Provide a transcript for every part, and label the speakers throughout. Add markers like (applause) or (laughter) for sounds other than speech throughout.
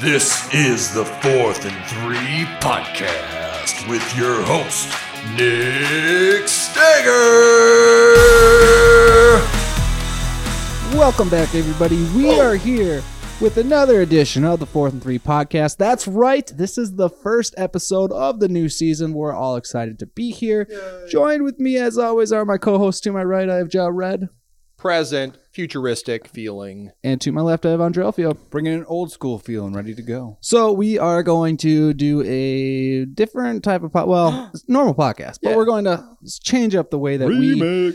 Speaker 1: This is the Fourth and Three podcast with your host, Nick Steger.
Speaker 2: Welcome back, everybody. We are here with another edition of the Fourth and Three podcast. That's right. This is the first episode of the new season. We're all excited to be here. Joined with me, as always, are my co hosts. To my right, I have Ja Red,
Speaker 3: present, futuristic feeling.
Speaker 2: and to my left, I have Andre Elfio.
Speaker 4: Bringing an old school feel and ready to go.
Speaker 2: So we are going to do a different type of pod. Well, it's normal podcast, but
Speaker 3: Yeah.
Speaker 2: we're going to change up the way that we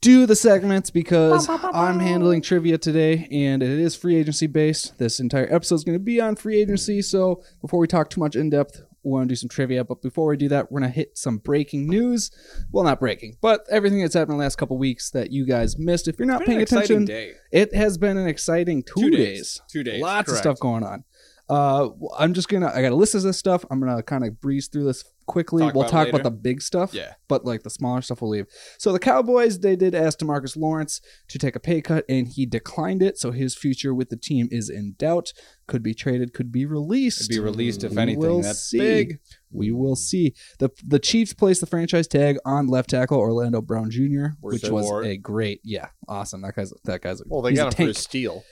Speaker 2: do the segments because I'm handling trivia today and it is free agency based. This entire episode is going to be on free agency. So before we talk too much in depth, we want to do some trivia. But before we do that, we're going to hit some breaking news. Well, not breaking, but everything that's happened in the last couple weeks that you guys missed. If you're not paying attention,
Speaker 3: day.
Speaker 2: it has been an exciting two,
Speaker 3: Two days.
Speaker 2: days
Speaker 3: Two days.
Speaker 2: lots of stuff going on. Uh, w- I'm just gonna. I got a list of this stuff. I'm gonna kind of breeze through this quickly.
Speaker 3: Talk
Speaker 2: we'll
Speaker 3: about it
Speaker 2: talk
Speaker 3: later.
Speaker 2: about the big stuff,
Speaker 3: Yeah.
Speaker 2: but like the smaller stuff, we'll leave. So the Cowboys, they did ask Demarcus Lawrence to take a pay cut, and he declined it. So his future with the team is in doubt. Could be traded. Could be released.
Speaker 4: To be released, if
Speaker 2: We
Speaker 4: anything.
Speaker 2: will
Speaker 4: That's
Speaker 2: see.
Speaker 4: big.
Speaker 2: We will see. the The Chiefs placed the franchise tag on left tackle Orlando Brown Jr.,
Speaker 3: Worth
Speaker 2: which
Speaker 3: it.
Speaker 2: was
Speaker 3: Or-
Speaker 2: a great, yeah, awesome. That guy's that guy's. A,
Speaker 3: Well, they
Speaker 2: he's
Speaker 3: got
Speaker 2: a
Speaker 3: him for
Speaker 2: tank.
Speaker 3: a steal.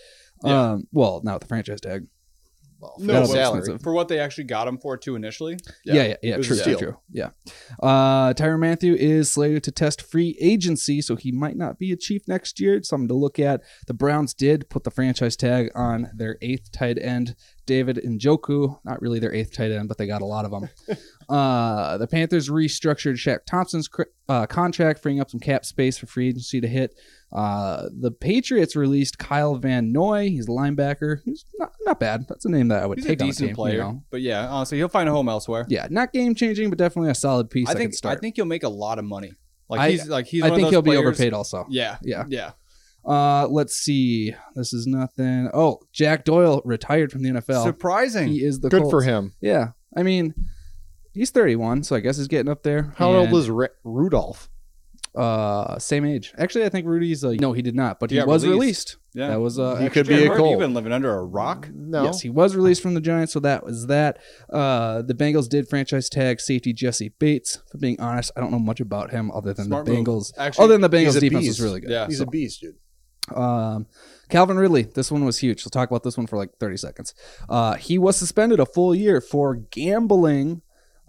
Speaker 3: Yeah.
Speaker 2: Um, well, not with the franchise tag. Well,
Speaker 3: No
Speaker 2: that'll be
Speaker 3: salary
Speaker 2: expensive.
Speaker 3: for what they actually got him for too initially.
Speaker 2: Yeah, yeah, yeah.
Speaker 3: It was a
Speaker 2: true, true,
Speaker 3: steal.
Speaker 2: true. Yeah. Uh, Tyron Matthew is slated to test free agency, so he might not be a chief next year. It's something to look at. The Browns did put the franchise tag on their eighth tight end, David Njoku. Not really their eighth tight end, but they got a lot of them.
Speaker 3: (laughs)
Speaker 2: uh, the Panthers restructured Shaq Thompson's cr- uh, contract, freeing up some cap space for free agency to hit. Uh, the Patriots released Kyle Van Noy. He's a linebacker. He's not, not bad. That's a name that I would
Speaker 3: He's a
Speaker 2: take on
Speaker 3: decent
Speaker 2: team, you
Speaker 3: player,
Speaker 2: know?
Speaker 3: but yeah, honestly, he'll find a home elsewhere.
Speaker 2: Yeah, not game changing, but definitely a solid piece.
Speaker 3: I think
Speaker 2: can
Speaker 3: I
Speaker 2: start.
Speaker 3: think he'll make a lot of money. Like
Speaker 2: I-
Speaker 3: he's like he's.
Speaker 2: I
Speaker 3: one of
Speaker 2: think
Speaker 3: those
Speaker 2: he'll be
Speaker 3: players-
Speaker 2: overpaid also.
Speaker 3: Yeah,
Speaker 2: Yeah.
Speaker 3: yeah.
Speaker 2: Uh, let's see. This is nothing. Oh, Jack Doyle retired from the NFL.
Speaker 4: Surprising.
Speaker 2: he is the
Speaker 5: Good for
Speaker 2: Colts.
Speaker 5: him.
Speaker 2: Yeah, I mean, he's 31, so I guess he's getting up there.
Speaker 5: How
Speaker 2: And,
Speaker 5: old is Ra- Rudolph?
Speaker 2: uh same age? Actually, I think Rudy's like no, he did not, but
Speaker 3: He
Speaker 2: he,
Speaker 3: got
Speaker 2: was released.
Speaker 3: released. Yeah,
Speaker 2: That was uh,
Speaker 5: He could
Speaker 3: Jim,
Speaker 5: be a
Speaker 3: where have you
Speaker 5: Colt.
Speaker 3: been living under a rock?
Speaker 5: No.
Speaker 2: Yes, he was released from the Giants, so that was that. Uh, the Bengals did franchise tag safety Jesse Bates. For being honest, I don't know much about him other than
Speaker 3: Smart
Speaker 2: the
Speaker 3: move.
Speaker 2: Bengals.
Speaker 3: Actually,
Speaker 2: other than the
Speaker 5: he's
Speaker 2: Bengals
Speaker 5: a
Speaker 2: defense was
Speaker 5: beast.
Speaker 2: really good.
Speaker 3: Yeah.
Speaker 5: He's a beast, dude.
Speaker 2: Um, Calvin Ridley, this one was huge. We'll talk about this one for like 30 seconds. Uh, he was suspended a full year for gambling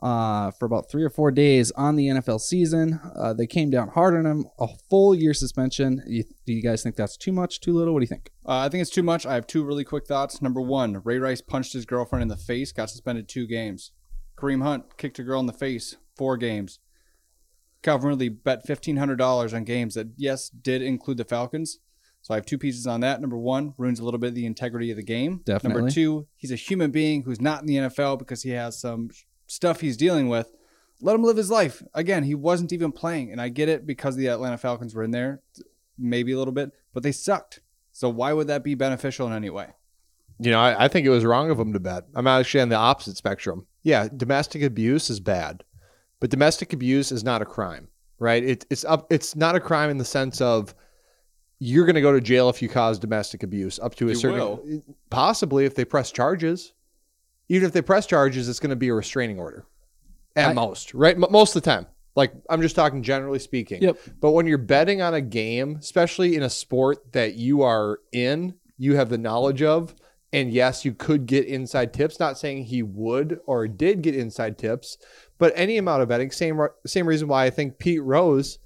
Speaker 2: uh, for about three or four days on the NFL season. Uh, they came down hard on him, a full year suspension. You, do you guys think that's too much, too little? What do you think?
Speaker 3: Uh, I think it's too much. I have two really quick thoughts. Number one, Ray Rice punched his girlfriend in the face, got suspended two games. Kareem Hunt kicked a girl in the face, four games. Calvin Ridley bet fifteen hundred dollars on games that yes did include the Falcons. So I have two pieces on that. Number one, ruins a little bit of the integrity of the game. Number
Speaker 2: Definitely.
Speaker 3: two, he's a human being who's not in the NFL because he has some stuff he's dealing with. Let him live his life. Again, he wasn't even playing, and I get it because the Atlanta Falcons were in there, maybe a little bit, but they sucked. So why would that be beneficial in any way?
Speaker 5: You know, I, I think it was wrong of him to bet. I'm actually on the opposite spectrum. Yeah, domestic abuse is bad, but domestic abuse is not a crime, right? It, it's up. It's not a crime in the sense of you're going to go to jail if you cause domestic abuse up to a
Speaker 3: You
Speaker 5: certain
Speaker 3: will.
Speaker 5: possibly if they press charges. Even if they press charges, it's going to be a restraining order at
Speaker 2: I-
Speaker 5: most, right? M- most of the time. Like I'm just talking generally speaking.
Speaker 2: Yep.
Speaker 5: But when you're betting on a game, especially in a sport that you are in, you have the knowledge of, and yes, you could get inside tips. Not saying he would or did get inside tips, but any amount of betting, same same reason why I think Pete Rose,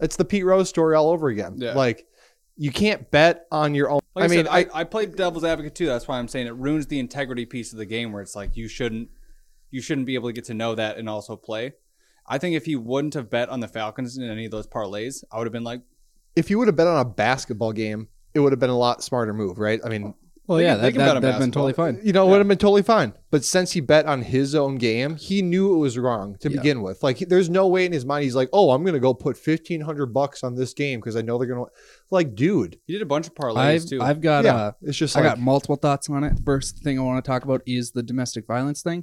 Speaker 5: it's the Pete Rose story all over again.
Speaker 3: Yeah.
Speaker 5: Like you can't bet on your own.
Speaker 3: Like
Speaker 5: I mean,
Speaker 3: said,
Speaker 5: I,
Speaker 3: I, I played devil's advocate too. That's why I'm saying it ruins the integrity piece of the game where it's like you shouldn't you shouldn't be able to get to know that and also play. I think if he wouldn't have bet on the Falcons in any of those parlays, I would have been like,
Speaker 5: if you would have bet on a basketball game, it would have been a lot smarter move, right? I mean,
Speaker 2: Well,
Speaker 3: They
Speaker 2: yeah,
Speaker 3: can- they
Speaker 2: that,
Speaker 3: can bet
Speaker 2: that, that'd
Speaker 3: on
Speaker 2: been
Speaker 3: basketball.
Speaker 2: totally fine.
Speaker 5: you know, it would have been totally fine. But since he bet on his own game, he knew it was wrong to
Speaker 2: Yeah.
Speaker 5: begin with. Like, he- there's no way in his mind he's like, "Oh, I'm gonna go put fifteen hundred bucks on this game because I know they're gonna." Like, dude,
Speaker 3: he did a bunch of parlays
Speaker 2: I've,
Speaker 3: too.
Speaker 2: I've got
Speaker 5: yeah,
Speaker 2: uh,
Speaker 5: it's just
Speaker 2: I
Speaker 5: like
Speaker 2: got multiple thoughts on it. First thing I want to talk about is the domestic violence thing.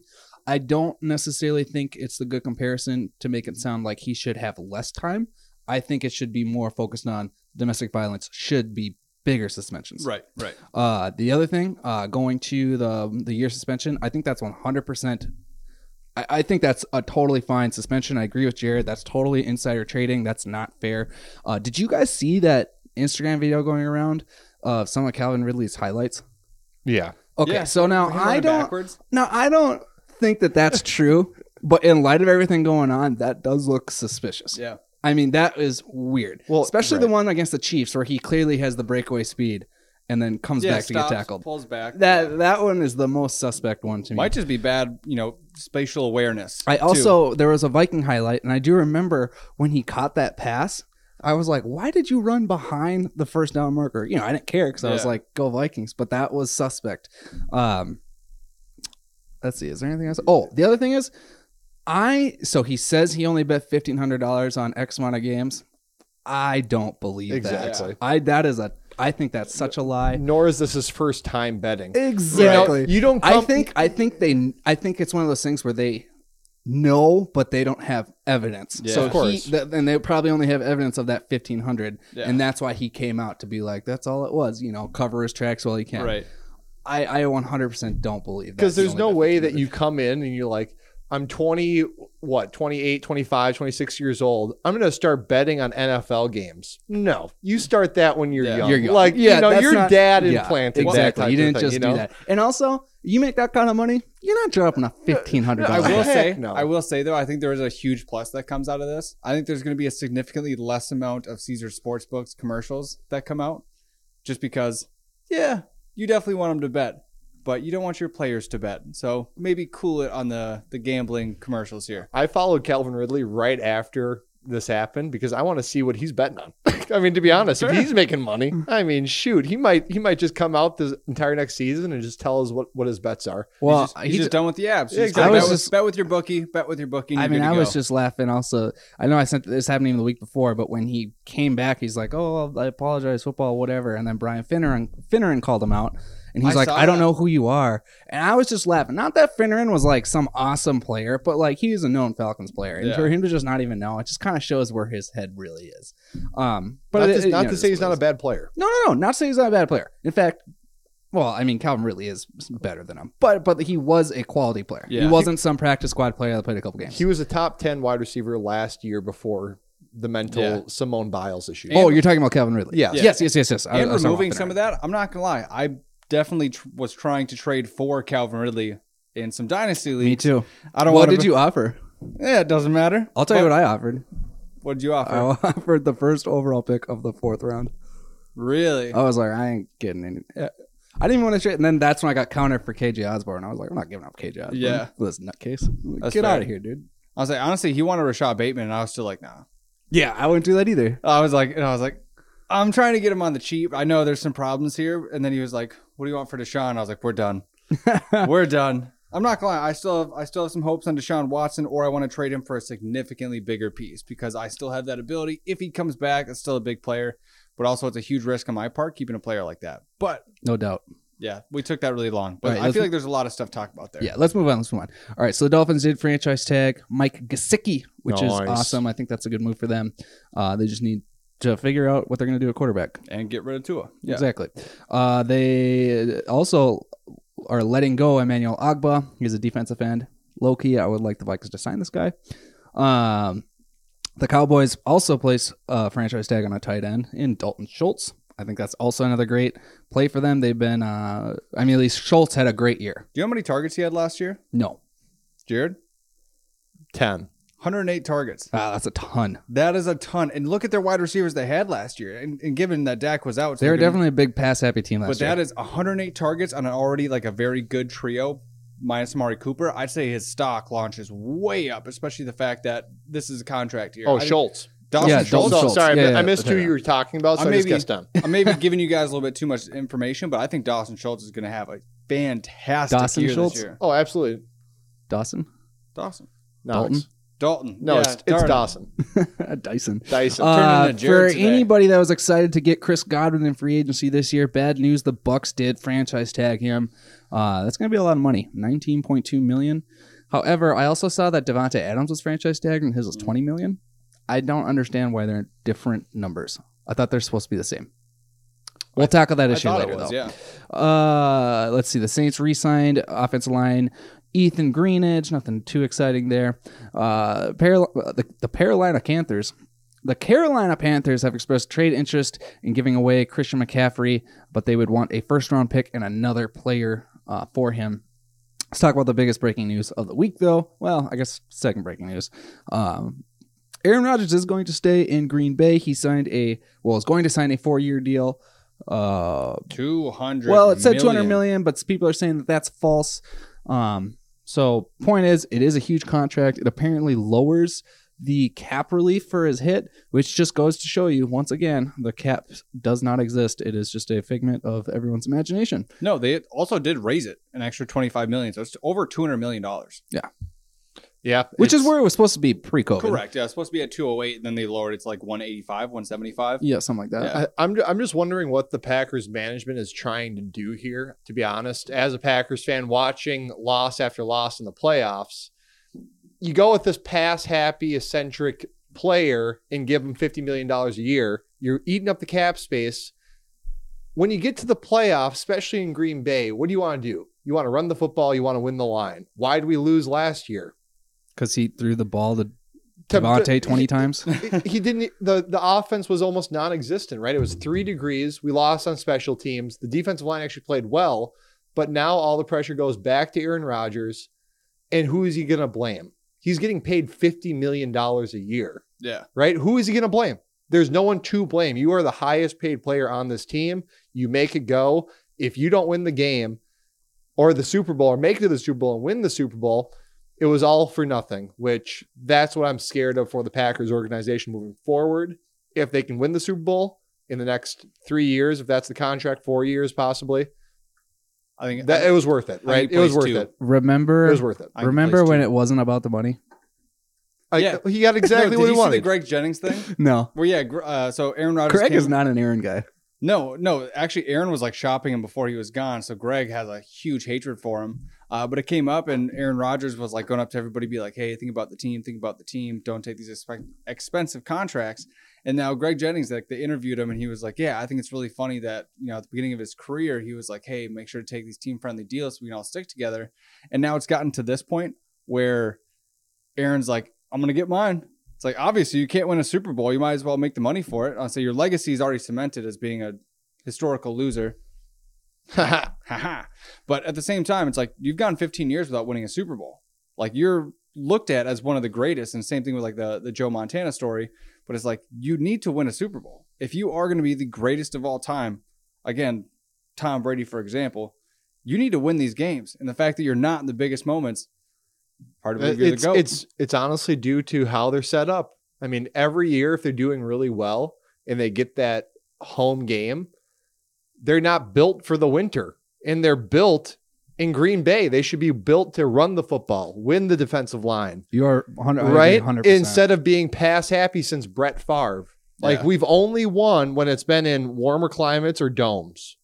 Speaker 2: I don't necessarily think it's the good comparison to make it sound like he should have less time. I think it should be more focused on domestic violence should be bigger suspensions.
Speaker 3: Right, right.
Speaker 2: Uh, the other thing, uh, going to the the year suspension, I think that's 100. percent I, I think that's a totally fine suspension. I agree with Jared. That's totally insider trading. That's not fair. Uh, did you guys see that Instagram video going around of some of Calvin Ridley's highlights?
Speaker 5: Yeah.
Speaker 2: Okay,
Speaker 3: Yeah.
Speaker 2: so now
Speaker 3: Him
Speaker 2: I
Speaker 3: running
Speaker 2: don't.
Speaker 3: Backwards.
Speaker 2: Now I don't think that that's true, but in light of everything going on, that does look suspicious.
Speaker 3: Yeah.
Speaker 2: I mean that is weird. Well,
Speaker 5: Well,
Speaker 2: especially the one against the Chiefs where he clearly has the breakaway speed and then comes
Speaker 3: Yeah,
Speaker 2: back
Speaker 3: stops,
Speaker 2: to get tackled.
Speaker 3: Pulls back.
Speaker 2: That
Speaker 3: Yeah.
Speaker 2: that one is the most suspect one to me.
Speaker 3: might just be bad, you know, spatial awareness.
Speaker 2: I
Speaker 3: too.
Speaker 2: also there was a Viking highlight, and I do remember when he caught that pass. I was like, "Why did you run behind the first down marker?" You know, I didn't care because I was
Speaker 3: Yeah.
Speaker 2: like, "Go Vikings!" But that was suspect. Um, let's see, is there anything else? Oh, the other thing is, I so he says he only bet fifteen hundred dollars on X amount of games. I don't believe
Speaker 5: Exactly.
Speaker 2: that. I that is a. I think that's such a lie.
Speaker 5: Nor is this his first time betting. You know,
Speaker 2: Exactly.
Speaker 5: You don't.
Speaker 2: I
Speaker 5: come-
Speaker 2: think I think they I think it's one of those things where they know but they don't have evidence.
Speaker 3: Yeah.
Speaker 2: so
Speaker 3: Of
Speaker 5: course.
Speaker 2: he, th- and they probably only have evidence of that 1500
Speaker 3: Yeah.
Speaker 2: and that's why he came out to be like that's all it was, you know, cover his tracks while he can.
Speaker 3: right.
Speaker 2: I I 100% don't believe that.
Speaker 5: because there's no way that you come in and you're like i'm 20 what 28 25 26 years old i'm going to start betting on nfl games no you start that when you're,
Speaker 3: Yeah.
Speaker 5: young.
Speaker 2: You're young.
Speaker 5: like
Speaker 2: Yeah,
Speaker 5: you know
Speaker 2: that's
Speaker 5: your
Speaker 2: not-
Speaker 5: dad
Speaker 2: yeah,
Speaker 5: implanted that
Speaker 2: Exactly.
Speaker 5: type
Speaker 2: you
Speaker 5: of
Speaker 2: didn't
Speaker 5: thing,
Speaker 2: just
Speaker 5: you know?
Speaker 2: do that. And also, you make that kind of money, you're not dropping a $1500
Speaker 5: I
Speaker 3: I
Speaker 5: (laughs)
Speaker 3: will
Speaker 5: Heck
Speaker 3: say,
Speaker 5: no.
Speaker 3: I will say though, I think there is a huge plus that comes out of this. I think there's going to be a significantly less amount of Caesar Sportsbooks commercials that come out, just because, yeah, you definitely want them to bet, but you don't want your players to bet. So maybe cool it on the the gambling commercials here.
Speaker 5: i followed calvin ridley right after this happened because i want to see what he's betting on (laughs) i mean to
Speaker 2: Mm,
Speaker 5: be honest if he's making money i mean shoot he might he might just come out the entire next season and just tell us what what his bets are
Speaker 2: Well,
Speaker 3: he's just, he's just done with the apps.
Speaker 5: Yeah,
Speaker 3: He's got
Speaker 2: I was
Speaker 3: bet, with,
Speaker 2: just-
Speaker 3: bet with your bookie, bet with your bookie. and
Speaker 2: I
Speaker 3: you're
Speaker 2: mean,
Speaker 3: good
Speaker 2: I
Speaker 3: to
Speaker 2: was
Speaker 3: go.
Speaker 2: just laughing. Also, I know I sent this happened even the week before, but when he came back, he's like, "Oh, I apologize, football, whatever." And then Brian Finneran Finneran called him out, and he's
Speaker 3: I
Speaker 2: like,
Speaker 3: saw
Speaker 2: "I don't
Speaker 3: that.
Speaker 2: know who you are." And I was just laughing. Not that Finneran was like some awesome player, but like he is a known Falcons player, and
Speaker 3: Yeah.
Speaker 2: for him to just not even know, it just kind of shows where his head really is. Um, but
Speaker 5: not
Speaker 2: it-
Speaker 5: to,
Speaker 2: it-
Speaker 5: not
Speaker 2: you know,
Speaker 5: to
Speaker 2: it
Speaker 5: say
Speaker 2: is
Speaker 5: he's
Speaker 2: what
Speaker 5: not
Speaker 2: it
Speaker 5: a
Speaker 2: is.
Speaker 5: bad player
Speaker 2: No, no, no. Not to say he's not a bad player. In fact, well, I mean, Calvin really is better than him, but but he was a quality player. He
Speaker 3: Yeah.
Speaker 2: wasn't some practice squad player that played a couple games.
Speaker 5: He was a top 10 wide receiver last year before the mental
Speaker 3: Yeah.
Speaker 5: Simone Biles issue.
Speaker 2: oh, you're talking about Calvin Ridley.
Speaker 5: Yes.
Speaker 2: Yes, yes, yes, yes. I-
Speaker 3: and
Speaker 2: I was talking
Speaker 3: removing
Speaker 2: about
Speaker 3: some of that, I'm not gonna lie, I definitely tr- was trying to trade for Calvin Ridley in some dynasty
Speaker 2: Me
Speaker 3: leagues.
Speaker 2: too.
Speaker 3: I don't.
Speaker 2: What
Speaker 3: wanna
Speaker 2: did
Speaker 3: be-
Speaker 2: you offer?
Speaker 3: Yeah, it doesn't matter.
Speaker 2: I'll tell you what I offered.
Speaker 3: What did you offer?
Speaker 2: I (laughs) offered the first overall pick of the fourth round.
Speaker 3: Really?
Speaker 2: I was like, I ain't getting any. yeah. I didn't even want to trade. And then that's when I got countered for KJ Osborne. I was like, I'm not giving up KJ Osborne.
Speaker 3: Yeah.
Speaker 2: This nutcase.
Speaker 3: That's
Speaker 2: Get
Speaker 3: fair.
Speaker 2: out of here, dude.
Speaker 3: I was like, honestly, he wanted Rashad Bateman, and I was still like, nah.
Speaker 2: Yeah, I wouldn't do that either.
Speaker 3: I was like, and I was like, I'm trying to get him on the cheap. I know there's some problems here. And then he was like, "What do you want for Deshaun?" I was like,
Speaker 2: (laughs)
Speaker 3: "We're done. We're done." I'm not gonna lie. I still have I still have some hopes on Deshaun Watson, or I want to trade him for a significantly bigger piece because I still have that ability. If he comes back, it's still a big player, but also it's a huge risk on my part keeping a player like that. But
Speaker 2: No doubt.
Speaker 3: yeah, we took that really long. But
Speaker 2: All right,
Speaker 3: I
Speaker 2: let's-
Speaker 3: feel like there's a lot of stuff to talk about there.
Speaker 2: Yeah, let's move on. Let's move on. All right, so the Dolphins did franchise tag Mike Gesicki, which is
Speaker 5: Nice.
Speaker 2: awesome. I think that's a good move for them. Uh, they just need to figure out what they're going to do at quarterback.
Speaker 3: and get rid of Tua. Yeah,
Speaker 2: Exactly. Uh, they also are letting go Emmanuel Agba. He's a defensive end. Low key, I would like the Vikings to sign this guy. Um, the Cowboys also place a franchise tag on a tight end in Dalton Schultz. I think that's also another great play for them. They've been, uh, I mean, at least Schultz had a great year.
Speaker 3: Do you know how many targets he had last year,
Speaker 2: No,
Speaker 3: Jared?
Speaker 5: 10.
Speaker 3: 108 targets.
Speaker 2: uh, that's a ton.
Speaker 3: That is a ton. And look at their wide receivers they had last year. And, and given that Dak was out, so
Speaker 2: They were
Speaker 3: they're gonna-
Speaker 2: definitely a big pass happy team last
Speaker 3: But
Speaker 2: year.
Speaker 3: that is 108 targets on an already like a very good trio, minus Amari Cooper. I'd say his stock launches way up, especially the fact that this is a contract year.
Speaker 5: Oh,
Speaker 3: I-
Speaker 5: Schultz.
Speaker 3: Dawson
Speaker 2: Yeah,
Speaker 3: Schultz.
Speaker 2: Schultz.
Speaker 5: sorry,
Speaker 2: Yeah,
Speaker 5: I mi-
Speaker 2: yeah,
Speaker 5: I missed
Speaker 2: that's
Speaker 5: who
Speaker 2: right.
Speaker 5: you were talking about, so
Speaker 3: I
Speaker 5: I, just
Speaker 3: Uh, maybe-
Speaker 5: guessed
Speaker 3: (laughs)
Speaker 5: them.
Speaker 3: I'm maybe giving you guys a little bit too much information, but I think Dawson Schultz is going to have a fantastic
Speaker 2: Dawson
Speaker 3: year
Speaker 2: Schultz?
Speaker 3: this year.
Speaker 5: Oh, absolutely.
Speaker 2: Dawson, (laughs)
Speaker 3: Dawson.
Speaker 5: No,
Speaker 2: Dalton?
Speaker 5: it's-
Speaker 3: Dalton.
Speaker 5: no
Speaker 3: Yeah,
Speaker 5: it's,
Speaker 3: darn
Speaker 5: it's
Speaker 3: it.
Speaker 5: Dawson.
Speaker 2: Dyson.
Speaker 5: Dyson.
Speaker 3: turning
Speaker 2: Uh,
Speaker 3: into
Speaker 2: for
Speaker 3: Jared today.
Speaker 2: anybody that was excited to get Chris Godwin in free agency this year, bad news: the Bucks did franchise tag him. Uh, that's going to be a lot of money, nineteen point two million. However, I also saw that Devonte Adams was franchise tagged and his was twenty million. I don't understand why they're different numbers. I thought they're supposed to be the same. We'll tackle that
Speaker 3: I
Speaker 2: issue
Speaker 3: thought
Speaker 2: later,
Speaker 3: it was,
Speaker 2: though. Uh,
Speaker 3: yeah.
Speaker 2: let's see. The Saints re-signed offensive line Ethan Greenidge. Nothing too exciting there. Uh, Paral- the, the Carolina Panthers. The Carolina Panthers have expressed trade interest in giving away Christian McCaffrey, but they would want a first-round pick and another player uh, for him. Let's talk about the biggest breaking news of the week, though. Well, I guess second breaking news. Um, Aaron Rodgers is going to stay in Green Bay. He signed a well, is going to sign a four-year deal. Uh,
Speaker 3: 200
Speaker 2: well, it said 200 million, but people are saying that that's false. Um, so point is, it is a huge contract. It apparently lowers the cap relief for his hit, which just goes to show you once again the cap does not exist. It is just a figment of everyone's imagination.
Speaker 3: No, they also did raise it an extra 25 million. So it's over 200 million dollars.
Speaker 5: Yeah,
Speaker 2: Which is
Speaker 5: it's-
Speaker 2: where it was supposed to be pre-COVID.
Speaker 3: Correct. Yeah, it's supposed to be at 208 and then they lowered it to like 185, 175.
Speaker 2: Yeah, something like that.
Speaker 3: Yeah.
Speaker 5: I, I'm ju- I'm just wondering what the Packers management is trying to do here. To be honest, as a Packers fan, watching loss after loss in the playoffs, you go with this pass happy eccentric player and give him fifty million dollars a year. You're eating up the cap space. When you get to the playoffs, especially in Green Bay, what do you want to do? You want to run the football. You want to win the line. Why did we lose last year?
Speaker 2: Because he threw the ball to
Speaker 5: To-
Speaker 2: Devontae
Speaker 5: to-
Speaker 2: 20 times.
Speaker 5: he- (laughs) he didn't e, the the offense was almost non-existent right it was three degrees we lost on special teams the defensive line actually played well but now all the pressure goes back to aaron rodgers and who is he going to blame he's getting paid $50 million a year
Speaker 3: Yeah.
Speaker 5: right who is he going to blame there's no one to blame you are the highest paid player on this team you make it go if you don't win the game or the super bowl or make it to the super bowl and win the super bowl it was all for nothing, which that's what I'm scared of for the Packers organization moving forward. If they can win the Super Bowl in the next three years, if that's the contract, four years possibly,
Speaker 3: I think
Speaker 5: that it was worth it,
Speaker 3: I
Speaker 5: right?
Speaker 3: think
Speaker 5: It was worth
Speaker 3: plays two.
Speaker 5: it. It
Speaker 2: Remember,
Speaker 5: was worth it.
Speaker 3: I think
Speaker 2: remember
Speaker 3: plays
Speaker 2: when
Speaker 3: two.
Speaker 2: it wasn't about the money?
Speaker 5: Like,
Speaker 3: Yeah.
Speaker 5: He got exactly
Speaker 3: (laughs) No,
Speaker 5: what
Speaker 3: did
Speaker 5: he
Speaker 3: you see the
Speaker 5: wanted.
Speaker 3: Greg Jennings thing?
Speaker 2: No.
Speaker 3: Well, yeah. Gr- Uh, so Aaron Rodgers.
Speaker 2: Craig
Speaker 3: came-
Speaker 2: is not an Aaron guy.
Speaker 3: No, no. Actually, Aaron was like shopping him before he was gone. So Greg has a huge hatred for him. Uh, but it came up, and Aaron Rodgers was like going up to everybody, be like, "Hey, think about the team. Think about the team. Don't take these expe- expensive contracts." And now Greg Jennings, like they interviewed him, and he was like, "Yeah, I think it's really funny that you know at the beginning of his career, he was like, hey, make sure to take these team friendly deals so we can all stick together.' And now it's gotten to this point where Aaron's like, I'm gonna get mine. It's like obviously you can't win a Super Bowl. You might as well make the money for it. Uh, so your legacy is already cemented as being a
Speaker 5: (laughs)
Speaker 3: historical loser. Haha. But at the same time, it's like you've gone 15 years without winning a Super Bowl. Like you're looked at as one of the greatest. And same thing with like the the Joe Montana story. But it's like you need to win a Super Bowl if you are going to be the greatest of all time. Again, Tom Brady, for example, you need to win these games. And the fact that you're not in the biggest moments, hard to believe you're
Speaker 5: Uh, it's,
Speaker 3: the goat.
Speaker 5: it's it's honestly due to how they're set up. I mean, every year if they're doing really well and they get that home game, they're not built for the winter, and they're built in Green Bay. They should be built to run the football, win the defensive line,
Speaker 2: You are 100,
Speaker 5: right?
Speaker 2: 100%.
Speaker 5: Instead of being pass happy since Brett Favre. Like
Speaker 3: Yeah.
Speaker 5: we've only won when it's been in warmer climates or domes.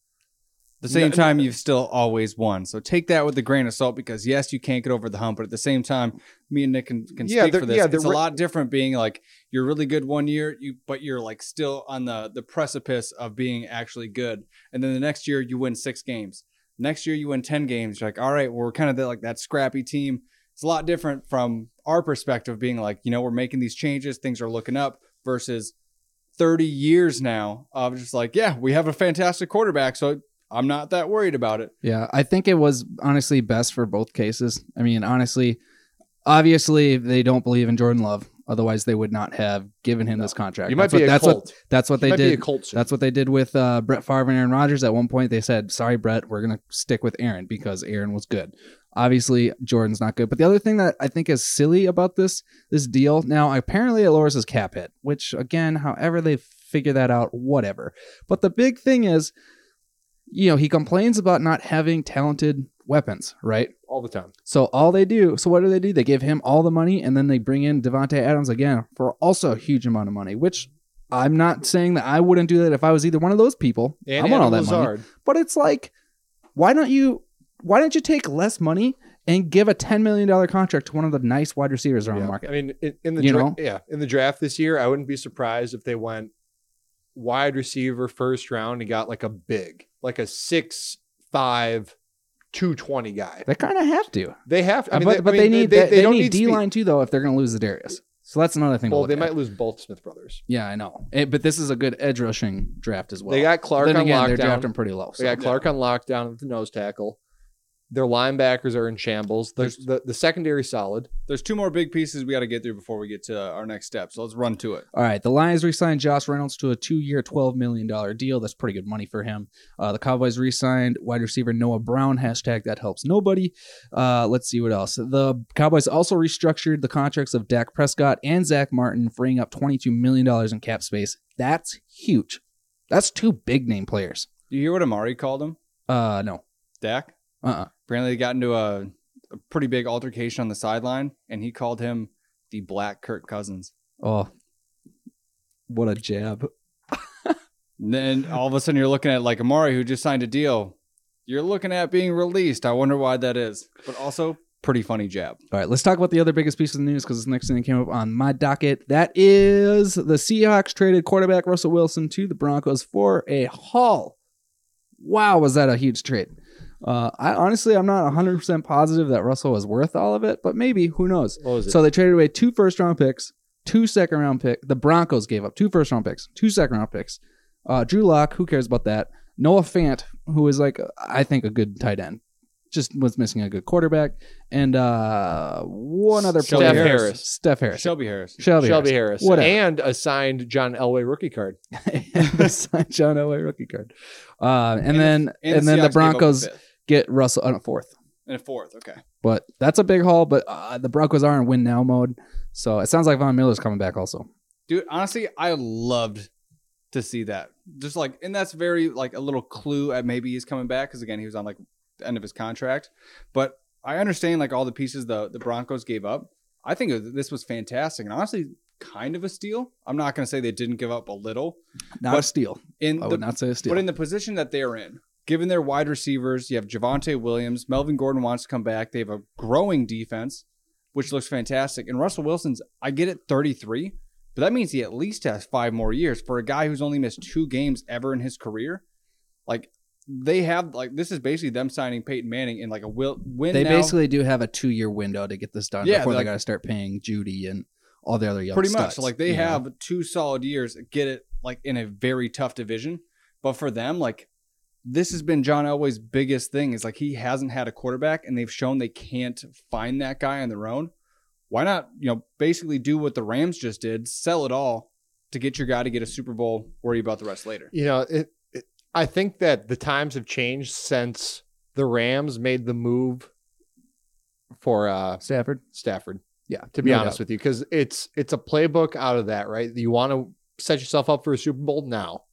Speaker 3: the same
Speaker 5: No-
Speaker 3: time, you've still always won. So take that with a grain of salt because yes, you can't get over the hump, but at the same time, me and Nick can, can
Speaker 5: Yeah,
Speaker 3: speak
Speaker 5: they're-
Speaker 3: for this.
Speaker 5: yeah, they're
Speaker 3: it's a
Speaker 5: re-
Speaker 3: lot different being like you're really good one year, you but you're like still on the the precipice of being actually good, and then the next year you win six games. Next year you win ten games. You're like, all right, we're kind of that, like that scrappy team. It's a lot different from our perspective, being like, you know, we're making these changes, things are looking up versus 30 years now of just like, yeah, we have a fantastic quarterback, so I'm not that worried about it.
Speaker 2: Yeah, I think it was honestly best for both cases. I mean, honestly, obviously they don't believe in Jordan Love, otherwise they would not have given him this contract.
Speaker 5: You might
Speaker 2: that's
Speaker 5: be
Speaker 2: what,
Speaker 5: a
Speaker 2: that's
Speaker 5: cult.
Speaker 2: what that's what
Speaker 5: You
Speaker 2: they
Speaker 5: might be a
Speaker 2: did.
Speaker 5: cult. soon.
Speaker 2: That's what they did with uh, Brett Favre and Aaron Rodgers. At one point, they said, "Sorry, Brett, we're gonna stick with Aaron because Aaron was good." Obviously, Jordan's not good. But the other thing that I think is silly about this this deal now, apparently, it lowers his cap hit. Which again, however they figure that out, whatever. But the big thing is, you know, he complains about not having talented weapons, right?
Speaker 5: all the time.
Speaker 2: So all they do, so what do they do? They give him all the money, and then they bring in Devonte Adams again for also a huge amount of money. Which I'm not saying that I wouldn't do that if I was either one of those people. I
Speaker 5: And
Speaker 2: want all
Speaker 5: Adam
Speaker 2: that money,
Speaker 5: Lazard.
Speaker 2: but it's like, why don't you? Why don't you take less money and give a ten million dollar contract to one of the nice wide receivers around
Speaker 5: Yeah.
Speaker 2: the market?
Speaker 5: I mean, in, in the
Speaker 2: You
Speaker 5: dra-
Speaker 2: know?
Speaker 5: yeah, in the draft this year, I wouldn't be surprised if they went wide receiver first round and got like a big, like a six five, 220 guy.
Speaker 2: They kind of have to.
Speaker 5: They have, I mean,
Speaker 2: but
Speaker 5: they,
Speaker 2: but
Speaker 5: I mean,
Speaker 2: they need
Speaker 5: they,
Speaker 2: they, they
Speaker 5: don't
Speaker 2: need D
Speaker 5: speed.
Speaker 2: line too though if they're going to lose the Darius. So that's another thing. to
Speaker 5: Well,
Speaker 2: look
Speaker 5: they
Speaker 2: at.
Speaker 5: might lose both Smith brothers.
Speaker 2: Yeah, I know. Eh, but this is a good edge rushing draft as well.
Speaker 5: they got Clark
Speaker 2: then
Speaker 5: on
Speaker 2: again, they're
Speaker 5: lockdown.
Speaker 2: drafting pretty low. So.
Speaker 5: They got Clark on lockdown with the nose tackle. Their linebackers are in shambles. The, the, the secondary solid.
Speaker 3: There's two more big pieces we got to get through before we get to uh, our next step. So let's run to it.
Speaker 2: All right, the Lions re-signed Josh Reynolds to a two-year, twelve million dollar deal. That's pretty good money for him. Uh, the Cowboys re-signed wide receiver Noah Brown. Hashtag that helps nobody. Uh, let's see what else. The Cowboys also restructured the contracts of Dak Prescott and Zach Martin, freeing up twenty-two million dollars in cap space. That's huge. That's two big name players.
Speaker 3: Do you hear what Amari called him?
Speaker 2: Uh, no.
Speaker 3: Dak?
Speaker 2: Uh. uh
Speaker 3: Apparently, they got into a, a pretty big altercation on the sideline, and he called him the Black Kirk Cousins.
Speaker 2: Oh, what a jab.
Speaker 3: And then all of a sudden, you're looking at like Amari, who just signed a deal. You're looking at being released. I wonder why that is, but also pretty funny jab.
Speaker 2: All right, let's talk about the other biggest piece of the news because it's the next thing that came up on my docket. That is the Seahawks traded quarterback Russell Wilson to the Broncos for a haul. Wow, was that a huge trade? Uh, I honestly, I'm not 100% positive that Russell was worth all of it, but maybe, who knows?
Speaker 5: What was it?
Speaker 2: So they traded away two first round picks, two second round pick. The Broncos gave up two first round picks, two second round picks. Uh, Drew Lock, who cares about that? Noah Fant, who is like I think a good tight end, just was missing a good quarterback, and uh, one other
Speaker 3: Shelby
Speaker 2: player,
Speaker 5: Harris. Harris.
Speaker 2: Steph Harris, Shelby,
Speaker 3: Shelby Harris.
Speaker 5: Shelby
Speaker 2: Harris.
Speaker 5: Harris.
Speaker 2: Whatever.
Speaker 5: And a signed John Elway rookie card.
Speaker 2: (laughs) and they signed John Elway rookie card, uh, and, then and, then the
Speaker 3: Seahawks gave up a
Speaker 2: Broncos
Speaker 3: fifth
Speaker 2: get Russell on a fourth.
Speaker 3: and a fourth. Okay.
Speaker 2: But that's a big haul. But uh, the Broncos are in win now mode, so it sounds like Von Miller's coming back also.
Speaker 3: dude honestly i loved to see that just like and that's very like a little clue at maybe he's coming back because again he was on like the end of his contract but i understand like all the pieces the the broncos gave up i think it was- this was fantastic and honestly kind of a steal i'm not going to say they didn't give up a little
Speaker 2: Not
Speaker 3: But
Speaker 2: a steal.
Speaker 3: in
Speaker 2: I
Speaker 3: the,
Speaker 2: would not say a steal.
Speaker 3: but in the position that they're in given their wide receivers you have Javante williams melvin gordon wants to come back they have a growing defense which looks fantastic and russell wilson's i get it 33 but that means he at least has five more years for a guy who's only missed two games ever in his career like they have like this is basically them signing peyton manning in like a will win
Speaker 2: They
Speaker 3: now.
Speaker 2: basically do have a two year window to get this done
Speaker 3: Yeah,
Speaker 2: before they
Speaker 3: like-
Speaker 2: got to start paying Judy and all the other young
Speaker 3: pretty much
Speaker 2: studs,
Speaker 3: like they
Speaker 2: you know?
Speaker 3: have two solid years get it like in a very tough division but for them like this has been john elway's biggest thing is like he hasn't had a quarterback and they've shown they can't find that guy on their own why not you know basically do what the rams just did sell it all to get your guy to get a super bowl worry about the rest later
Speaker 5: You know, it, it, I think that the times have changed since the Rams made the move for uh,
Speaker 2: Stafford.
Speaker 5: Stafford. Yeah, to be
Speaker 2: No
Speaker 5: honest with you, because it's it's a playbook out of that, right? You want to set yourself up for a Super Bowl now.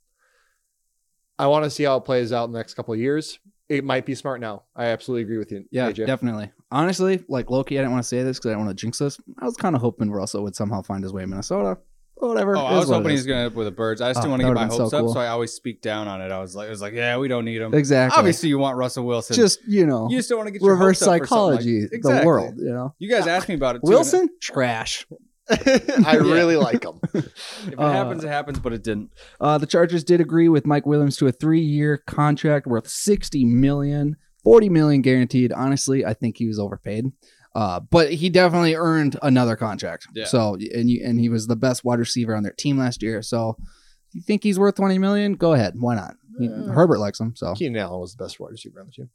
Speaker 5: I want to see how it plays out in the next couple of years. It might be smart now. I absolutely agree with you.
Speaker 2: Yeah,
Speaker 5: AJ.
Speaker 2: definitely. Honestly, like Loki, I didn't want to say this because I didn't want to jinx this. I was kind of hoping Russell would somehow find his way to Minnesota. Whatever.
Speaker 3: Oh,
Speaker 2: It
Speaker 3: I
Speaker 2: is
Speaker 3: was
Speaker 2: what it
Speaker 3: hoping he
Speaker 2: is.
Speaker 3: was going to end up with the birds. I just
Speaker 2: Oh,
Speaker 3: didn't want
Speaker 2: that
Speaker 3: to get
Speaker 2: would've been
Speaker 3: my
Speaker 2: so
Speaker 3: hopes up,
Speaker 2: cool.
Speaker 3: so I always speak down on it. I was like, it was like, yeah, we don't need him.
Speaker 2: exactly.
Speaker 3: Obviously, you want Russell Wilson.
Speaker 2: just you know,
Speaker 3: you just don't want to get your
Speaker 2: reverse
Speaker 3: hopes up for something like-
Speaker 2: psychology. The
Speaker 3: Exactly.
Speaker 2: world, you know.
Speaker 3: You guys asked me about it. Too,
Speaker 2: Wilson,
Speaker 3: (laughs)
Speaker 2: trash.
Speaker 5: (laughs)
Speaker 2: (laughs)
Speaker 5: I really like him.
Speaker 3: If it
Speaker 2: Uh,
Speaker 3: happens, it happens, but it didn't.
Speaker 2: Uh, the Chargers did agree with Mike Williams to a three-year contract worth sixty million, forty million guaranteed. Honestly, I think he was overpaid, uh, but he definitely earned another contract.
Speaker 3: Yeah.
Speaker 2: So, and you, and he was the best wide receiver on their team last year. So, you think he's worth twenty million? Go ahead, why not? He-
Speaker 5: Uh,
Speaker 2: Herbert likes him, so
Speaker 5: Keenan Allen was the best wide receiver on the team.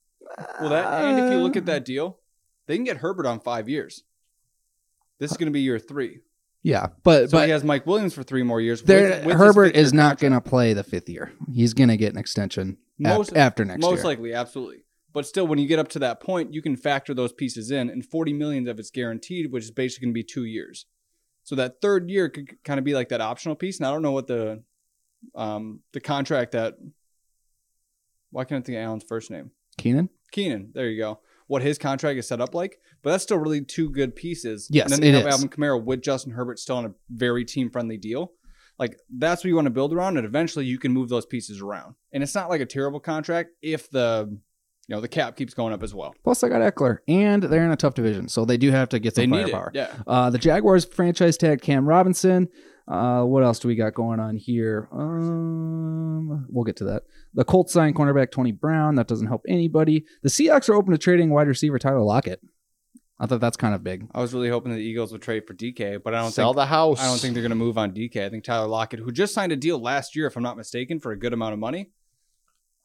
Speaker 3: Well, that and if you look at that deal, they can get Herbert on five years. This is going to be year three,
Speaker 2: yeah, but
Speaker 3: so
Speaker 2: but
Speaker 3: he has Mike Williams for three more years.
Speaker 2: there,
Speaker 3: with- with his
Speaker 2: Herbert
Speaker 3: fifth-year
Speaker 2: is not
Speaker 3: contract.
Speaker 2: going to play the fifth year. He's going to get an extension af-
Speaker 3: Most-
Speaker 2: after next
Speaker 3: most
Speaker 2: year.
Speaker 3: likely, absolutely. But still, when you get up to that point, you can factor those pieces in, and forty million of it's guaranteed, which is basically going to be two years. So that third year could kind of be like that optional piece. And I don't know what the um the contract that why can't I think of Allen's first name?
Speaker 2: Keenan.
Speaker 3: Keenan, there you go. What his contract is set up like, but that's still really two good pieces.
Speaker 2: Yes,
Speaker 3: and then they
Speaker 2: it
Speaker 3: have
Speaker 2: is.
Speaker 3: Alvin Kamara with Justin Herbert still on a very team friendly deal. Like that's what you want to build around, and eventually you can move those pieces around. And it's not like a terrible contract if the you know the cap keeps going up as well.
Speaker 2: Plus, they got Eckler, and they're in a tough division, so they do have to get some
Speaker 3: They need it.
Speaker 2: firepower.
Speaker 3: Yeah,
Speaker 2: Uh, the Jaguars franchise tag Cam Robinson. Uh, what else do we got going on here? Um, we'll get to that. The Colts signed cornerback Tony Brown. That doesn't help anybody. The Seahawks are open to trading wide receiver Tyler Lockett. I thought that's kind of big.
Speaker 3: I was really hoping the Eagles would trade for DK, but I don't
Speaker 5: Sell
Speaker 3: think
Speaker 5: the house.
Speaker 3: I don't think they're going to move on DK. I think Tyler Lockett, who just signed a deal last year, if I'm not mistaken, for a good amount of money,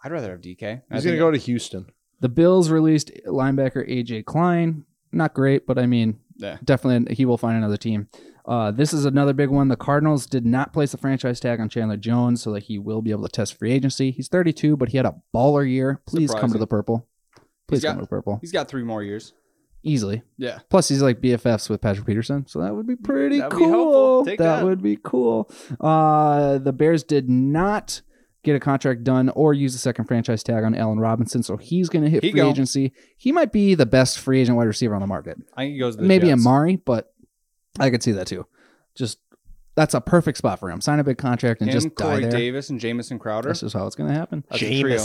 Speaker 3: I'd rather have DK. I
Speaker 5: he's going
Speaker 3: think-
Speaker 5: to go to Houston.
Speaker 2: The Bills released linebacker AJ Klein. Not great, but I mean,
Speaker 3: Yeah.
Speaker 2: definitely he will find another team. Uh, this is another big one. The Cardinals did not place a franchise tag on Chandler Jones, so that he will be able to test free agency. He's 32, but he had a baller year. Please come to
Speaker 3: Surprising.
Speaker 2: the purple. Please
Speaker 3: He's got-
Speaker 2: come to the purple
Speaker 3: He's got three more years.
Speaker 2: easily.
Speaker 3: Yeah. Mm,
Speaker 2: Plus, he's like BFFs with Patrick Peterson, so that would be pretty
Speaker 3: That'd be
Speaker 2: cool.
Speaker 3: helpful. Take
Speaker 2: that
Speaker 3: that.
Speaker 2: would be cool. Uh, the Bears did not get a contract done or use a second franchise tag on Allen Robinson, so he's going to hit
Speaker 3: He
Speaker 2: free
Speaker 3: go.
Speaker 2: agency. He might be the best free agent wide receiver on the market.
Speaker 3: I think he goes to the
Speaker 2: Maybe
Speaker 3: Jets.
Speaker 2: Amari, but I could see that too. Just that's a perfect spot for him. Sign a big contract and
Speaker 3: Him,
Speaker 2: just die
Speaker 3: Corey
Speaker 2: there.
Speaker 3: Davis, and Jamison Crowder.
Speaker 2: This is how it's going to happen.
Speaker 3: That's a trio.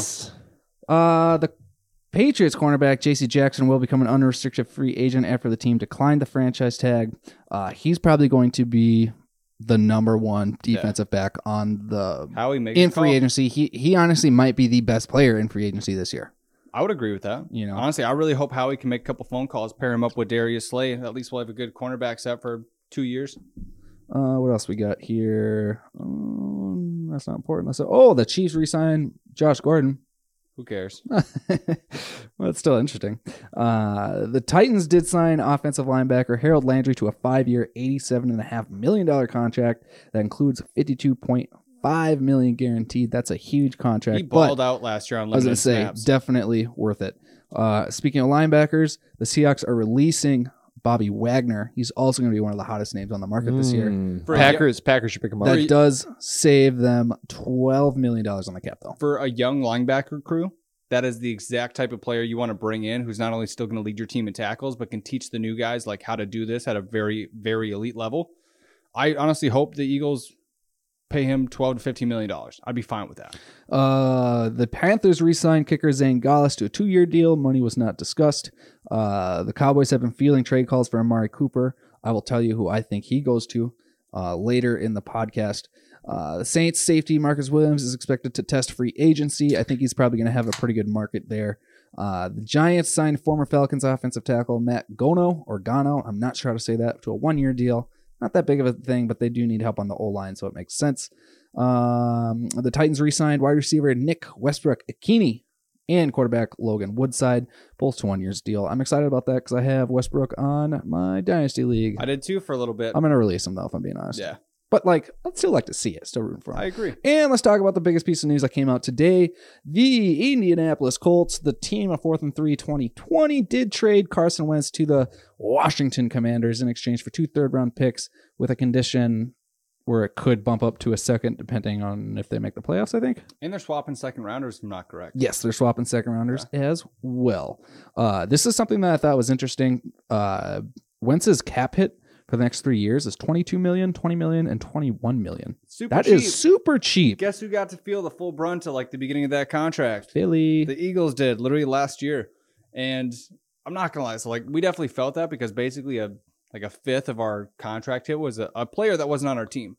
Speaker 2: Uh, the Patriots cornerback J.C. Jackson will become an unrestricted free agent after the team declined the franchise tag. Uh, he's probably going to be the number one defensive back on the
Speaker 3: How he makes
Speaker 2: in
Speaker 3: a call.
Speaker 2: free agency. He he honestly might be the best player in free agency this year.
Speaker 3: I would agree with that.
Speaker 2: You know,
Speaker 3: Honestly, I really hope Howie can make a couple phone calls, pair him up with Darius Slay. At least we'll have a good cornerback set for two years.
Speaker 2: uh, what else we got here? Um, that's not important. That's oh, the Chiefs re-sign Josh Gordon.
Speaker 3: Who cares?
Speaker 2: well, it's still interesting. Uh, the Titans did sign offensive linebacker Harold Landry to a five-year, eighty-seven and a half million dollar contract that includes fifty-two point five million guaranteed. That's a huge contract.
Speaker 3: He balled
Speaker 2: but
Speaker 3: out last year on
Speaker 2: I was
Speaker 3: limited
Speaker 2: going to say,
Speaker 3: snaps.
Speaker 2: definitely worth it. Uh, speaking of linebackers, the Seahawks are releasing Bobby Wagner. He's also going to be one of the hottest names on the market this year.
Speaker 3: For-
Speaker 5: Hmm. Packers, Packers should pick him up.
Speaker 2: That does save them twelve million dollars on the cap, though.
Speaker 3: for a young linebacker crew, that is the exact type of player you want to bring in who's not only still going to lead your team in tackles, but can teach the new guys like how to do this at a very, very elite level. I honestly hope the Eagles pay him 12 to 15 million dollars. I'd be fine with that.
Speaker 2: Uh, the Panthers re-signed kicker Zane Gallus to a two-year deal. Money was not discussed. Uh, the Cowboys have been feeling trade calls for Amari Cooper. I will tell you who I think he goes to uh, later in the podcast. Uh, the Saints safety Marcus Williams is expected to test free agency. I think he's probably going to have a pretty good market there. Uh, the Giants signed former Falcons offensive tackle Matt Gono or Gano. I'm not sure how to say that to a one-year deal. Not that big of a thing, but they do need help on the O line, so it makes sense. Um, the Titans re-signed wide receiver Nick Westbrook Akini and quarterback Logan Woodside, both to one year's deal. I'm excited about that because I have Westbrook on my dynasty league.
Speaker 3: I did too for a little bit.
Speaker 2: I'm gonna release him though, if I'm being honest.
Speaker 3: yeah,
Speaker 2: But like, I'd still like to see it. Still rooting for him.
Speaker 3: I agree.
Speaker 2: And let's talk about the biggest piece of news that came out today. The Indianapolis Colts, the team of 4th and 3 2020, did trade Carson Wentz to the Washington Commanders in exchange for two third round picks with a condition where it could bump up to a second depending on if they make the playoffs, I think.
Speaker 3: And they're swapping second rounders, if I'm not correct.
Speaker 2: Yes, they're swapping second rounders as well. Uh, this is something that I thought was interesting. Uh, Wentz's cap hit for the next three years is 22 million, 20 million, and 21 million.
Speaker 3: Super
Speaker 2: That
Speaker 3: cheap.
Speaker 2: is super cheap.
Speaker 3: Guess who got to feel the full brunt of like the beginning of that contract?
Speaker 2: Philly.
Speaker 3: The Eagles did literally last year, and I'm not gonna lie. So like we definitely felt that because basically a like a fifth of our contract hit was a, a player that wasn't on our team,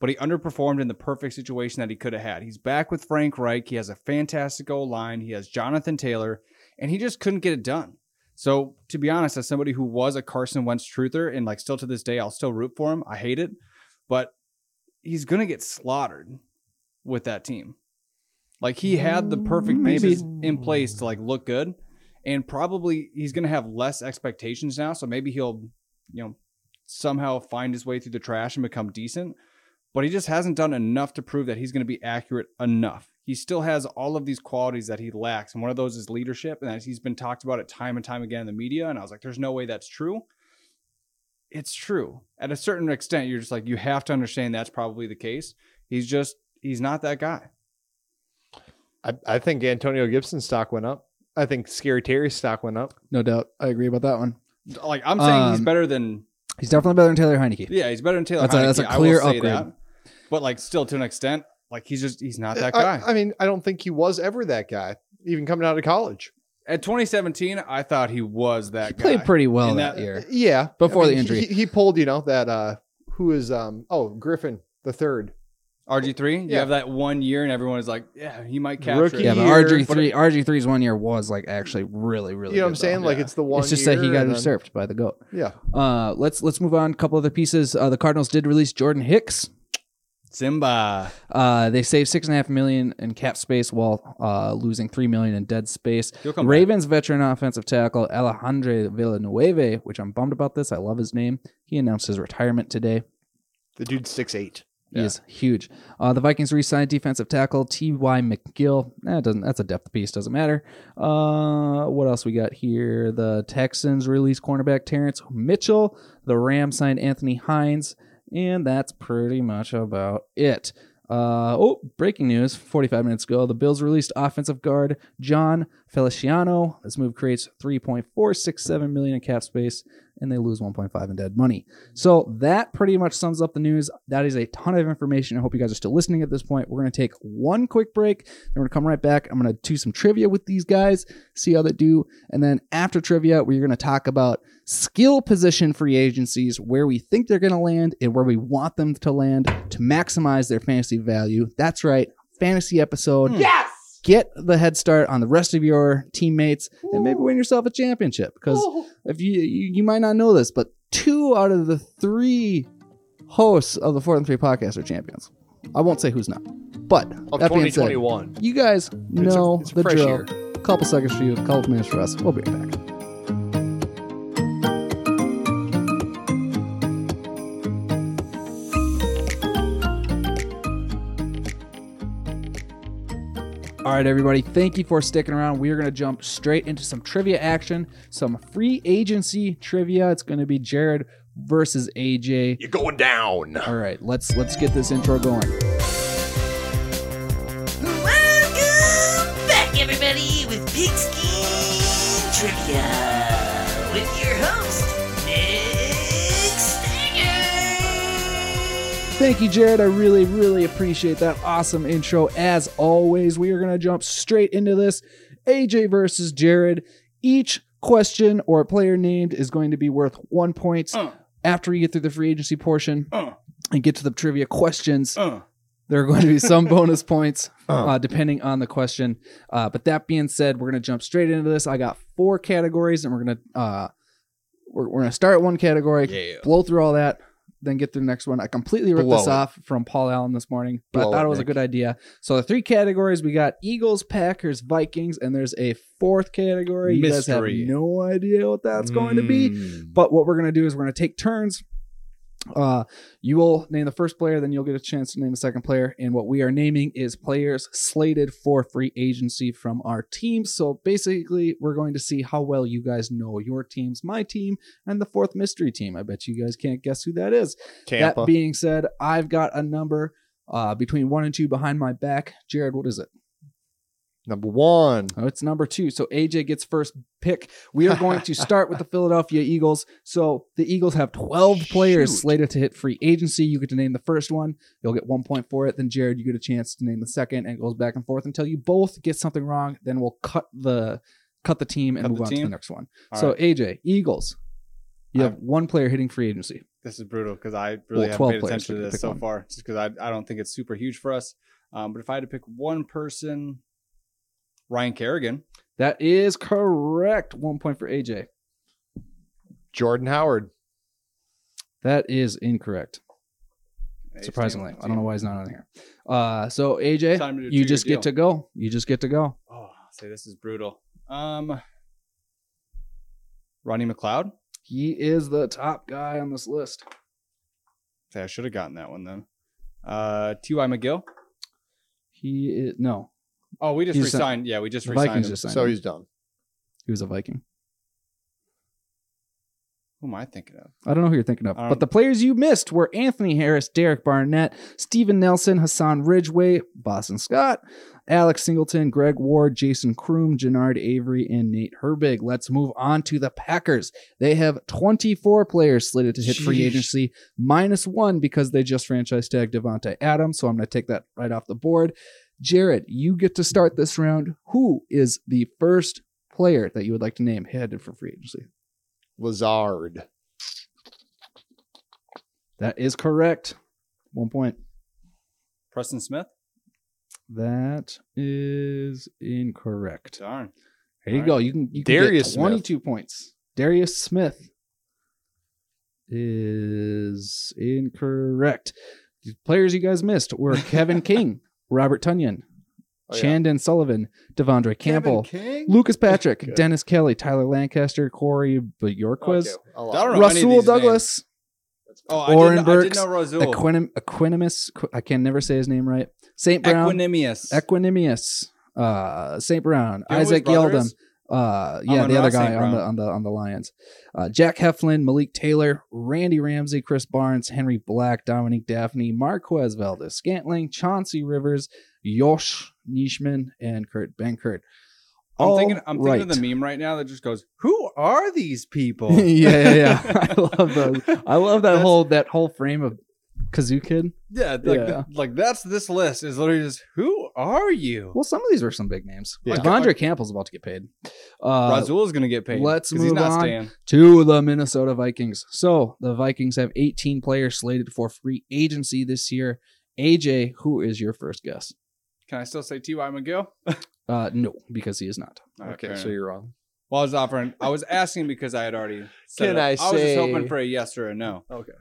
Speaker 3: but he underperformed in the perfect situation that he could have had. He's back with Frank Reich. He has a fantastic O line. He has Jonathan Taylor, and he just couldn't get it done. So to be honest, as somebody who was a Carson Wentz truther and like still to this day, I'll still root for him. I hate it, but he's gonna get slaughtered with that team. Like he had the perfect
Speaker 2: Maybe.
Speaker 3: pieces in place to like look good, and probably he's gonna have less expectations now. So maybe he'll, you know, somehow find his way through the trash and become decent. But he just hasn't done enough to prove that he's gonna be accurate enough. He still has all of these qualities that he lacks, and one of those is leadership, and that he's been talked about it time and time again in the media. And I was like, there's no way that's true it's true at a certain extent you're just like you have to understand that's probably the case he's just he's not that guy
Speaker 5: I, I think Antonio Gibson's stock went up. I think Scary Terry's stock went up.
Speaker 2: No doubt. I agree about that one.
Speaker 3: like i'm saying he's
Speaker 2: Um,
Speaker 3: better than
Speaker 2: He's definitely better than Taylor Heineke.
Speaker 3: yeah he's better than taylor
Speaker 2: That's a- that's a
Speaker 3: Heineke, I will
Speaker 2: clear
Speaker 3: say
Speaker 2: upgrade.
Speaker 3: but like still to an extent like he's just he's not that
Speaker 5: Uh, I-
Speaker 3: guy
Speaker 5: I, mean, I don't think he was ever that guy, even coming out of college.
Speaker 3: at 2017 i thought he was that
Speaker 2: He
Speaker 3: guy
Speaker 2: played pretty well
Speaker 3: And
Speaker 2: that,
Speaker 3: that-
Speaker 2: year.
Speaker 5: Yeah,
Speaker 2: Before the
Speaker 5: (laughs) he-
Speaker 2: injury.
Speaker 5: he, he pulled. You know that uh, who is um oh Griffin the third
Speaker 3: RG three. You
Speaker 5: Yeah.
Speaker 3: have that one year, and everyone is like, "Yeah, he might capture."
Speaker 5: Rookie
Speaker 3: it.
Speaker 2: Yeah, but
Speaker 5: year,
Speaker 2: RG three RG 3s one year was like actually really really.
Speaker 5: you know what
Speaker 2: good,
Speaker 5: I'm saying
Speaker 2: though.
Speaker 5: like it's the one
Speaker 2: it's just
Speaker 5: year
Speaker 2: that he got
Speaker 5: and then-
Speaker 2: usurped by the goat.
Speaker 5: yeah
Speaker 2: Uh, let's let's move on. A couple other pieces. Uh, the Cardinals did release Jordan Hicks.
Speaker 3: Simba.
Speaker 2: Uh, they saved six and a half million in cap space while uh, losing three million in dead space.
Speaker 3: He'll come back.
Speaker 2: Ravens veteran offensive tackle Alejandro Villanueva, which I'm bummed about this. I love his name. He announced his retirement today.
Speaker 6: The dude's six eight.
Speaker 2: He is huge. Uh, the Vikings re-signed defensive tackle T.Y. McGill. That doesn't. That's a depth piece. Doesn't matter. Uh, what else we got here? The Texans released cornerback Terrence Mitchell. The Rams signed Anthony Hines, and that's pretty much about it. Uh, oh, breaking news! 45 minutes ago, the Bills released offensive guard John Feliciano. This move creates 3.467 million in cap space, and they lose 1.5 in dead money. So that pretty much sums up the news. That is a ton of information. I hope you guys are still listening at this point. We're going to take one quick break. Then we're going to come right back. I'm going to do some trivia with these guys, see how they do. And then after trivia, we're going to talk about skill position free agencies, where we think they're going to land and where we want them to land to maximize their fantasy value. That's right. Fantasy episode. Yes. Get the head start on the rest of your teammates and maybe win yourself a championship because if you, you you might not know this, but two out of the three hosts of the Four and Three podcast are champions. I won't say who's not, but
Speaker 5: of
Speaker 2: that being said,
Speaker 5: 2021
Speaker 2: you guys know
Speaker 5: it's a
Speaker 2: the
Speaker 5: fresh
Speaker 2: drill.
Speaker 5: year.
Speaker 2: A couple seconds for you, a couple minutes for us. We'll be right back. All right, everybody, thank you for sticking around. We are going to jump straight into some trivia action, some free agency trivia. It's going to be Jared versus AJ.
Speaker 1: You're going down.
Speaker 2: All right, let's let's get this intro going.
Speaker 7: Welcome back, everybody, with Pigskin Trivia with your host, Nick Stanger.
Speaker 2: Thank you, Jared. I really, really appreciate that awesome intro. As always, we are going to jump straight into this. AJ versus Jared. Each question or player named is going to be worth one point.
Speaker 3: Uh.
Speaker 2: After you get through the free agency portion
Speaker 3: Uh.
Speaker 2: and get to the trivia questions,
Speaker 3: Uh.
Speaker 2: there are going to be some bonus points uh, depending on the question. Uh, but that being said, we're going to jump straight into this. I got four categories, and we're going to uh, we're, we're going to start at one category, blow through all that, then get to the next one. I completely ripped
Speaker 5: Blow
Speaker 2: this
Speaker 5: it.
Speaker 2: off from Paul Allen this morning, but
Speaker 5: Blow
Speaker 2: I thought
Speaker 5: it,
Speaker 2: it was a
Speaker 5: Nick.
Speaker 2: good idea. So the three categories we got: Eagles, Packers, Vikings, and there's a fourth category.
Speaker 3: Mystery.
Speaker 2: You guys have no idea what that's going to
Speaker 5: Mm.
Speaker 2: be. But what we're going to do is we're going to take turns. Uh, you will name the first player, then you'll get a chance to name the second player. And what we are naming is players slated for free agency from our team. So basically, we're going to see how well you guys know your teams, my team, and the fourth mystery team. I bet you guys can't guess who that is. That
Speaker 5: Tampa
Speaker 2: being said, I've got a number uh, between one and two behind my back. Jared, what is it?
Speaker 5: number one
Speaker 2: Oh, it's number two. So AJ gets first pick. We are going to start
Speaker 3: (laughs)
Speaker 2: with the Philadelphia Eagles. So the Eagles have 12 players slated to hit free agency. You get to name the first one. You'll get one point for it. Then, Jared, you get a chance to name the second. And it goes back and forth until you both get something wrong. Then we'll cut the cut the team and
Speaker 3: Cut
Speaker 2: move
Speaker 3: the
Speaker 2: on to
Speaker 3: team?
Speaker 2: the next one.
Speaker 3: All
Speaker 2: so,
Speaker 3: right.
Speaker 2: AJ, Eagles. You have one player hitting free agency.
Speaker 3: This is brutal because I really
Speaker 2: Well,
Speaker 3: haven't
Speaker 2: 12
Speaker 3: paid
Speaker 2: players,
Speaker 3: attention
Speaker 2: we
Speaker 3: to
Speaker 2: can
Speaker 3: this
Speaker 2: pick
Speaker 3: so
Speaker 2: one.
Speaker 3: far, just because I, I don't think it's super huge for us. Um, but if I had to pick one person, Ryan Kerrigan.
Speaker 2: That is correct. One point for AJ.
Speaker 5: Jordan Howard
Speaker 2: That is incorrect. Surprisingly, I don't know why he's not on here. Uh, so AJ,
Speaker 3: Time to do a
Speaker 2: you just
Speaker 3: two-year
Speaker 2: get to go. You just get to go.
Speaker 3: Oh, I'll say this is brutal. Um, Ronnie McLeod.
Speaker 2: He is the top guy on this list.
Speaker 3: Say I should have gotten that one then. Uh, T.Y. McGill.
Speaker 2: He is no.
Speaker 3: Oh, we just
Speaker 2: He's-
Speaker 3: resigned. Yeah, we just
Speaker 2: The
Speaker 3: resigned.
Speaker 2: Vikings
Speaker 3: him.
Speaker 2: just signed.
Speaker 5: so
Speaker 2: him.
Speaker 5: he's done
Speaker 2: he was a Viking.
Speaker 3: Who am I thinking of?
Speaker 2: I don't know who you're thinking of,
Speaker 3: I don't-
Speaker 2: but the players you missed were Anthony Harris, Derek Barnett, Steven Nelson, Hassan Ridgeway, Boston Scott, Alex Singleton, Greg Ward, Jason Kroom, Jannard Avery, and Nate Herbig. Let's move on to the Packers. They have 24 players slated to hit free
Speaker 5: Sheesh.
Speaker 2: agency, minus one because they just franchise tagged Devontae Adams. So I'm going to take that right off the board. Jared, you get to start this round. Who is the first player that you would like to name headed for free agency?
Speaker 5: Lazard
Speaker 2: That is correct. One point.
Speaker 3: Preston Smith?
Speaker 2: That is incorrect.
Speaker 3: Darn.
Speaker 2: There you
Speaker 3: All
Speaker 2: go. You can you can
Speaker 5: Darius
Speaker 2: get
Speaker 5: Smith.
Speaker 2: 22 points. Darius Smith is incorrect. The players you guys missed were
Speaker 3: (laughs)
Speaker 2: Kevin King, Robert Tunyon,
Speaker 5: Oh, yeah.
Speaker 2: Chandon Sullivan, Devondre Campbell,
Speaker 5: King?
Speaker 3: (laughs)
Speaker 2: Lucas Patrick,
Speaker 5: Good.
Speaker 2: Dennis Kelly, Tyler Lancaster, Corey
Speaker 5: Oh,
Speaker 2: Bjorquez,
Speaker 5: Okay, I'll-
Speaker 3: I don't know any of
Speaker 2: Russell
Speaker 3: these
Speaker 2: Douglas,
Speaker 3: Oh, I
Speaker 2: Oren
Speaker 3: did, I did
Speaker 2: Burks,
Speaker 3: know Razul.
Speaker 2: Equinim- Equinimus. Qu- I can never say his name right. St. Brown,
Speaker 3: Equinemius.
Speaker 2: Equinemius, uh, St. Brown,
Speaker 3: You know who his
Speaker 2: Isaac
Speaker 3: brother
Speaker 2: Yeldon.
Speaker 3: is?
Speaker 2: Uh, yeah,
Speaker 3: Amon
Speaker 2: the other
Speaker 3: Ra St.
Speaker 2: guy on the
Speaker 3: Brown.
Speaker 2: on the on the Lions. Uh, Jack Heflin, Malik Taylor, Randy Ramsey, Chris Barnes, Henry Black, Dominique Daphne, Marquez Valdez, Scantling, Chauncey Rivers, Yosh Nishman, and Kurt Benkert.
Speaker 3: I'm
Speaker 2: All
Speaker 3: thinking I'm
Speaker 2: right.
Speaker 3: thinking of the meme right now that just goes, Who are these people?
Speaker 2: (laughs) yeah, yeah, yeah.
Speaker 3: (laughs)
Speaker 2: I love those. I love that whole that whole frame of Kazoo Kid.
Speaker 3: Yeah, like,
Speaker 2: Yeah.
Speaker 3: th- like that's this list is literally just who are you?
Speaker 2: Well, some of these were some big names.
Speaker 5: Yeah.
Speaker 2: Like Andre Campbell's about to get paid. Uh,
Speaker 3: Razul is gonna get paid.
Speaker 2: let's
Speaker 3: 'cause he's
Speaker 2: move
Speaker 3: not
Speaker 2: on.
Speaker 3: staying.
Speaker 2: to the Minnesota Vikings. So the Vikings have 18 players slated for free agency this year. AJ, who is your first guess?
Speaker 3: Can I still say T. Y. McGill?
Speaker 2: Uh, no, because he is not.
Speaker 5: Okay, so you're wrong.
Speaker 3: Well, I was offering. I was asking because I had already. Said
Speaker 5: Can
Speaker 3: it.
Speaker 5: I
Speaker 3: was just
Speaker 5: say-
Speaker 3: hoping for a yes or a no.
Speaker 5: Okay.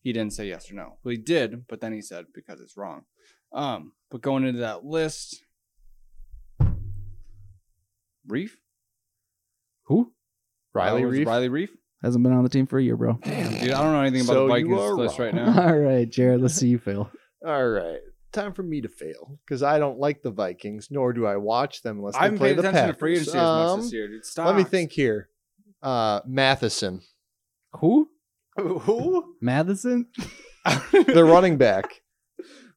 Speaker 3: He didn't say yes or no. Well, he did, but then he said because it's wrong. Um, but going into that list, Reef
Speaker 2: Who
Speaker 5: Riley
Speaker 3: Uh, was it
Speaker 5: Reef.
Speaker 3: Riley Reef.
Speaker 2: hasn't been on the team for a year, bro?
Speaker 3: Dude, I don't know anything about
Speaker 5: So
Speaker 3: the
Speaker 5: you
Speaker 3: Vikings
Speaker 5: are
Speaker 3: list
Speaker 5: wrong. (laughs)
Speaker 3: right
Speaker 2: (laughs)
Speaker 3: now.
Speaker 2: All right, Jared. (laughs) Let's see you fail.
Speaker 5: All right. Time for me to fail because I don't like the Vikings, nor do I watch them unless
Speaker 3: I
Speaker 5: they
Speaker 3: haven't
Speaker 5: play
Speaker 3: paid
Speaker 5: the
Speaker 3: attention to free
Speaker 5: Packers.
Speaker 3: agency as much
Speaker 5: Um,
Speaker 3: this year, dude. Stop.
Speaker 5: let me
Speaker 3: (laughs)
Speaker 5: think here. Uh, Matheson,
Speaker 2: Who?
Speaker 3: Who?
Speaker 2: Madison.
Speaker 5: the running
Speaker 3: (laughs)
Speaker 5: back.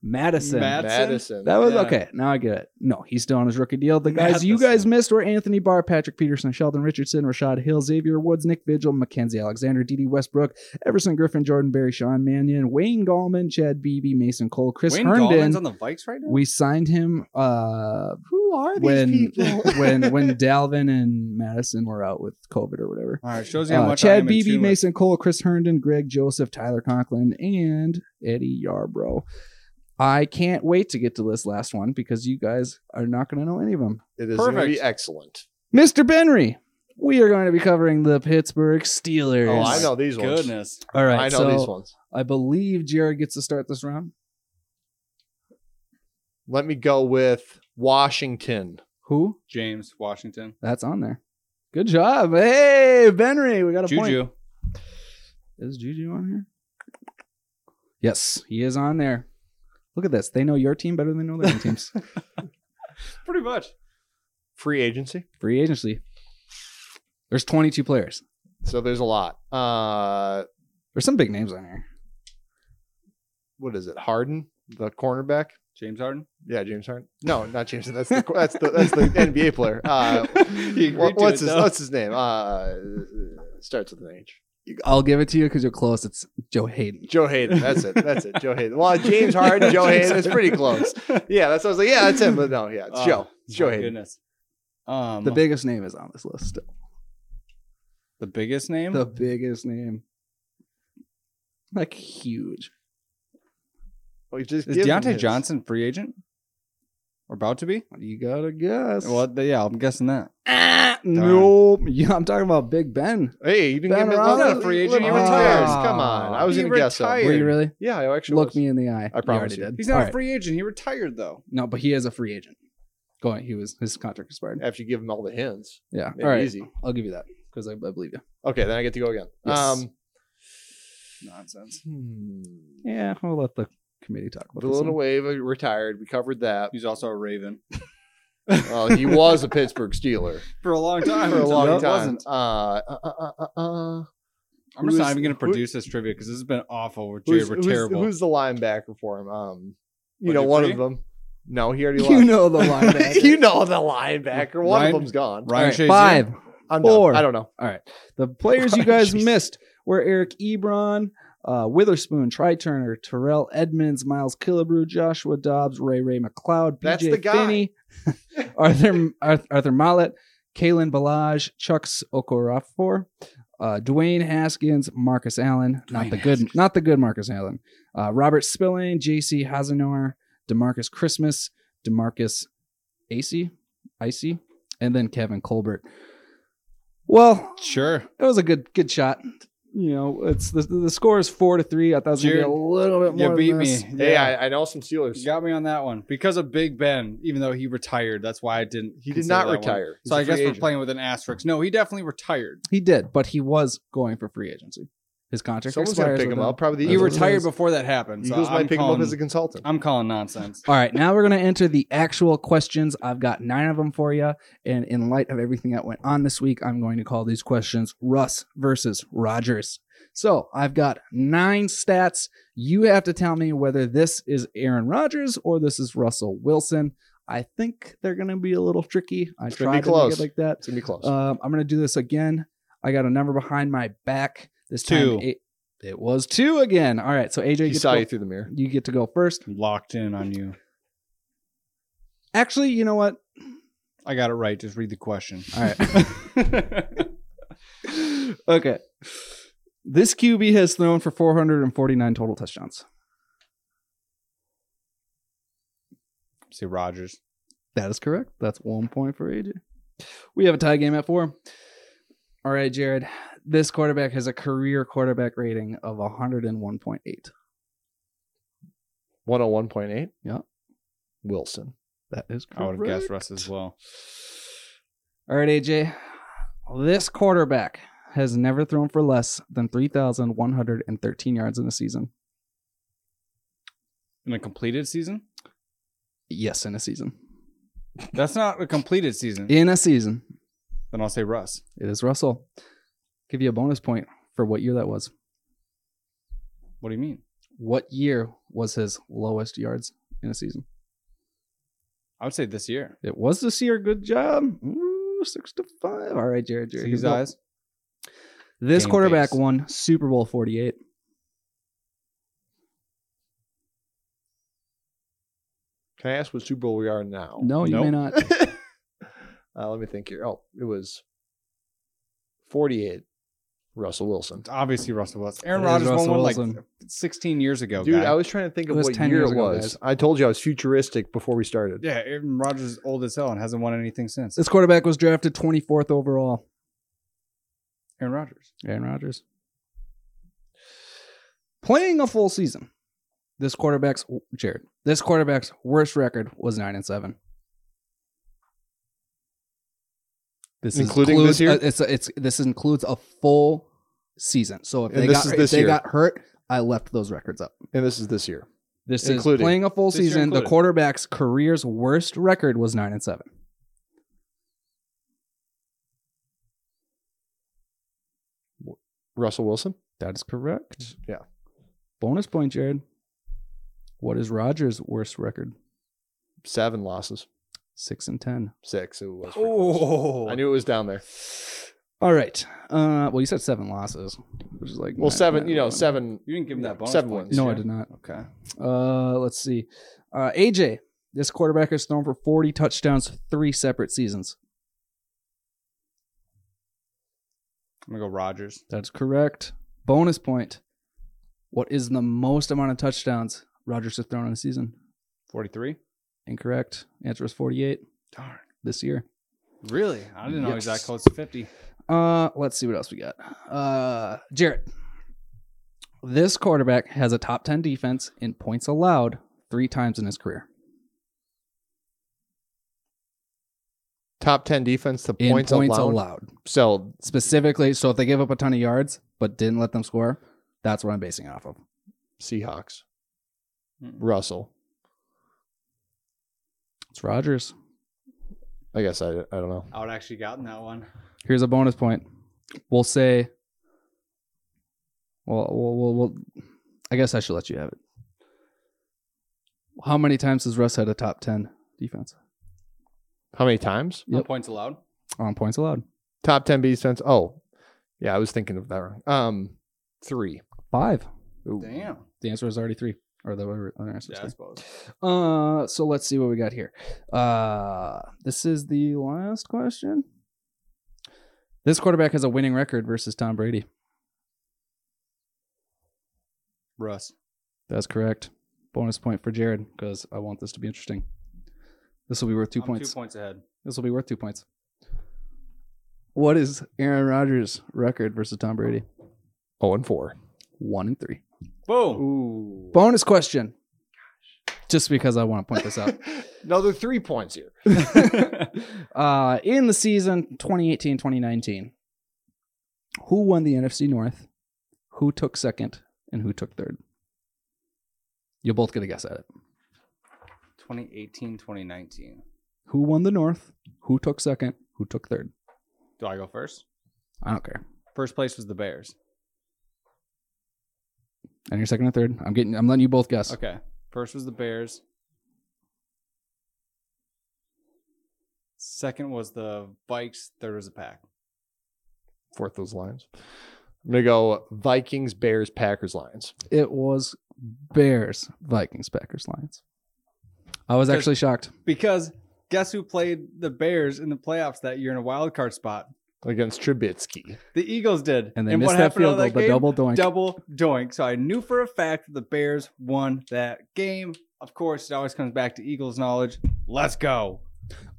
Speaker 2: Madison.
Speaker 3: Mad- Madsen?
Speaker 5: Madison.
Speaker 2: that was
Speaker 3: Yeah.
Speaker 2: okay. Now I get it. No, he's still on his rookie deal. The guys you guys
Speaker 3: Matheson.
Speaker 2: missed were Anthony Barr, Patrick Peterson, Sheldon Richardson, Rashad Hill, Xavier Woods, Nick Vigil, Mackenzie Alexander, D.D. Westbrook, Everson Griffin, Jordan Berry, Sean Mannion, Wayne Gallman, Chad Beebe, Mason Cole, Chris
Speaker 3: Wayne
Speaker 2: Herndon.
Speaker 3: Gallman's on the Vikes right now.
Speaker 2: we signed him uh
Speaker 5: Who are these
Speaker 2: when
Speaker 5: people?
Speaker 2: when when Dalvin and Madison were out with COVID or whatever.
Speaker 3: All right, shows you how
Speaker 2: Uh,
Speaker 3: much I
Speaker 2: Chad
Speaker 3: am in
Speaker 2: Beebe,
Speaker 3: tune with-
Speaker 2: Mason Cole, Chris Herndon, Greg Joseph, Tyler Conklin, and Eddie Yarbrough. I can't wait to get to this last one because you guys are not going to know any of them.
Speaker 5: it is going to be
Speaker 3: Perfect.
Speaker 5: excellent.
Speaker 2: Mr. Benry, we are going to be covering the Pittsburgh Steelers.
Speaker 5: Oh, I know these ones.
Speaker 3: Goodness.
Speaker 2: All right,
Speaker 5: I know
Speaker 2: so
Speaker 5: these ones.
Speaker 2: I believe Jared gets to start this round.
Speaker 5: Let me go with Washington.
Speaker 2: Who?
Speaker 3: James Washington.
Speaker 2: That's on there. Good job. Hey, Benry, we got a point.
Speaker 3: Juju.
Speaker 2: Is Juju on here? Yes, he is on there. Look at this. They know your team better than they know their own teams.
Speaker 3: Pretty much.
Speaker 5: Free agency.
Speaker 2: Free agency. There's 22 players.
Speaker 5: So there's a lot. Uh,
Speaker 2: There's some big names on here.
Speaker 5: what is it? Harden, the cornerback.
Speaker 3: James Harden.
Speaker 5: Yeah, James Harden. No, not James. That's the that's the that's
Speaker 3: (laughs)
Speaker 5: the NBA player. Uh,
Speaker 3: He agreed
Speaker 5: what-
Speaker 3: to
Speaker 5: what's
Speaker 3: it,
Speaker 5: his
Speaker 3: though.
Speaker 5: What's his name? Uh, starts with an H.
Speaker 2: I'll give it to you because you're close. It's Joe Hayden.
Speaker 5: Joe Hayden. That's it. That's it. Joe Hayden. Well, James Harden,
Speaker 3: (laughs)
Speaker 5: Joe Hayden is pretty close. (laughs) Yeah, that's what I was like. Yeah, that's him. But no, yeah, it's
Speaker 3: Oh,
Speaker 5: Joe.
Speaker 3: (laughs)
Speaker 5: It's Joe
Speaker 3: my
Speaker 5: Hayden.
Speaker 3: Goodness. Um,
Speaker 2: The biggest name is on this list still.
Speaker 3: the biggest name.
Speaker 2: The biggest name. Like huge.
Speaker 5: Well, you just
Speaker 3: is
Speaker 5: give him
Speaker 3: Deontay
Speaker 5: his.
Speaker 3: Johnson free agent? Or about to be?
Speaker 2: You gotta guess.
Speaker 3: Well, th- yeah, I'm guessing that.
Speaker 2: Ah, no. (laughs) Yeah, I'm talking about Big Ben.
Speaker 5: Hey, you didn't
Speaker 2: Ben
Speaker 5: give him
Speaker 2: Roethlisberger. He's
Speaker 5: He's not a free agent. He
Speaker 2: retired.
Speaker 5: retires. Come on. I was
Speaker 3: He
Speaker 5: going to guess him.
Speaker 2: Were you really?
Speaker 5: Yeah, I actually
Speaker 2: Look
Speaker 5: was.
Speaker 2: me in the eye.
Speaker 5: I promise
Speaker 2: already
Speaker 5: you.
Speaker 2: did.
Speaker 3: He's not
Speaker 2: All
Speaker 3: a
Speaker 2: right.
Speaker 3: free agent. He retired though.
Speaker 2: No, but he is a free agent. Go on. He was his contract expired.
Speaker 5: After you give him all the hints,
Speaker 2: Yeah.
Speaker 5: Made it
Speaker 2: All right.
Speaker 5: easy.
Speaker 2: I'll give you that because I, I believe you.
Speaker 5: Okay, then I get to go again.
Speaker 2: Yes.
Speaker 5: Um,
Speaker 3: Nonsense.
Speaker 5: hmm.
Speaker 2: Yeah, we'll let the committee talk about this. one.
Speaker 5: Villanueva uh, retired. We covered
Speaker 3: (laughs)
Speaker 5: that.
Speaker 3: He's also a Raven
Speaker 5: Uh, he was a Pittsburgh Steeler
Speaker 3: for a long time.
Speaker 5: for a
Speaker 3: until
Speaker 5: long
Speaker 3: he
Speaker 5: time.
Speaker 3: wasn't.
Speaker 5: Uh, uh, uh, uh, uh,
Speaker 3: I'm just not
Speaker 5: Who's-
Speaker 3: even going to
Speaker 5: who-
Speaker 3: produce this trivia because this has been awful. We're,
Speaker 5: who's,
Speaker 3: we're
Speaker 5: who's-
Speaker 3: terrible.
Speaker 5: who's the linebacker for him? Um, you
Speaker 3: Was
Speaker 5: know,
Speaker 3: it
Speaker 5: one
Speaker 3: Free?
Speaker 5: of them. No, he
Speaker 3: (laughs)
Speaker 5: already.
Speaker 2: You
Speaker 5: left. (laughs)
Speaker 2: know (laughs) the linebacker.
Speaker 5: you know the linebacker. One
Speaker 3: Ryan-
Speaker 5: of them's gone.
Speaker 2: All
Speaker 3: Ryan
Speaker 2: right,
Speaker 3: Shazier?
Speaker 2: five.
Speaker 5: I'm
Speaker 2: Four.
Speaker 5: Done. I don't know.
Speaker 2: All right. The players
Speaker 5: (laughs) Oh,
Speaker 2: you guys missed were Eric Ebron, uh, Witherspoon, Tri Turner, Terrell Edmonds, Miles Killebrew, Joshua Dobbs, Ray Ray McLeod,
Speaker 5: That's
Speaker 2: BJ
Speaker 5: the guy.
Speaker 2: Finney, (laughs) Arthur Arthur Mollett, Kalen Balaj, Chucks Okorafor, Uh, Dwayne Haskins, Marcus Allen, not
Speaker 3: Dwayne
Speaker 2: the good, not the good Marcus Allen. Uh, Robert Spillane, J.C. Hasenauer, Demarcus Christmas, Demarcus Acey, Icy, and then Kevin Colbert. Well,
Speaker 3: Sure.
Speaker 2: it was a good good shot. You know, it's the the score is four to three. I thought it was gonna be a
Speaker 3: Jared,
Speaker 2: little bit more.
Speaker 3: You
Speaker 2: than
Speaker 3: beat me.
Speaker 2: this.
Speaker 5: Hey, I, I know some Steelers.
Speaker 3: You got me on that one because of Big Ben. Even though he retired, that's why I didn't.
Speaker 5: he did not retire. He's
Speaker 3: So
Speaker 5: a
Speaker 3: I guess
Speaker 5: free
Speaker 3: we're
Speaker 5: agent.
Speaker 3: playing with an asterisk. No, he definitely retired.
Speaker 2: He did, but he was going for free agency. His contract
Speaker 5: Someone's
Speaker 2: expires.
Speaker 5: gonna pick him
Speaker 2: within-
Speaker 5: up. Probably the
Speaker 3: He
Speaker 2: That's what it
Speaker 3: retired
Speaker 2: is.
Speaker 3: before that happened. So
Speaker 5: Eagles
Speaker 3: I'm
Speaker 5: might pick
Speaker 3: calling,
Speaker 5: him up as a consultant.
Speaker 3: I'm calling nonsense.
Speaker 2: All right, now we're going to enter the actual questions. I've got nine of them for you. And in light of everything that went on this week, I'm going to call these questions Russ versus Rogers. So I've got nine stats. You have to tell me whether this is Aaron Rodgers or this is Russell Wilson. I think they're going to be a little tricky. I
Speaker 5: It's
Speaker 2: tried
Speaker 5: gonna be
Speaker 2: to make
Speaker 5: close.
Speaker 2: it like that.
Speaker 5: it's gonna be close.
Speaker 3: Uh,
Speaker 2: Um, I'm gonna do this again. I got a number behind my back. This
Speaker 3: Two.
Speaker 2: time it, it was two again. All right, so AJ,
Speaker 5: he
Speaker 2: gets
Speaker 5: saw
Speaker 2: to
Speaker 5: you
Speaker 2: go,
Speaker 5: through the mirror.
Speaker 2: you get to go first.
Speaker 3: Locked in on you.
Speaker 2: Actually, you know what?
Speaker 3: I got it right. Just read the question.
Speaker 2: All right. (laughs)
Speaker 3: (laughs)
Speaker 2: okay. This QB has thrown for 449 total touchdowns.
Speaker 3: Say Rogers.
Speaker 2: That is correct. That's one point for AJ. We have a tie game at four. All right, Jared. This quarterback has a career quarterback rating of 101.8.
Speaker 5: One hundred one point eight.
Speaker 2: Yeah.
Speaker 5: Wilson.
Speaker 2: That is correct.
Speaker 3: I would have guessed Russ as well.
Speaker 2: All right, AJ. This quarterback has never thrown for less than 3,113 yards in a season.
Speaker 3: In a completed season?
Speaker 2: Yes, in a season.
Speaker 3: That's not a completed season.
Speaker 2: In a season.
Speaker 3: Then I'll say Russ.
Speaker 2: It is Russell. Give you a bonus point for what year that was.
Speaker 3: What do you mean?
Speaker 2: What year was his lowest yards in a season?
Speaker 3: I would say this year.
Speaker 2: It was this year. Good job. Ooh, six to five. All right, Jared. Jared
Speaker 3: See
Speaker 2: here we
Speaker 3: his
Speaker 2: go.
Speaker 3: eyes.
Speaker 2: This
Speaker 3: Game
Speaker 2: quarterback
Speaker 3: face.
Speaker 2: won Super Bowl 48.
Speaker 5: Can I ask what Super Bowl we are now?
Speaker 2: No, you may not.
Speaker 5: Uh, let me think here. Oh, it was forty-eight. Russell Wilson.
Speaker 3: It's obviously Russell Wilson. Aaron
Speaker 2: It is
Speaker 3: Rodgers won
Speaker 2: Russell
Speaker 3: one like
Speaker 2: Wilson.
Speaker 3: 16 years ago.
Speaker 5: Dude,
Speaker 3: guy.
Speaker 5: I was trying to think
Speaker 2: It
Speaker 5: of
Speaker 2: was
Speaker 5: what
Speaker 2: 10
Speaker 5: year
Speaker 2: years
Speaker 5: it
Speaker 2: ago,
Speaker 5: was.
Speaker 2: guys.
Speaker 5: I told you I was futuristic before we started.
Speaker 3: yeah, Aaron Rodgers is old as hell and hasn't won anything since.
Speaker 2: This quarterback was drafted 24th overall.
Speaker 3: Aaron Rodgers.
Speaker 2: Aaron Rodgers. Playing a full season. This quarterback's Jared. This quarterback's worst record was nine and seven. This
Speaker 5: Including
Speaker 2: includes,
Speaker 5: this year?
Speaker 2: uh, it's it's this includes a full season. So if
Speaker 5: And
Speaker 2: they
Speaker 5: this
Speaker 2: got
Speaker 5: is
Speaker 2: if
Speaker 5: this
Speaker 2: they
Speaker 5: year.
Speaker 2: got hurt, I left those records up.
Speaker 5: And this is this year.
Speaker 2: This is
Speaker 5: Including.
Speaker 2: playing a full
Speaker 3: This year
Speaker 2: season. The
Speaker 3: included.
Speaker 2: quarterback's career's worst record was nine and seven.
Speaker 5: Russell Wilson.
Speaker 2: That is correct.
Speaker 5: Yeah.
Speaker 2: Bonus point, Jared. What is Rogers' worst record?
Speaker 5: Seven losses.
Speaker 2: Six and ten.
Speaker 5: Six. It was. pretty close.
Speaker 3: Oh,
Speaker 5: I knew it was down there.
Speaker 2: All right. Uh, well, you said seven losses, which is like
Speaker 5: Well,
Speaker 2: nine-
Speaker 5: seven.
Speaker 2: nine
Speaker 5: You know,
Speaker 2: one.
Speaker 5: seven.
Speaker 3: you didn't give him that bonus.
Speaker 5: Seven
Speaker 3: point
Speaker 5: wins.
Speaker 3: this
Speaker 2: No, I
Speaker 3: year.
Speaker 2: did not.
Speaker 3: Okay.
Speaker 2: Uh, let's see. Uh, AJ, this quarterback has thrown for forty touchdowns three separate seasons.
Speaker 3: I'm going to go Rodgers.
Speaker 2: That's correct. Bonus point. What is the most amount of touchdowns Rogers has thrown in a season?
Speaker 3: 43?
Speaker 2: Incorrect. Answer is forty-eight
Speaker 3: Darn.
Speaker 2: this year.
Speaker 3: Really? I didn't know he was that
Speaker 2: Yes.
Speaker 3: close to 50.
Speaker 2: Uh, let's see what else we got. Uh, Jarrett. This quarterback has a top 10 defense in points allowed three times in his career.
Speaker 5: Top ten defense. The
Speaker 2: In
Speaker 5: points, allowed. So
Speaker 2: Specifically, so if they give up a ton of yards but didn't let them score, that's what I'm basing it off of.
Speaker 5: Seahawks.
Speaker 3: Mm.
Speaker 5: Russell.
Speaker 2: It's Rogers.
Speaker 5: I guess I, I don't know.
Speaker 3: I would actually gotten that one.
Speaker 2: Here's a bonus point. We'll say, well, we'll, we'll, we'll I guess I should let you have it. How many times has Russ had a top 10 defense
Speaker 5: How many times?
Speaker 3: No
Speaker 2: Yep.
Speaker 3: points allowed.
Speaker 2: on points allowed?
Speaker 5: Top ten defense. Oh, yeah. I was thinking of that wrong. Um, three.
Speaker 2: Five.
Speaker 5: Ooh.
Speaker 3: Damn.
Speaker 2: The answer is already three. Or the other answer is
Speaker 3: Yeah, I
Speaker 2: three.
Speaker 3: suppose.
Speaker 2: Uh, so let's see what we got here. Uh, this is the last question. This quarterback has a winning record versus Tom Brady.
Speaker 3: Russ.
Speaker 2: That's correct. Bonus point for Jared because I want this to be interesting. This will be worth 2
Speaker 3: I'm
Speaker 2: points.
Speaker 3: Two points ahead.
Speaker 2: This will be worth two points. What is Aaron Rodgers' record versus Tom Brady?
Speaker 5: Oh, and four.
Speaker 2: One and three.
Speaker 3: Boom.
Speaker 5: Ooh.
Speaker 2: Bonus question. Just because I want to point this out.
Speaker 5: Another three points here.
Speaker 2: (laughs)
Speaker 3: (laughs)
Speaker 2: uh, in the season 2018 2019, who won the NFC North? Who took second? And who took third? You'll both get a guess at it.
Speaker 3: 2018, 2019.
Speaker 2: Who won the North? Who took second? Who took third?
Speaker 3: Do I go first?
Speaker 2: I don't care.
Speaker 3: First place was the Bears.
Speaker 2: And your second and third. I'm getting. I'm letting you both guess.
Speaker 3: Okay. First was the Bears. Second was the Vikes. Third was the Pack.
Speaker 5: Fourth those Lions. I'm gonna go Vikings, Bears, Packers, Lions.
Speaker 2: It was Bears, Vikings, Packers, Lions. I was actually shocked.
Speaker 3: Because guess who played the Bears in the playoffs that year in a wild card spot?
Speaker 5: Against Trubisky.
Speaker 3: The Eagles did.
Speaker 2: And they missed that
Speaker 3: happened
Speaker 2: field
Speaker 3: on
Speaker 2: goal,
Speaker 3: that
Speaker 2: the
Speaker 3: game?
Speaker 2: double doink.
Speaker 3: double doink. So I knew for a fact that the Bears won that game. Of course, it always comes back to Eagles knowledge. Let's go.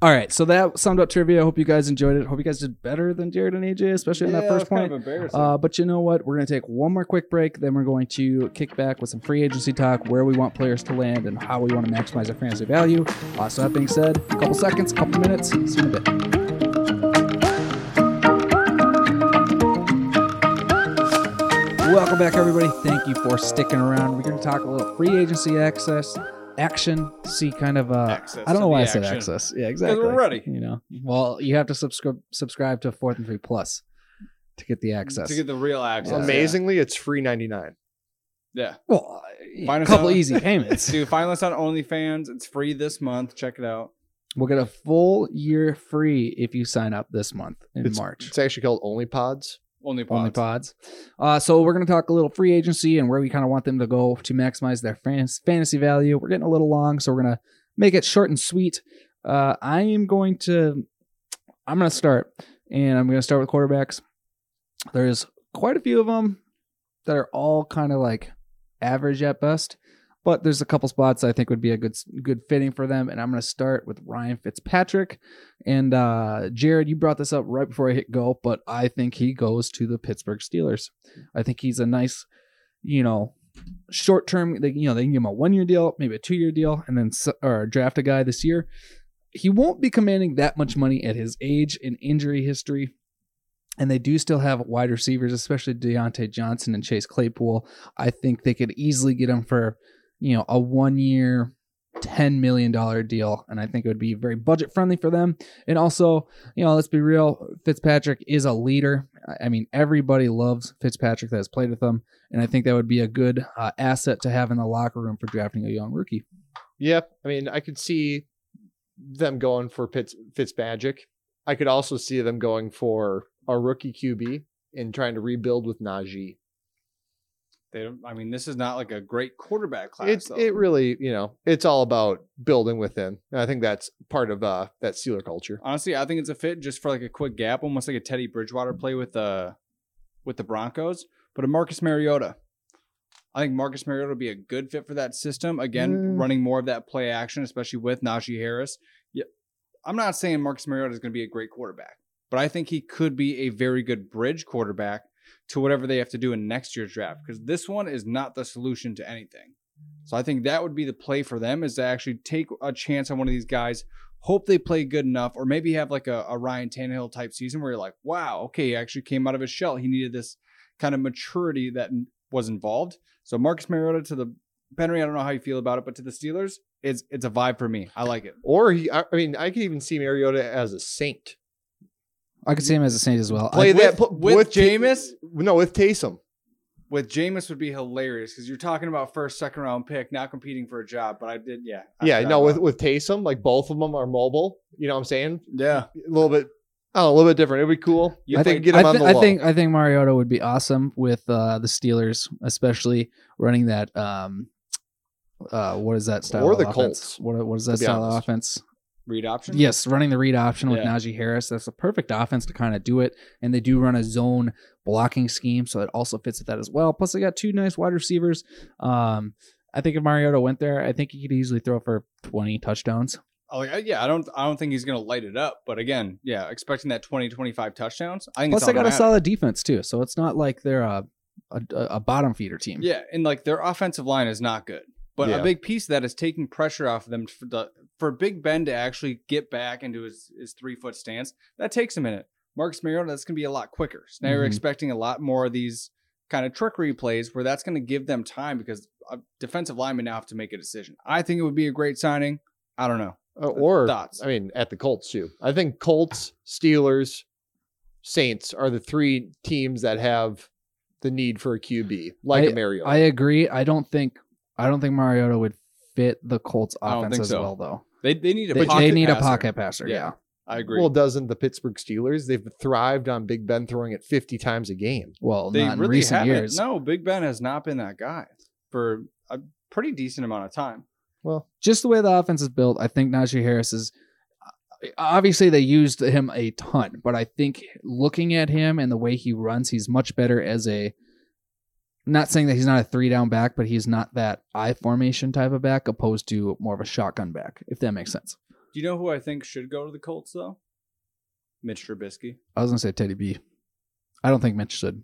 Speaker 2: All right, so that summed up trivia. I hope you guys enjoyed it. Hope you guys did better than Jared and AJ, especially on that first point.
Speaker 3: embarrassing.
Speaker 2: Uh, but you know what? We're going to take one more quick break. Then we're going to kick back with some free agency talk, where we want players to land, and how we want to maximize our fantasy value. Uh, so, that being said, a couple seconds, couple minutes. See you in a bit. Welcome back, everybody. Thank you for sticking around. We're going to talk a little free agency access, action, see kind of uh,
Speaker 3: Access
Speaker 2: I don't
Speaker 3: to
Speaker 2: know why
Speaker 3: the
Speaker 2: I said
Speaker 3: action.
Speaker 2: access. Yeah,
Speaker 3: we're
Speaker 2: exactly.
Speaker 3: ready.
Speaker 2: You know, well, you have to subscribe subscribe to Fourth and Three Plus to get the access.
Speaker 3: to get the real access.
Speaker 2: Yeah.
Speaker 5: Amazingly, it's free ninety nine.
Speaker 3: Yeah.
Speaker 2: well,
Speaker 3: Find
Speaker 2: a
Speaker 3: us
Speaker 2: couple
Speaker 3: out. (laughs)
Speaker 2: easy
Speaker 3: yeah.
Speaker 2: payments.
Speaker 3: Dude, find us on OnlyFans. It's free this month. Check it out.
Speaker 2: we'll get a full year free if you sign up this month in March.
Speaker 5: It's actually called Only Pods.
Speaker 3: Only pods.
Speaker 2: Only pods. Uh, so we're going to talk a little free agency and where we kind of want them to go to maximize their fan- fantasy value. We're getting a little long, so we're going to make it short and sweet. Uh, I am going to, I'm going to start, and I'm going to start with quarterbacks. There's quite a few of them that are all kind of like average at best, but there's a couple spots I think would be a good good fitting for them. And I'm going to start with Ryan Fitzpatrick. And uh, Jared, you brought this up right before I hit go, but I think he goes to the Pittsburgh Steelers. I think he's a nice, you know, short term. They you know they can give him a one year deal, maybe a two year deal, and then s- or draft a guy this year. He won't be commanding that much money at his age and injury history. And they do still have wide receivers, especially Deontay Johnson and Chase Claypool. I think they could easily get him for, you know, a one year, $10 million deal. And I think it would be very budget friendly for them. And also, you know, let's be real, Fitzpatrick is a leader. I- I mean, everybody loves Fitzpatrick that has played with him, and I think that would be a good uh, asset to have in the locker room for drafting a young rookie.
Speaker 5: Yep. I mean, I could see them going for Fitz Fitzmagic. I could also see them going for a rookie QB and trying to rebuild with Najee.
Speaker 3: They don't, I mean, this is not like a great quarterback class.
Speaker 5: it's
Speaker 3: though.
Speaker 5: it really, you know, it's all about building within. And I think that's part of uh that Steeler culture.
Speaker 3: Honestly, I think it's a fit just for like a quick gap, almost like a Teddy Bridgewater play with the with the Broncos, but a Marcus Mariota. I think Marcus Mariota would be a good fit for that system. Again,
Speaker 5: Mm.
Speaker 3: running more of that play action, especially with Najee Harris. Yeah, I'm not saying Marcus Mariota is going to be a great quarterback, but I think he could be a very good bridge quarterback to whatever they have to do in next year's draft because this one is not the solution to anything. So I think that would be the play for them is to actually take a chance on one of these guys, hope they play good enough, or maybe have like a, a Ryan Tannehill type season where you're like, wow, okay, he actually came out of his shell. He needed this kind of maturity that n- was involved. So Marcus Mariota to the Penry, I don't know how you feel about it, but to the Steelers, it's it's a vibe for me. I like it.
Speaker 5: Or he, I I mean, I could even see Mariota as a saint.
Speaker 2: I could see him as a Saint as well.
Speaker 5: Play
Speaker 2: I,
Speaker 3: with-
Speaker 5: that pl-
Speaker 3: with
Speaker 5: Ta-
Speaker 3: Jameis?
Speaker 5: No, with Taysom.
Speaker 3: With Jameis would be hilarious because you're talking about first, second round pick, not competing for a job. But I did, yeah, I uh,
Speaker 5: yeah,
Speaker 3: forgot
Speaker 5: no, with
Speaker 3: about
Speaker 5: with Taysom, like both of them are mobile. You know what I'm saying?
Speaker 3: it. yeah,
Speaker 5: A little bit, oh, a little bit different. It'd be cool.
Speaker 3: You
Speaker 5: I
Speaker 3: think-
Speaker 5: think get
Speaker 2: I,
Speaker 5: him on
Speaker 2: thi-
Speaker 5: the
Speaker 2: I
Speaker 5: low.
Speaker 2: think I think Mariota would be awesome with uh, the Steelers, especially running that. Um, uh, what is that style?
Speaker 5: Or
Speaker 2: of
Speaker 5: the
Speaker 2: offense?
Speaker 5: Colts,
Speaker 2: What what is that
Speaker 5: to be
Speaker 2: style of
Speaker 5: honest.
Speaker 2: offense?
Speaker 3: Read option?
Speaker 2: Yes, running the read option with
Speaker 3: Yeah.
Speaker 2: Najee Harris. That's the perfect offense to kind of do it. And they do run a zone blocking scheme, so it also fits with that as well. Plus, they got two nice wide receivers. Um, I think if Mariota went there, I think he could easily throw for 20 touchdowns.
Speaker 3: I Like, I- Oh, yeah, I don't I don't think he's going to light it up, but again, yeah, expecting that 20 25 touchdowns. I think
Speaker 2: Plus,
Speaker 3: it's
Speaker 2: they got a
Speaker 3: automatic.
Speaker 2: solid defense, too. So it's not like they're a, a, a bottom feeder team.
Speaker 3: Yeah, and like their offensive line is not good. But
Speaker 5: Yeah.
Speaker 3: a big piece of that is taking pressure off of them for the for Big Ben to actually get back into his, his three foot stance. That takes a minute. Marcus Mariota, that's going to be a lot quicker. So now you're
Speaker 2: Mhm.
Speaker 3: expecting a lot more of these kind of trickery plays where that's going to give them time because a defensive linemen now have to make a decision. I think it would be a great signing. I don't know.
Speaker 5: Uh, or
Speaker 3: Thoughts?
Speaker 5: I mean, at the Colts too. I think Colts, Steelers, Saints are the three teams that have the need for a QB like a Mariota.
Speaker 2: I agree. I don't think I don't think Mariota would fit the Colts
Speaker 3: I don't
Speaker 2: offense
Speaker 3: think
Speaker 2: as
Speaker 3: so.
Speaker 2: well, though.
Speaker 3: They, they need a
Speaker 2: They,
Speaker 3: pocket
Speaker 2: they need a
Speaker 3: passer.
Speaker 2: pocket passer.
Speaker 3: Yeah.
Speaker 2: yeah.
Speaker 3: I agree.
Speaker 5: Well, doesn't the Pittsburgh Steelers? They've thrived on Big Ben throwing it 50 times a game.
Speaker 2: Well,
Speaker 3: they
Speaker 2: not in
Speaker 3: really
Speaker 2: recent
Speaker 3: haven't.
Speaker 2: years.
Speaker 3: No, Big Ben has not been that guy for a pretty decent amount of time.
Speaker 2: just the way the offense is built, I think Najee Harris is obviously they used him a ton, but I think looking at him and the way he runs, he's much better as a not saying that he's not a three down back, but he's not that I formation type of back opposed to more of a shotgun back, if that makes sense.
Speaker 3: Do you know who I think should go to the Colts though? Mitch Trubisky.
Speaker 2: I was gonna say Teddy B. I don't think Mitch should.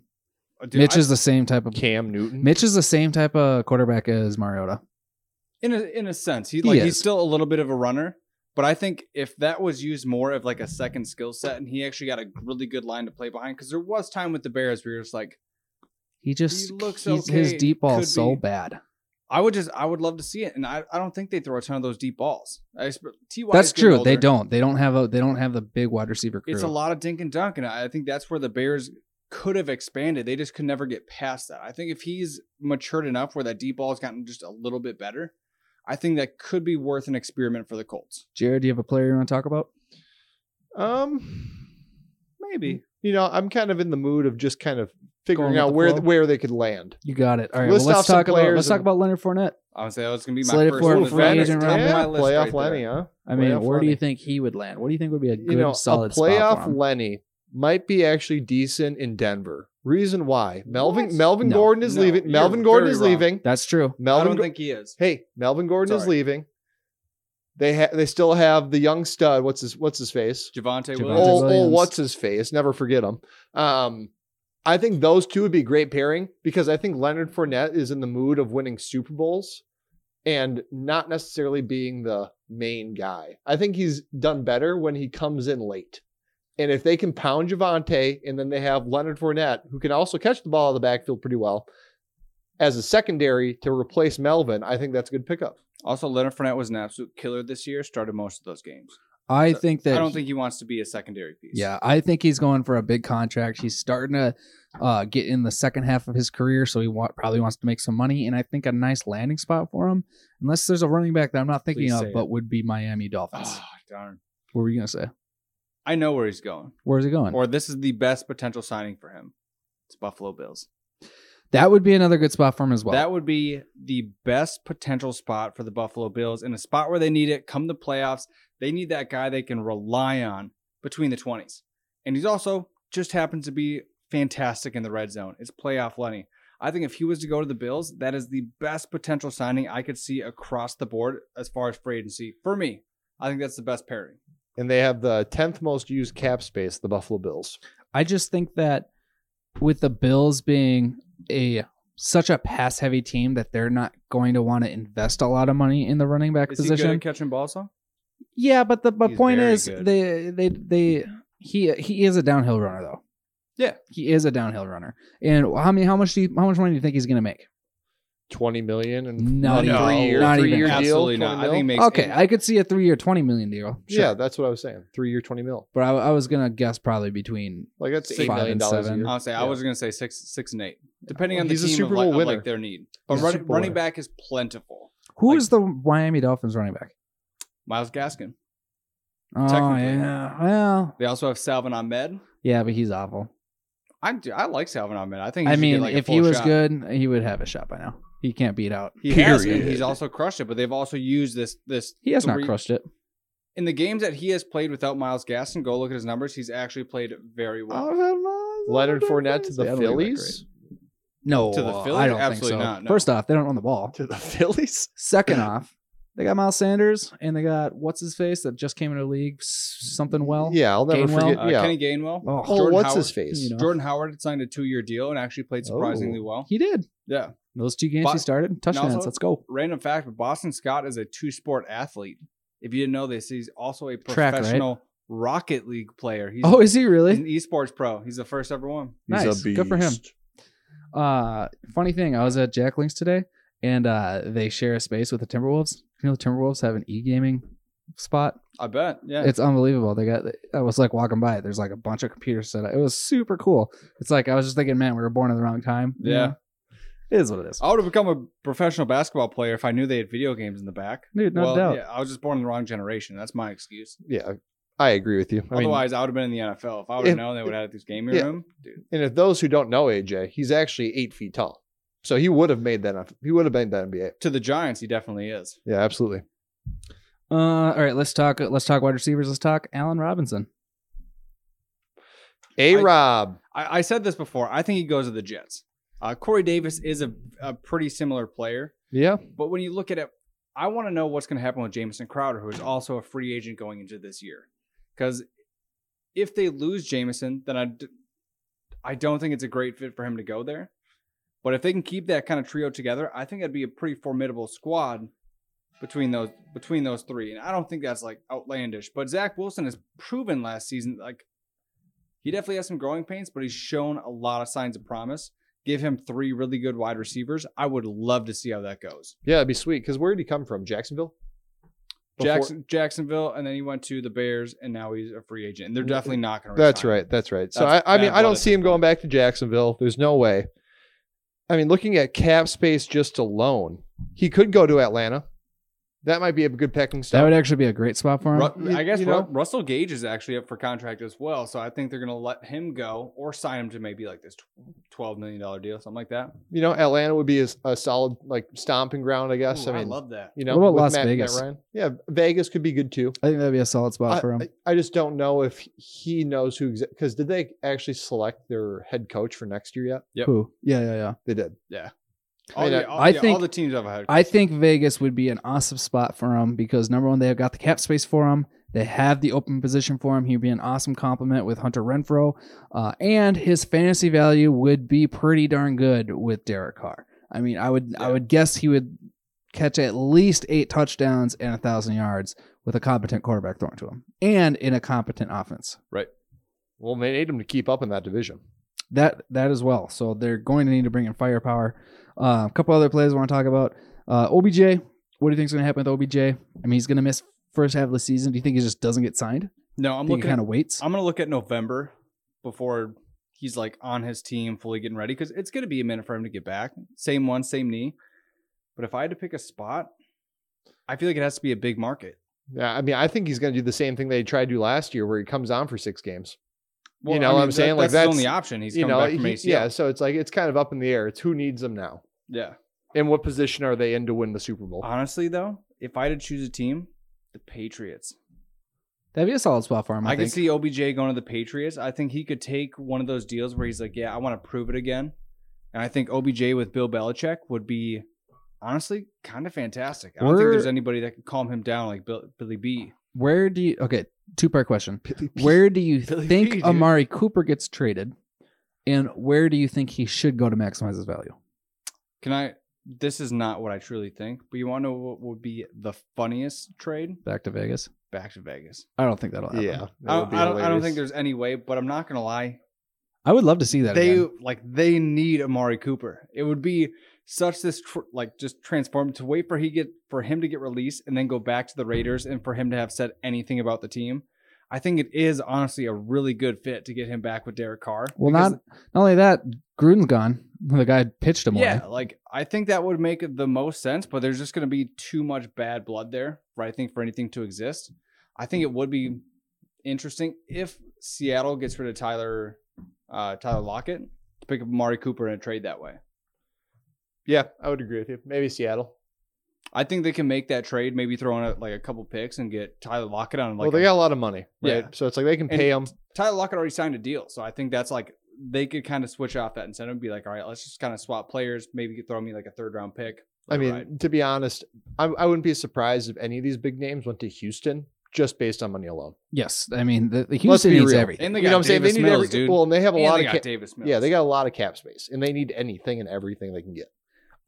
Speaker 3: Uh, dude,
Speaker 2: Mitch
Speaker 3: I-
Speaker 2: is the same type of
Speaker 5: Cam Newton.
Speaker 2: Mitch is the same type of quarterback as Mariota.
Speaker 3: in a in a sense he
Speaker 2: He
Speaker 3: like
Speaker 2: is.
Speaker 3: he's still a little bit of a runner, but I think if that was used more of like a second skill set and he actually got a really good line to play behind because there was time with the Bears where you're just like
Speaker 2: He just
Speaker 3: looks
Speaker 2: he's- his
Speaker 3: okay.
Speaker 2: deep ball
Speaker 3: Could
Speaker 2: is so
Speaker 3: be.
Speaker 2: bad.
Speaker 3: I would just I would love to see it and I, I don't think they throw a ton of those deep balls. I just, Ty
Speaker 2: That's
Speaker 3: is getting
Speaker 2: true. They
Speaker 3: older.
Speaker 2: don't. They don't have a. They don't have the big wide receiver crew.
Speaker 3: It's a lot of dink and dunk, and I I think that's where the Bears could have expanded. They just could never get past that. I think if he's matured enough where that deep ball has gotten just a little bit better, I think that could be worth an experiment for the Colts.
Speaker 2: Jared, do you have a player you want to talk about?
Speaker 5: Um,
Speaker 3: Maybe.
Speaker 5: you know, I'm kind of in the mood of just kind of figuring
Speaker 2: with
Speaker 5: out
Speaker 2: the
Speaker 5: where
Speaker 2: flow?
Speaker 5: where they could land.
Speaker 2: You got it. All right.
Speaker 5: List
Speaker 2: well,
Speaker 5: off
Speaker 2: let's
Speaker 5: some
Speaker 2: talk about
Speaker 5: players
Speaker 2: let's talk
Speaker 5: and-
Speaker 2: about Leonard Fournette.
Speaker 3: Honestly, that was going to be my
Speaker 2: Slated
Speaker 3: first
Speaker 2: for
Speaker 3: one.
Speaker 2: free
Speaker 3: That is
Speaker 2: agent
Speaker 3: top of
Speaker 2: round.
Speaker 3: my
Speaker 5: Yeah,
Speaker 3: list
Speaker 5: playoff
Speaker 3: right there.
Speaker 5: Lenny, huh?
Speaker 2: I mean,
Speaker 5: Playoff
Speaker 2: where do you
Speaker 5: Lenny.
Speaker 2: think he would land? What do you think would be a good
Speaker 5: you know,
Speaker 2: solid
Speaker 5: a playoff
Speaker 2: spot for him?
Speaker 5: Lenny might be actually decent in Denver. Reason why Melvin
Speaker 3: What?
Speaker 5: Melvin
Speaker 2: No,
Speaker 5: Gordon is
Speaker 3: no,
Speaker 5: leaving.
Speaker 3: you're
Speaker 5: Melvin Gordon
Speaker 3: very
Speaker 5: is
Speaker 3: wrong.
Speaker 5: leaving.
Speaker 2: That's true.
Speaker 3: I
Speaker 5: Melvin.
Speaker 3: don't
Speaker 5: Go-
Speaker 3: think he is.
Speaker 5: hey, Melvin Gordon is
Speaker 3: Sorry.
Speaker 5: leaving. They ha- they still have the young stud. What's his What's his face?
Speaker 3: Javante
Speaker 2: Javonte
Speaker 3: Williams.
Speaker 5: Oh,
Speaker 2: Williams.
Speaker 5: what's his face? Never forget him. Um, I think those two would be great pairing because I think Leonard Fournette is in the mood of winning Super Bowls and not necessarily being the main guy. I think he's done better when he comes in late. And if they can pound Javante and then they have Leonard Fournette, who can also catch the ball out of the backfield pretty well, as a secondary to replace Melvin, I think that's a good pickup.
Speaker 3: Also, Leonard Fournette was an absolute killer this year. Started most of those games.
Speaker 2: I
Speaker 3: So,
Speaker 2: think that
Speaker 3: Uh, I don't think he wants to be a secondary piece.
Speaker 2: Yeah, I think he's going for a big contract. He's starting to uh, get in the second half of his career, so he wa- probably wants to make some money. And I think a nice landing spot for him, unless there's a running back that I'm not thinking
Speaker 3: Please
Speaker 2: of,
Speaker 3: say it.
Speaker 2: but would be Miami
Speaker 3: (sighs)
Speaker 2: Dolphins.
Speaker 3: Ah, darn.
Speaker 2: what were you gonna say?
Speaker 3: I know where he's going.
Speaker 2: Where's he going?
Speaker 3: Or this is the best potential signing for him. It's Buffalo Bills.
Speaker 2: that would be another good spot for him as well.
Speaker 3: that would be the best potential spot for the Buffalo Bills in a spot where they need it come the playoffs. They need that guy they can rely on between the 20s. And he's also just happens to be fantastic in the red zone. It's playoff Lenny. I think if he was to go to the Bills, that is the best potential signing I could see across the board as far as free agency. For me, I think that's the best pairing.
Speaker 5: And they have the 10th most used cap space, the Buffalo Bills.
Speaker 2: I just think that with the Bills being a such a pass heavy team that they're not going to want to invest a lot of money in the running back
Speaker 3: Is he good
Speaker 2: position.
Speaker 3: at catching balls? though?
Speaker 2: yeah, but the but
Speaker 3: He's
Speaker 2: point
Speaker 3: very
Speaker 2: is
Speaker 3: good.
Speaker 2: they they they he he is a downhill runner though.
Speaker 3: Yeah.
Speaker 2: he is a downhill runner. And how many how much do you, how much money do you think he's going to make?
Speaker 5: 20 million and
Speaker 2: Not
Speaker 5: three
Speaker 2: even-
Speaker 5: year,
Speaker 2: not
Speaker 5: three
Speaker 2: even.
Speaker 5: year deal. 20
Speaker 3: Absolutely not. I
Speaker 5: mil?
Speaker 3: think he makes
Speaker 2: Okay, I could see a three year twenty million deal. Sure.
Speaker 5: Yeah, that's what I was saying. Three year, twenty mil.
Speaker 2: but I, I was gonna guess probably between
Speaker 5: Like that's
Speaker 2: Six
Speaker 5: eight million
Speaker 2: and
Speaker 5: dollars a
Speaker 2: seven.
Speaker 5: year.
Speaker 3: Honestly, I
Speaker 5: Yeah.
Speaker 3: was gonna say six, six and eight, depending on the
Speaker 5: He's a
Speaker 3: team
Speaker 5: Super
Speaker 3: of, like,
Speaker 5: Bowl
Speaker 3: of, like,
Speaker 5: winner.
Speaker 3: their need. But
Speaker 2: He's a
Speaker 3: running,
Speaker 2: Super Bowl
Speaker 3: running
Speaker 2: winner.
Speaker 3: back is plentiful.
Speaker 2: who
Speaker 3: Like-
Speaker 2: is the Miami Dolphins running back?
Speaker 3: Miles Gaskin.
Speaker 2: Oh
Speaker 3: Technically.
Speaker 2: yeah, well
Speaker 3: They also have Salvin Ahmed.
Speaker 2: yeah, but he's awful.
Speaker 3: I do, I like Salvin Ahmed. I think. He
Speaker 2: I
Speaker 3: should get,
Speaker 2: mean,
Speaker 3: like, a
Speaker 2: if
Speaker 3: full
Speaker 2: he was
Speaker 3: shot.
Speaker 2: good, he would have a shot by now. He can't beat out.
Speaker 3: he has. and
Speaker 1: Period.
Speaker 3: He's also crushed it. But they've also used this this.
Speaker 2: He has not
Speaker 3: three-
Speaker 2: crushed it.
Speaker 3: In the games that he has played without Miles Gaston, go look at his numbers. He's actually played very well.
Speaker 5: Leonard Fournette to the
Speaker 2: Yeah, I don't think
Speaker 5: Phillies.
Speaker 2: No,
Speaker 3: To the Phillies?
Speaker 2: I don't
Speaker 3: Absolutely
Speaker 2: think so.
Speaker 3: not, no.
Speaker 2: First off, they don't own the ball.
Speaker 5: To the Phillies.
Speaker 3: (laughs)
Speaker 2: Second off, they got Miles Sanders and they got what's his face that just came into the league, s- something well.
Speaker 5: Yeah, I'll never
Speaker 2: Gainwell?
Speaker 5: forget.
Speaker 3: Uh,
Speaker 5: yeah.
Speaker 3: Kenny Gainwell.
Speaker 2: Oh,
Speaker 5: oh,
Speaker 3: Jordan
Speaker 5: what's
Speaker 3: Howard,
Speaker 5: his face?
Speaker 2: you know.
Speaker 3: Jordan Howard signed a two-year deal and actually played surprisingly
Speaker 2: Oh.
Speaker 3: well.
Speaker 2: He did.
Speaker 3: Yeah.
Speaker 2: Those two games
Speaker 3: But-
Speaker 2: he started, touchdowns.
Speaker 3: also-
Speaker 2: Let's go.
Speaker 3: Random fact: but Boston Scott is a two-sport athlete. If you didn't know this, he's also a
Speaker 2: Track, right?
Speaker 3: professional Rocket League player. He's,
Speaker 2: Oh, is he
Speaker 3: he's
Speaker 2: really?
Speaker 3: an esports pro. He's the first ever one.
Speaker 1: He's
Speaker 2: nice.
Speaker 1: a beast.
Speaker 2: Good for him. Uh, funny thing, I was at Jack Links today, and uh, they share a space with the Timberwolves. You know, the Timberwolves have an e-gaming spot.
Speaker 3: I bet. Yeah.
Speaker 2: It's unbelievable. They got. I was like walking by. There's like a bunch of computers set up. It was super cool. It's like I was just thinking, man, we were born at the wrong time. you
Speaker 3: Yeah.
Speaker 2: know? It is what it is,
Speaker 3: I would have become a professional basketball player if I knew they had video games in the back.
Speaker 2: dude. No
Speaker 3: well,
Speaker 2: doubt.
Speaker 3: yeah, I was just born in the wrong generation. That's my excuse.
Speaker 5: Yeah, I agree with you. I mean,
Speaker 3: Otherwise, I would have been in the NFL. If I would have
Speaker 5: If-
Speaker 3: known they would have had this gaming
Speaker 5: Yeah.
Speaker 3: room, dude.
Speaker 5: and if those who don't know AJ, he's actually eight feet tall, so he would have made that. He would have made that NBA.
Speaker 3: To the Giants, he definitely is.
Speaker 5: Yeah, absolutely.
Speaker 2: Uh, all right, let's talk. Let's talk wide receivers. Let's talk Allen Robinson.
Speaker 5: A Rob.
Speaker 3: I, I said this before. I think he goes to the Jets. Uh, Corey Davis is a, a pretty similar player,
Speaker 5: Yeah,
Speaker 3: but when you look at it, I want to know what's going to happen with Jamison Crowder, who is also a free agent going into this year. Because if they lose Jamison, then I, d- I don't think it's a great fit for him to go there. But if they can keep that kind of trio together, I think that'd be a pretty formidable squad between those between those three. And I don't think that's like outlandish. But Zach Wilson has proven last season like he definitely has some growing pains, but he's shown a lot of signs of promise. Give him three really good wide receivers. I would love to see how that goes.
Speaker 5: yeah, it'd be sweet. Because where did he come from? Jacksonville. Before-
Speaker 3: Jackson, Jacksonville, and then he went to the Bears, and now he's a free agent. And they're definitely not going to.
Speaker 5: That's right. That's right. So
Speaker 3: That's
Speaker 5: I, I mean,
Speaker 3: bad
Speaker 5: I
Speaker 3: blood
Speaker 5: don't
Speaker 3: at
Speaker 5: see
Speaker 3: this
Speaker 5: him going
Speaker 3: point.
Speaker 5: back to Jacksonville. There's no way. I mean, looking at cap space just alone, he could go to Atlanta. That might be a good pecking
Speaker 2: That would
Speaker 5: stock.
Speaker 2: actually be a great spot for him.
Speaker 5: You-
Speaker 3: I guess
Speaker 5: you know-
Speaker 3: Ru- Russell Gage is actually up for contract as well, so I think they're going to let him go or sign him to maybe like this tw- twelve million dollar deal, something like that.
Speaker 5: You know, Atlanta would be a, a solid like stomping ground, I guess. I
Speaker 3: Ooh,
Speaker 5: mean,
Speaker 3: love that.
Speaker 5: you know,
Speaker 2: What about
Speaker 5: with
Speaker 2: Las
Speaker 5: Matt- Matt
Speaker 2: Vegas?
Speaker 5: Ryan. Yeah, Vegas could be good too.
Speaker 2: I think that'd be a solid spot
Speaker 5: I,
Speaker 2: for him.
Speaker 5: I- I just don't know if he knows who because did they actually select their head coach for next year yet?
Speaker 3: Yep.
Speaker 2: Who? Yeah, yeah, yeah.
Speaker 5: They did.
Speaker 3: All,
Speaker 5: I mean,
Speaker 3: the, all,
Speaker 2: I
Speaker 3: yeah, all
Speaker 2: think-
Speaker 3: the teams I've had.
Speaker 2: I think Vegas would be an awesome spot for him because number one, they have got the cap space for him. They have the open position for him. He'd be an awesome compliment with Hunter Renfro, uh, and his fantasy value would be pretty darn good with Derek Carr. I mean, I would I would guess he would catch at least eight touchdowns and a thousand yards with a competent quarterback thrown to him, and in a competent offense.
Speaker 5: Well, they need him to keep up in that division.
Speaker 2: that that as well. So they're going to need to bring in firepower. Uh, a couple other plays I want to talk about. Uh, OBJ, what do you think's going to happen with OBJ? I mean, he's going to miss first half of the season. Do you think he just doesn't get signed?
Speaker 3: no, I'm
Speaker 2: think he
Speaker 3: looking.
Speaker 2: kind of waits.
Speaker 3: I'm going to look at November before he's like on his team, fully getting ready, because it's going to be a minute for him to get back. Same one, same knee. But if I had to pick a spot, I feel like it has to be a big market.
Speaker 5: Yeah, I mean, I think he's going to do the same thing they tried to do last year, where he comes on for six games.
Speaker 3: Well,
Speaker 5: know what I'm saying? Like,
Speaker 3: that's, his
Speaker 5: that's-
Speaker 3: only option. He's
Speaker 5: you
Speaker 3: coming
Speaker 5: know,
Speaker 3: back from
Speaker 5: he-
Speaker 3: ACL.
Speaker 5: yeah. So it's like it's kind of up in the air. It's who needs him now,
Speaker 3: yeah.
Speaker 5: and what position are they in to win the Super Bowl?
Speaker 3: Honestly, though, if I had to choose a team, the Patriots.
Speaker 2: That'd be a solid spot for him. I,
Speaker 3: I, can
Speaker 2: think.
Speaker 3: see OBJ going to the Patriots. I think he could take one of those deals where he's like, "Yeah, I want to prove it again." And I think OBJ with Bill Belichick would be honestly kind of fantastic. I don't think
Speaker 2: We're-
Speaker 3: there's anybody that could calm him down like Bill, Billy B.
Speaker 2: Where do you? Okay, two part
Speaker 3: (laughs)
Speaker 2: question. Where do you
Speaker 3: Billy
Speaker 2: think
Speaker 3: P, dude.
Speaker 2: Amari Cooper gets traded, and where do you think he should go to maximize his value?
Speaker 3: Can I? This is not what I truly think, but you want to know what would be the funniest trade?
Speaker 2: Back to Vegas.
Speaker 3: Back to Vegas.
Speaker 2: I don't think that'll happen.
Speaker 5: yeah, that
Speaker 3: I
Speaker 5: would
Speaker 3: don't,
Speaker 5: be
Speaker 3: I, don't, I don't
Speaker 5: hilarious.
Speaker 3: think there's any way, but I'm not gonna lie.
Speaker 2: I would love to see that.
Speaker 3: they
Speaker 2: again.
Speaker 3: like they need Amari Cooper. It would be such this tr- like just transform to wait for he get for him to get released and then go back to the Raiders and for him to have said anything about the team. I think it is honestly a really good fit to get him back with Derek Carr.
Speaker 2: Well,
Speaker 3: because-
Speaker 2: not not only that, Gruden's gone. The guy pitched him away.
Speaker 3: yeah, like I think that would make the most sense, but there's just going to be too much bad blood there, for I think for anything to exist. I think it would be interesting if Seattle gets rid of Tyler uh, Tyler Lockett to pick up Amari Cooper and trade that way.
Speaker 5: Yeah, I would agree with you. Maybe Seattle.
Speaker 3: I think they can make that trade, maybe throw in a, like a couple picks and get Tyler Lockett on. Like
Speaker 5: well, they
Speaker 3: a-
Speaker 5: got a lot of money, right?
Speaker 3: Yeah.
Speaker 5: So it's like they can
Speaker 3: And-
Speaker 5: pay them.
Speaker 3: Tyler Lockett already signed a deal, so I think that's like they could kind of switch off that incentive and be like, all right, let's just kind of swap players. Maybe you could throw me like a third round pick.
Speaker 5: I mean,
Speaker 3: Right.
Speaker 5: to be honest, I, I wouldn't be surprised if any of these big names went to Houston just based on money alone.
Speaker 2: Yes, I mean the, the
Speaker 5: Let's
Speaker 2: Houston
Speaker 5: be
Speaker 2: needs
Speaker 5: real.
Speaker 2: everything.
Speaker 3: And they
Speaker 5: You
Speaker 3: got
Speaker 5: know what I'm saying?
Speaker 3: Davis
Speaker 5: They need
Speaker 3: Mills,
Speaker 5: every-
Speaker 3: dude.
Speaker 5: Well, and they have a
Speaker 3: And
Speaker 5: lot
Speaker 3: they
Speaker 5: of
Speaker 3: got
Speaker 5: ca-
Speaker 3: Davis Mills.
Speaker 5: yeah, they got a lot of cap space, and they need anything and everything they can get.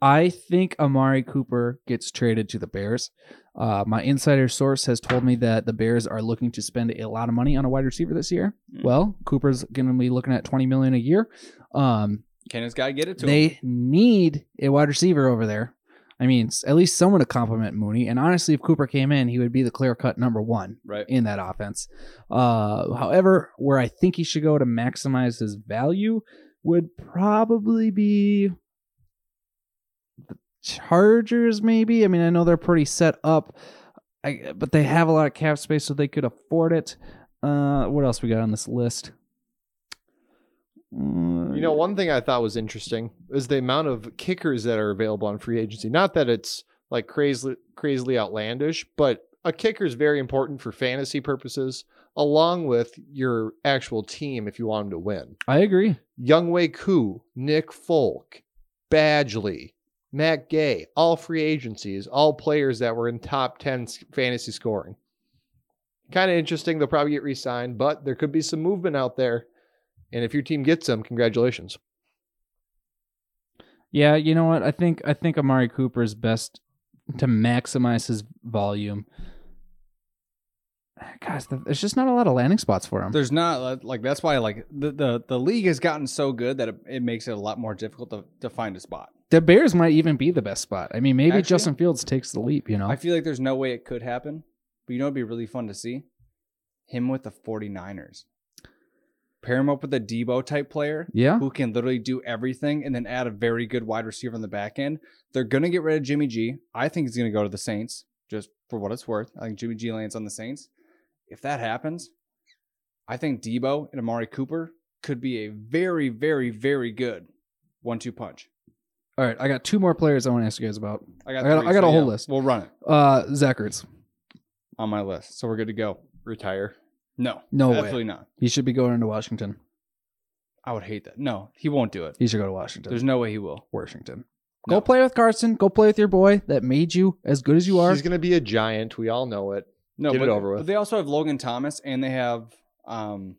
Speaker 2: I think Amari Cooper gets traded to the Bears. Uh, my insider source has told me that the Bears are looking to spend a lot of money on a wide receiver this year.
Speaker 3: Mm.
Speaker 2: Well, Cooper's going to be looking at twenty million a year. Um,
Speaker 3: Kenneth's got to get it to
Speaker 2: they
Speaker 3: him.
Speaker 2: need a wide receiver over there. I mean, s- at least someone to compliment Mooney. And honestly, if Cooper came in, he would be the clear cut number one
Speaker 3: Right.
Speaker 2: in that offense. Uh, however, where I think he should go to maximize his value would probably be the Chargers, maybe. I mean, I know they're pretty set up, I, but they have a lot of cap space, so they could afford it. Uh, what else we got on this list?
Speaker 5: You know, one thing I thought was interesting is the amount of kickers that are available on free agency. Not that it's like crazily, crazily outlandish, but a kicker is very important for fantasy purposes, along with your actual team if you want them to win.
Speaker 2: I agree.
Speaker 5: Youngway Koo, Nick Folk, Badgley, Matt Gay, all free agencies, all players that were in top 10 s- fantasy scoring. Kind of interesting. They'll probably get re signed, but there could be some movement out there. And if your team gets them, congratulations.
Speaker 2: Yeah, you know what? I think I think Amari Cooper is best to maximize his volume. Gosh, th- there's just not a lot of landing spots for him.
Speaker 3: There's not uh, like that's why like the the, the league has gotten so good that it, it makes it a lot more difficult to, to find a spot.
Speaker 2: the Bears might even be the best spot. I mean, maybe
Speaker 3: Actually-
Speaker 2: Justin Fields takes the leap. You know,
Speaker 3: I feel like there's no way it could happen, but you know it'd be really fun to see him with the 49ers. Pair him up with a Debo type player
Speaker 2: yeah,
Speaker 3: who can literally do everything and then add a very good wide receiver on the back end. They're going to get rid of Jimmy G. I think he's going to go to the Saints, just for what it's worth. I think Jimmy G lands on the Saints. If that happens, I think Debo and Amari Cooper could be a very, very, very good one two punch.
Speaker 2: All right, I got two more players I want to ask you guys about.
Speaker 3: got,
Speaker 2: I got-
Speaker 3: three,
Speaker 2: I got a
Speaker 3: so
Speaker 2: whole list.
Speaker 3: We'll run it
Speaker 2: Uh, Zacherts.
Speaker 3: on my list. So we're good to go.
Speaker 5: Retire.
Speaker 3: No,
Speaker 2: No way.
Speaker 3: absolutely not.
Speaker 2: He should be going into Washington.
Speaker 3: I would hate that. No, he won't do it.
Speaker 2: He should go to Washington.
Speaker 3: There's no way he will.
Speaker 2: Washington.
Speaker 3: No.
Speaker 2: Go play with Carson. Go play with your boy that made you as good as you are.
Speaker 5: He's going to be a giant. We all know it.
Speaker 3: No,
Speaker 5: Get it
Speaker 3: but,
Speaker 5: over with.
Speaker 3: but they also have Logan Thomas and they have um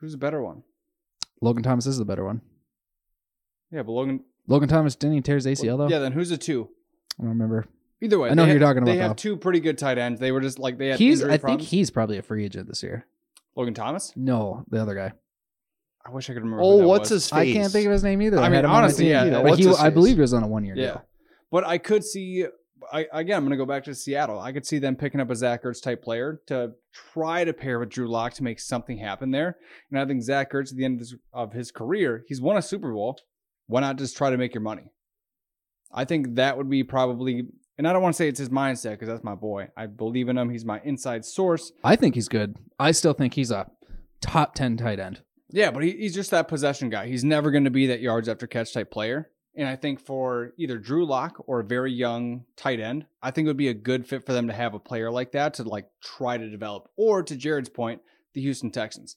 Speaker 3: who's a better one?
Speaker 2: Logan Thomas is the better one.
Speaker 3: Yeah, but Logan
Speaker 2: Logan Thomas didn't he tear his ACL though.
Speaker 3: Yeah, then who's a two?
Speaker 2: I don't remember.
Speaker 3: Either way,
Speaker 2: I know
Speaker 3: they
Speaker 2: who
Speaker 3: ha-
Speaker 2: you're talking
Speaker 3: They
Speaker 2: about,
Speaker 3: have
Speaker 2: though.
Speaker 3: two pretty good tight ends. They were just like they had.
Speaker 2: He's.
Speaker 3: injury
Speaker 2: I think
Speaker 3: problems.
Speaker 2: he's probably a free agent this year.
Speaker 3: Logan Thomas.
Speaker 2: No, the other guy.
Speaker 3: I wish I could remember. who
Speaker 5: Oh,
Speaker 3: that
Speaker 5: what's
Speaker 3: was.
Speaker 5: his face?
Speaker 2: I can't think of his name either.
Speaker 3: I
Speaker 2: had
Speaker 3: mean,
Speaker 2: him on my
Speaker 3: honestly,
Speaker 2: team.
Speaker 3: yeah,
Speaker 5: You know,
Speaker 2: but
Speaker 5: what's
Speaker 2: he,
Speaker 5: his
Speaker 2: I believe
Speaker 5: face?
Speaker 2: he was on a one-year
Speaker 3: Yeah,
Speaker 2: deal.
Speaker 3: but I could see. I again, I'm gonna go back to Seattle. I could see them picking up a Zach Ertz type player to try to pair with Drew Lock to make something happen there. And I think Zach Ertz at the end of his, of his career, he's won a Super Bowl. Why not just try to make your money? I think that would be probably. And I don't want to say it's his mindset because that's my boy. I believe in him. He's my inside source.
Speaker 2: I think he's good. I still think he's a top ten tight end.
Speaker 3: Yeah, but he, he's just that possession guy. He's never going to be that yards after catch type player. And I think for either Drew Lock or a very young tight end, I think it would be a good fit for them to have a player like that to like try to develop. Or to Jared's point, the Houston Texans.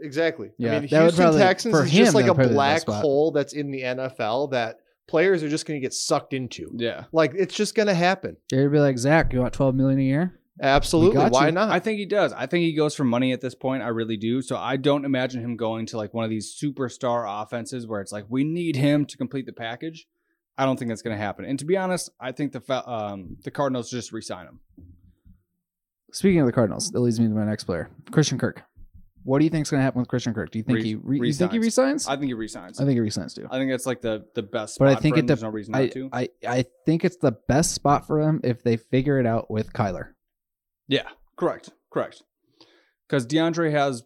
Speaker 5: Exactly.
Speaker 2: Yeah,
Speaker 5: I mean,
Speaker 2: that would
Speaker 5: Houston
Speaker 2: probably-
Speaker 5: Texans
Speaker 2: for
Speaker 5: is
Speaker 2: him,
Speaker 5: just like
Speaker 2: that
Speaker 5: a
Speaker 2: would probably be the best
Speaker 5: black
Speaker 2: spot.
Speaker 5: hole that's in the NFL that players are just going to get sucked into.
Speaker 3: Yeah.
Speaker 5: Like it's just going to happen.
Speaker 2: You'd be like Zach, you want twelve million a year?
Speaker 5: Absolutely.
Speaker 2: got
Speaker 5: Why
Speaker 2: you.
Speaker 5: not?
Speaker 3: I think he does. I think he goes for money at this point. I really do. So I don't imagine him going to like one of these superstar offenses where it's like we need him to complete the package. I don't think that's going to happen. And to be honest, I think the Fa- um, the Cardinals just re-sign him.
Speaker 2: Speaking of the Cardinals, that leads me to my next player, Christian Kirk. What do you think's going to happen with Christian Kirk? Do you think
Speaker 3: Re-
Speaker 2: he re- you think he resigns?
Speaker 3: resigns.
Speaker 2: I,
Speaker 3: I think he resigns.
Speaker 2: think he resigns too.
Speaker 3: I think that's like the the best.
Speaker 2: But I
Speaker 3: spot
Speaker 2: think
Speaker 3: for
Speaker 2: it
Speaker 3: him. there's
Speaker 2: dep-
Speaker 3: no reason not
Speaker 2: I,
Speaker 3: to.
Speaker 2: I I think it's the best spot for him if they figure it out with Kyler.
Speaker 3: yeah, correct, correct. Because DeAndre has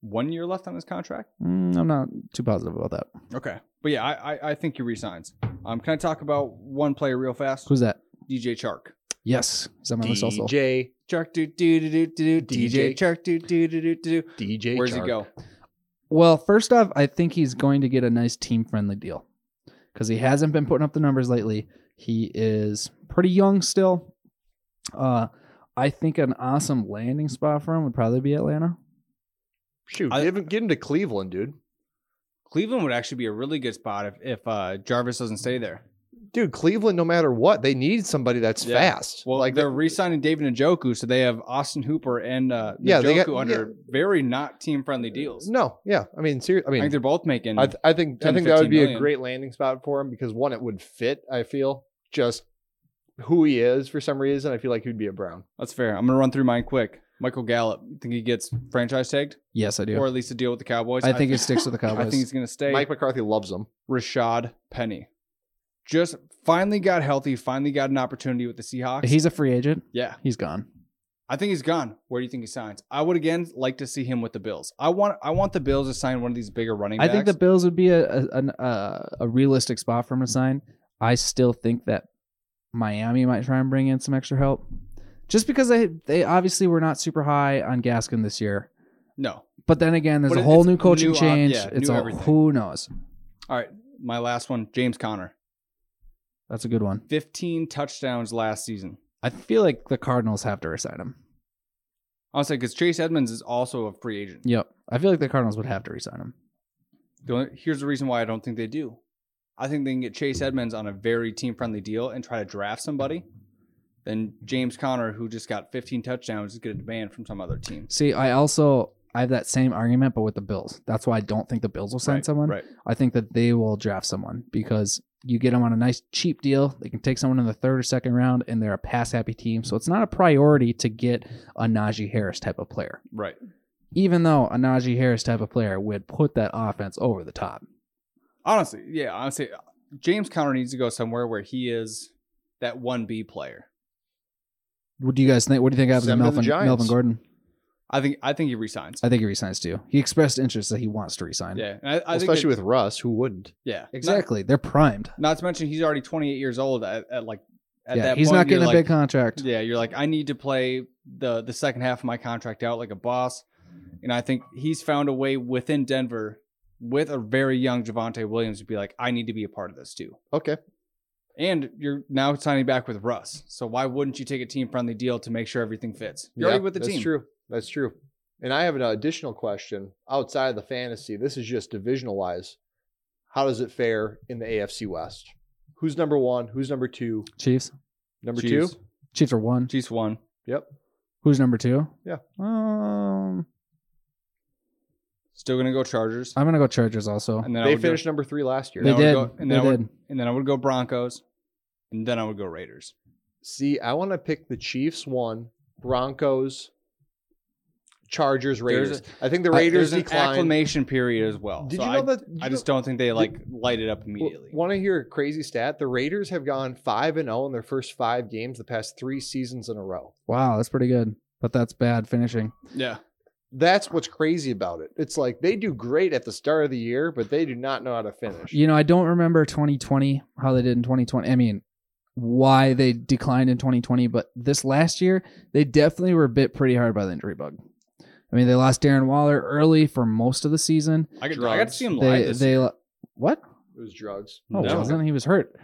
Speaker 3: one year left on his contract.
Speaker 2: Mm, I'm not too positive about that.
Speaker 3: Okay, but yeah, I I, I think he resigns. Um, can I talk about one player real fast?
Speaker 2: Who's that?
Speaker 3: DJ Chark.
Speaker 2: Yes, he's on my list also.
Speaker 5: DJ,
Speaker 3: Chark do do do do do do.
Speaker 5: DJ.
Speaker 3: DJ Chark do do do do do. do.
Speaker 5: DJ.
Speaker 3: Where's he
Speaker 5: Chark.
Speaker 3: go?
Speaker 2: Well, first off, I think he's going to get a nice team friendly deal because he hasn't been putting up the numbers lately. He is pretty young still. Uh, I think an awesome landing spot for him would probably be Atlanta.
Speaker 5: Shoot,
Speaker 3: I-
Speaker 5: give him, get him to Cleveland, dude.
Speaker 3: Cleveland would actually be a really good spot if, if uh, Jarvis doesn't stay there.
Speaker 5: Dude, Cleveland, no matter what, they need somebody that's
Speaker 3: Yeah.
Speaker 5: fast.
Speaker 3: Well, like they're re-signing David Njoku, so they have Austin Hooper and uh, Njoku
Speaker 5: Yeah, they got-
Speaker 3: under very not team-friendly deals.
Speaker 5: no, yeah. I mean, seriously, I
Speaker 3: I
Speaker 5: mean,
Speaker 3: think they're both making.
Speaker 5: I, th- I think I
Speaker 3: 10,
Speaker 5: think that would
Speaker 3: 15
Speaker 5: be a
Speaker 3: million.
Speaker 5: great landing spot for him because one, it would fit. I feel just who he is for some reason. I feel like he'd be a Brown.
Speaker 3: that's fair. I'm gonna run through mine quick. Michael Gallup, think he gets franchise tagged
Speaker 2: Yes, I do.
Speaker 3: or at least a deal with the Cowboys.
Speaker 2: I think it sticks with the Cowboys.
Speaker 3: (laughs) I think he's gonna stay.
Speaker 5: Mike McCarthy loves him.
Speaker 3: Rashad Penny, just finally got healthy. Finally got an opportunity with the Seahawks.
Speaker 2: If he's a free agent.
Speaker 3: yeah,
Speaker 2: He's gone.
Speaker 3: I think he's gone. Where do you think he signs? I would again like to see him with the Bills. I want I want the Bills to sign one of these bigger running
Speaker 2: I
Speaker 3: backs.
Speaker 2: think the Bills would be a a, an, uh, a realistic spot for him to sign. I still think that Miami might try and bring in some extra help, just because they they obviously were not super high on Gaskin this year.
Speaker 3: no.
Speaker 2: But then again, there's
Speaker 3: But
Speaker 2: a
Speaker 3: it-
Speaker 2: whole
Speaker 3: it's
Speaker 2: new coaching
Speaker 3: new op-
Speaker 2: change.
Speaker 3: yeah,
Speaker 2: it's
Speaker 3: new
Speaker 2: all
Speaker 3: everything.
Speaker 2: who knows.
Speaker 3: All right, my last one, James Conner.
Speaker 2: That's a good one.
Speaker 3: 15 touchdowns last season.
Speaker 2: I feel like the Cardinals have to resign him.
Speaker 3: Honestly, because Chase Edmonds is also a free agent.
Speaker 2: Yep, I feel like the Cardinals would have to resign him.
Speaker 3: The only- here's the reason why I don't think they do. I think they can get Chase Edmonds on a very team friendly deal and try to draft somebody. Then James Conner, who just got 15 touchdowns, is going to demand from some other team.
Speaker 2: See, I also I have that same argument, but with the Bills. That's why I don't think the Bills will sign
Speaker 3: Right,
Speaker 2: someone.
Speaker 3: Right.
Speaker 2: I think that they will draft someone because you get them on a nice cheap deal. They can take someone in the third or second round, and they're a pass happy team. So it's not a priority to get a Najee Harris type of player,
Speaker 3: Right.
Speaker 2: even though a Najee Harris type of player would put that offense over the top.
Speaker 3: Honestly, yeah, honestly, James Conner needs to go somewhere where he is that 1B player.
Speaker 2: What do you guys think? What do you think happens to
Speaker 5: Send him to the
Speaker 2: Melvin,
Speaker 5: Giants.
Speaker 2: Melvin Gordon?
Speaker 3: I think I think he resigns.
Speaker 2: I think he resigns too. He expressed interest that he wants to resign.
Speaker 3: Yeah. And I, I think
Speaker 5: Especially
Speaker 3: that-
Speaker 5: with Russ, who wouldn't?
Speaker 3: yeah. Not-
Speaker 2: exactly. They're primed.
Speaker 3: Not, to mention he's already 28 years old at, at like at
Speaker 2: yeah,
Speaker 3: that
Speaker 2: he's
Speaker 3: point,
Speaker 2: not
Speaker 3: you're
Speaker 2: getting a
Speaker 3: like,
Speaker 2: big contract.
Speaker 3: Yeah, you're like, I need to play the the second half of my contract out like a boss. And I think he's found a way within Denver with a very young Javante Williams to be like, I need to be a part of this too.
Speaker 5: Okay,
Speaker 3: And you're now signing back with Russ. So why wouldn't you take a team friendly deal to make sure everything fits? You're already
Speaker 5: Yeah,
Speaker 3: with the
Speaker 5: that's
Speaker 3: team.
Speaker 5: true. That's true. And I have an additional question outside of the fantasy. This is just divisional wise. How does it fare in the AFC West? Who's number one? Who's number two?
Speaker 2: Chiefs.
Speaker 5: Number
Speaker 3: Chiefs.
Speaker 5: two?
Speaker 2: Chiefs are one.
Speaker 3: Chiefs won.
Speaker 5: Yep.
Speaker 2: Who's number two?
Speaker 5: Yeah.
Speaker 2: Um,
Speaker 3: Still gonna go Chargers.
Speaker 2: I'm gonna go Chargers also.
Speaker 3: And then I
Speaker 5: They
Speaker 3: would go-
Speaker 5: finished number three last year.
Speaker 2: They
Speaker 3: I would
Speaker 2: did.
Speaker 3: go- and
Speaker 2: they
Speaker 3: then I would-
Speaker 2: did.
Speaker 3: and then I would go Broncos. And then I would go Raiders.
Speaker 5: See, I want to pick the Chiefs one, Broncos, Chargers,
Speaker 3: There's
Speaker 5: Raiders. I think the
Speaker 3: I-
Speaker 5: Raiders
Speaker 3: there's an
Speaker 5: decline.
Speaker 3: acclimation period as well.
Speaker 5: Did
Speaker 3: So
Speaker 5: you
Speaker 3: I,
Speaker 5: know that?
Speaker 3: I just don't think they like light it up immediately.
Speaker 5: Want to hear a crazy stat? The Raiders have gone five and zero in their first five games the past three seasons in a row.
Speaker 2: Wow, that's pretty good. But that's bad finishing.
Speaker 3: yeah.
Speaker 5: That's what's crazy about it. It's like they do great at the start of the year, but they do not know how to finish.
Speaker 2: You know, I don't remember 2020 how they did in 2020. I mean, why they declined in 2020, but this last year they definitely were bit pretty hard by the injury bug. I mean, they lost Darren Waller early for most of the season.
Speaker 3: I got, I got to see him live.
Speaker 2: They
Speaker 3: this
Speaker 2: they lo- what?
Speaker 5: It was drugs.
Speaker 2: No, it
Speaker 3: No.
Speaker 2: wasn't. He was hurt.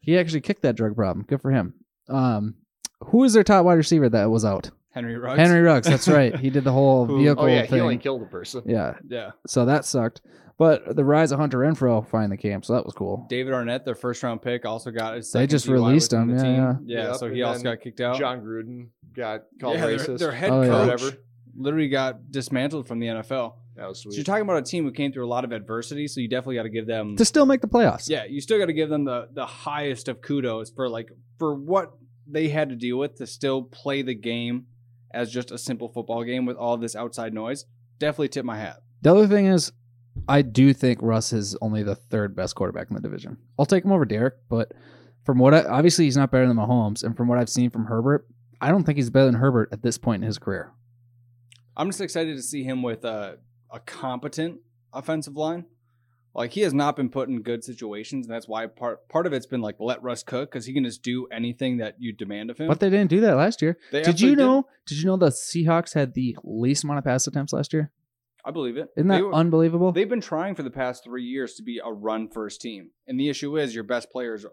Speaker 2: He actually kicked that drug problem. Good for him. Um, who was their top wide receiver that was out?
Speaker 3: Henry Ruggs.
Speaker 2: Henry Ruggs. That's right. He did the whole
Speaker 3: Who-
Speaker 2: vehicle
Speaker 5: Oh yeah,
Speaker 2: thing.
Speaker 5: he only killed a person.
Speaker 2: yeah,
Speaker 3: Yeah.
Speaker 2: so that sucked. But the rise of Hunter Renfro finally came, so that was cool.
Speaker 3: David Arnett, their first round pick, also got. His
Speaker 2: They
Speaker 3: second
Speaker 2: just
Speaker 3: DUI
Speaker 2: released
Speaker 3: within
Speaker 2: him,
Speaker 3: the
Speaker 2: yeah,
Speaker 3: team. yeah.
Speaker 5: Yep,
Speaker 3: so he
Speaker 5: and
Speaker 3: also
Speaker 5: then
Speaker 3: got kicked out.
Speaker 5: John Gruden got called
Speaker 3: yeah,
Speaker 5: racist.
Speaker 3: their, their head
Speaker 2: Oh, yeah.
Speaker 5: or
Speaker 3: coach
Speaker 5: whatever.
Speaker 3: literally got dismantled from the NFL.
Speaker 5: That was
Speaker 3: So
Speaker 5: sweet.
Speaker 3: you're talking about a team who came through a lot of adversity. So you definitely got to give them.
Speaker 2: To still make the playoffs.
Speaker 3: yeah, you still got to give them the the highest of kudos for like for what they had to deal with to still play the game as just a simple football game with all this outside noise. Definitely tip my hat.
Speaker 2: The other thing is, I do think Russ is only the third best quarterback in the division. I'll take him over Derek, but from what I obviously he's not better than Mahomes, and from what I've seen from Herbert, I don't think he's better than Herbert at this point in his career.
Speaker 3: I'm just excited to see him with a, a competent offensive line. Like he has not been put in good situations, and that's why part part of it's been like let Russ cook because he can just do anything that you demand of him.
Speaker 2: But they didn't do that last year.
Speaker 3: They
Speaker 2: did you
Speaker 3: absolutely
Speaker 2: know? Did you know the Seahawks had the least amount of pass attempts last year?
Speaker 3: I believe it.
Speaker 2: Isn't that
Speaker 3: They were-
Speaker 2: unbelievable?
Speaker 3: They've been trying for the past three years to be a run first team, and the issue is your best player is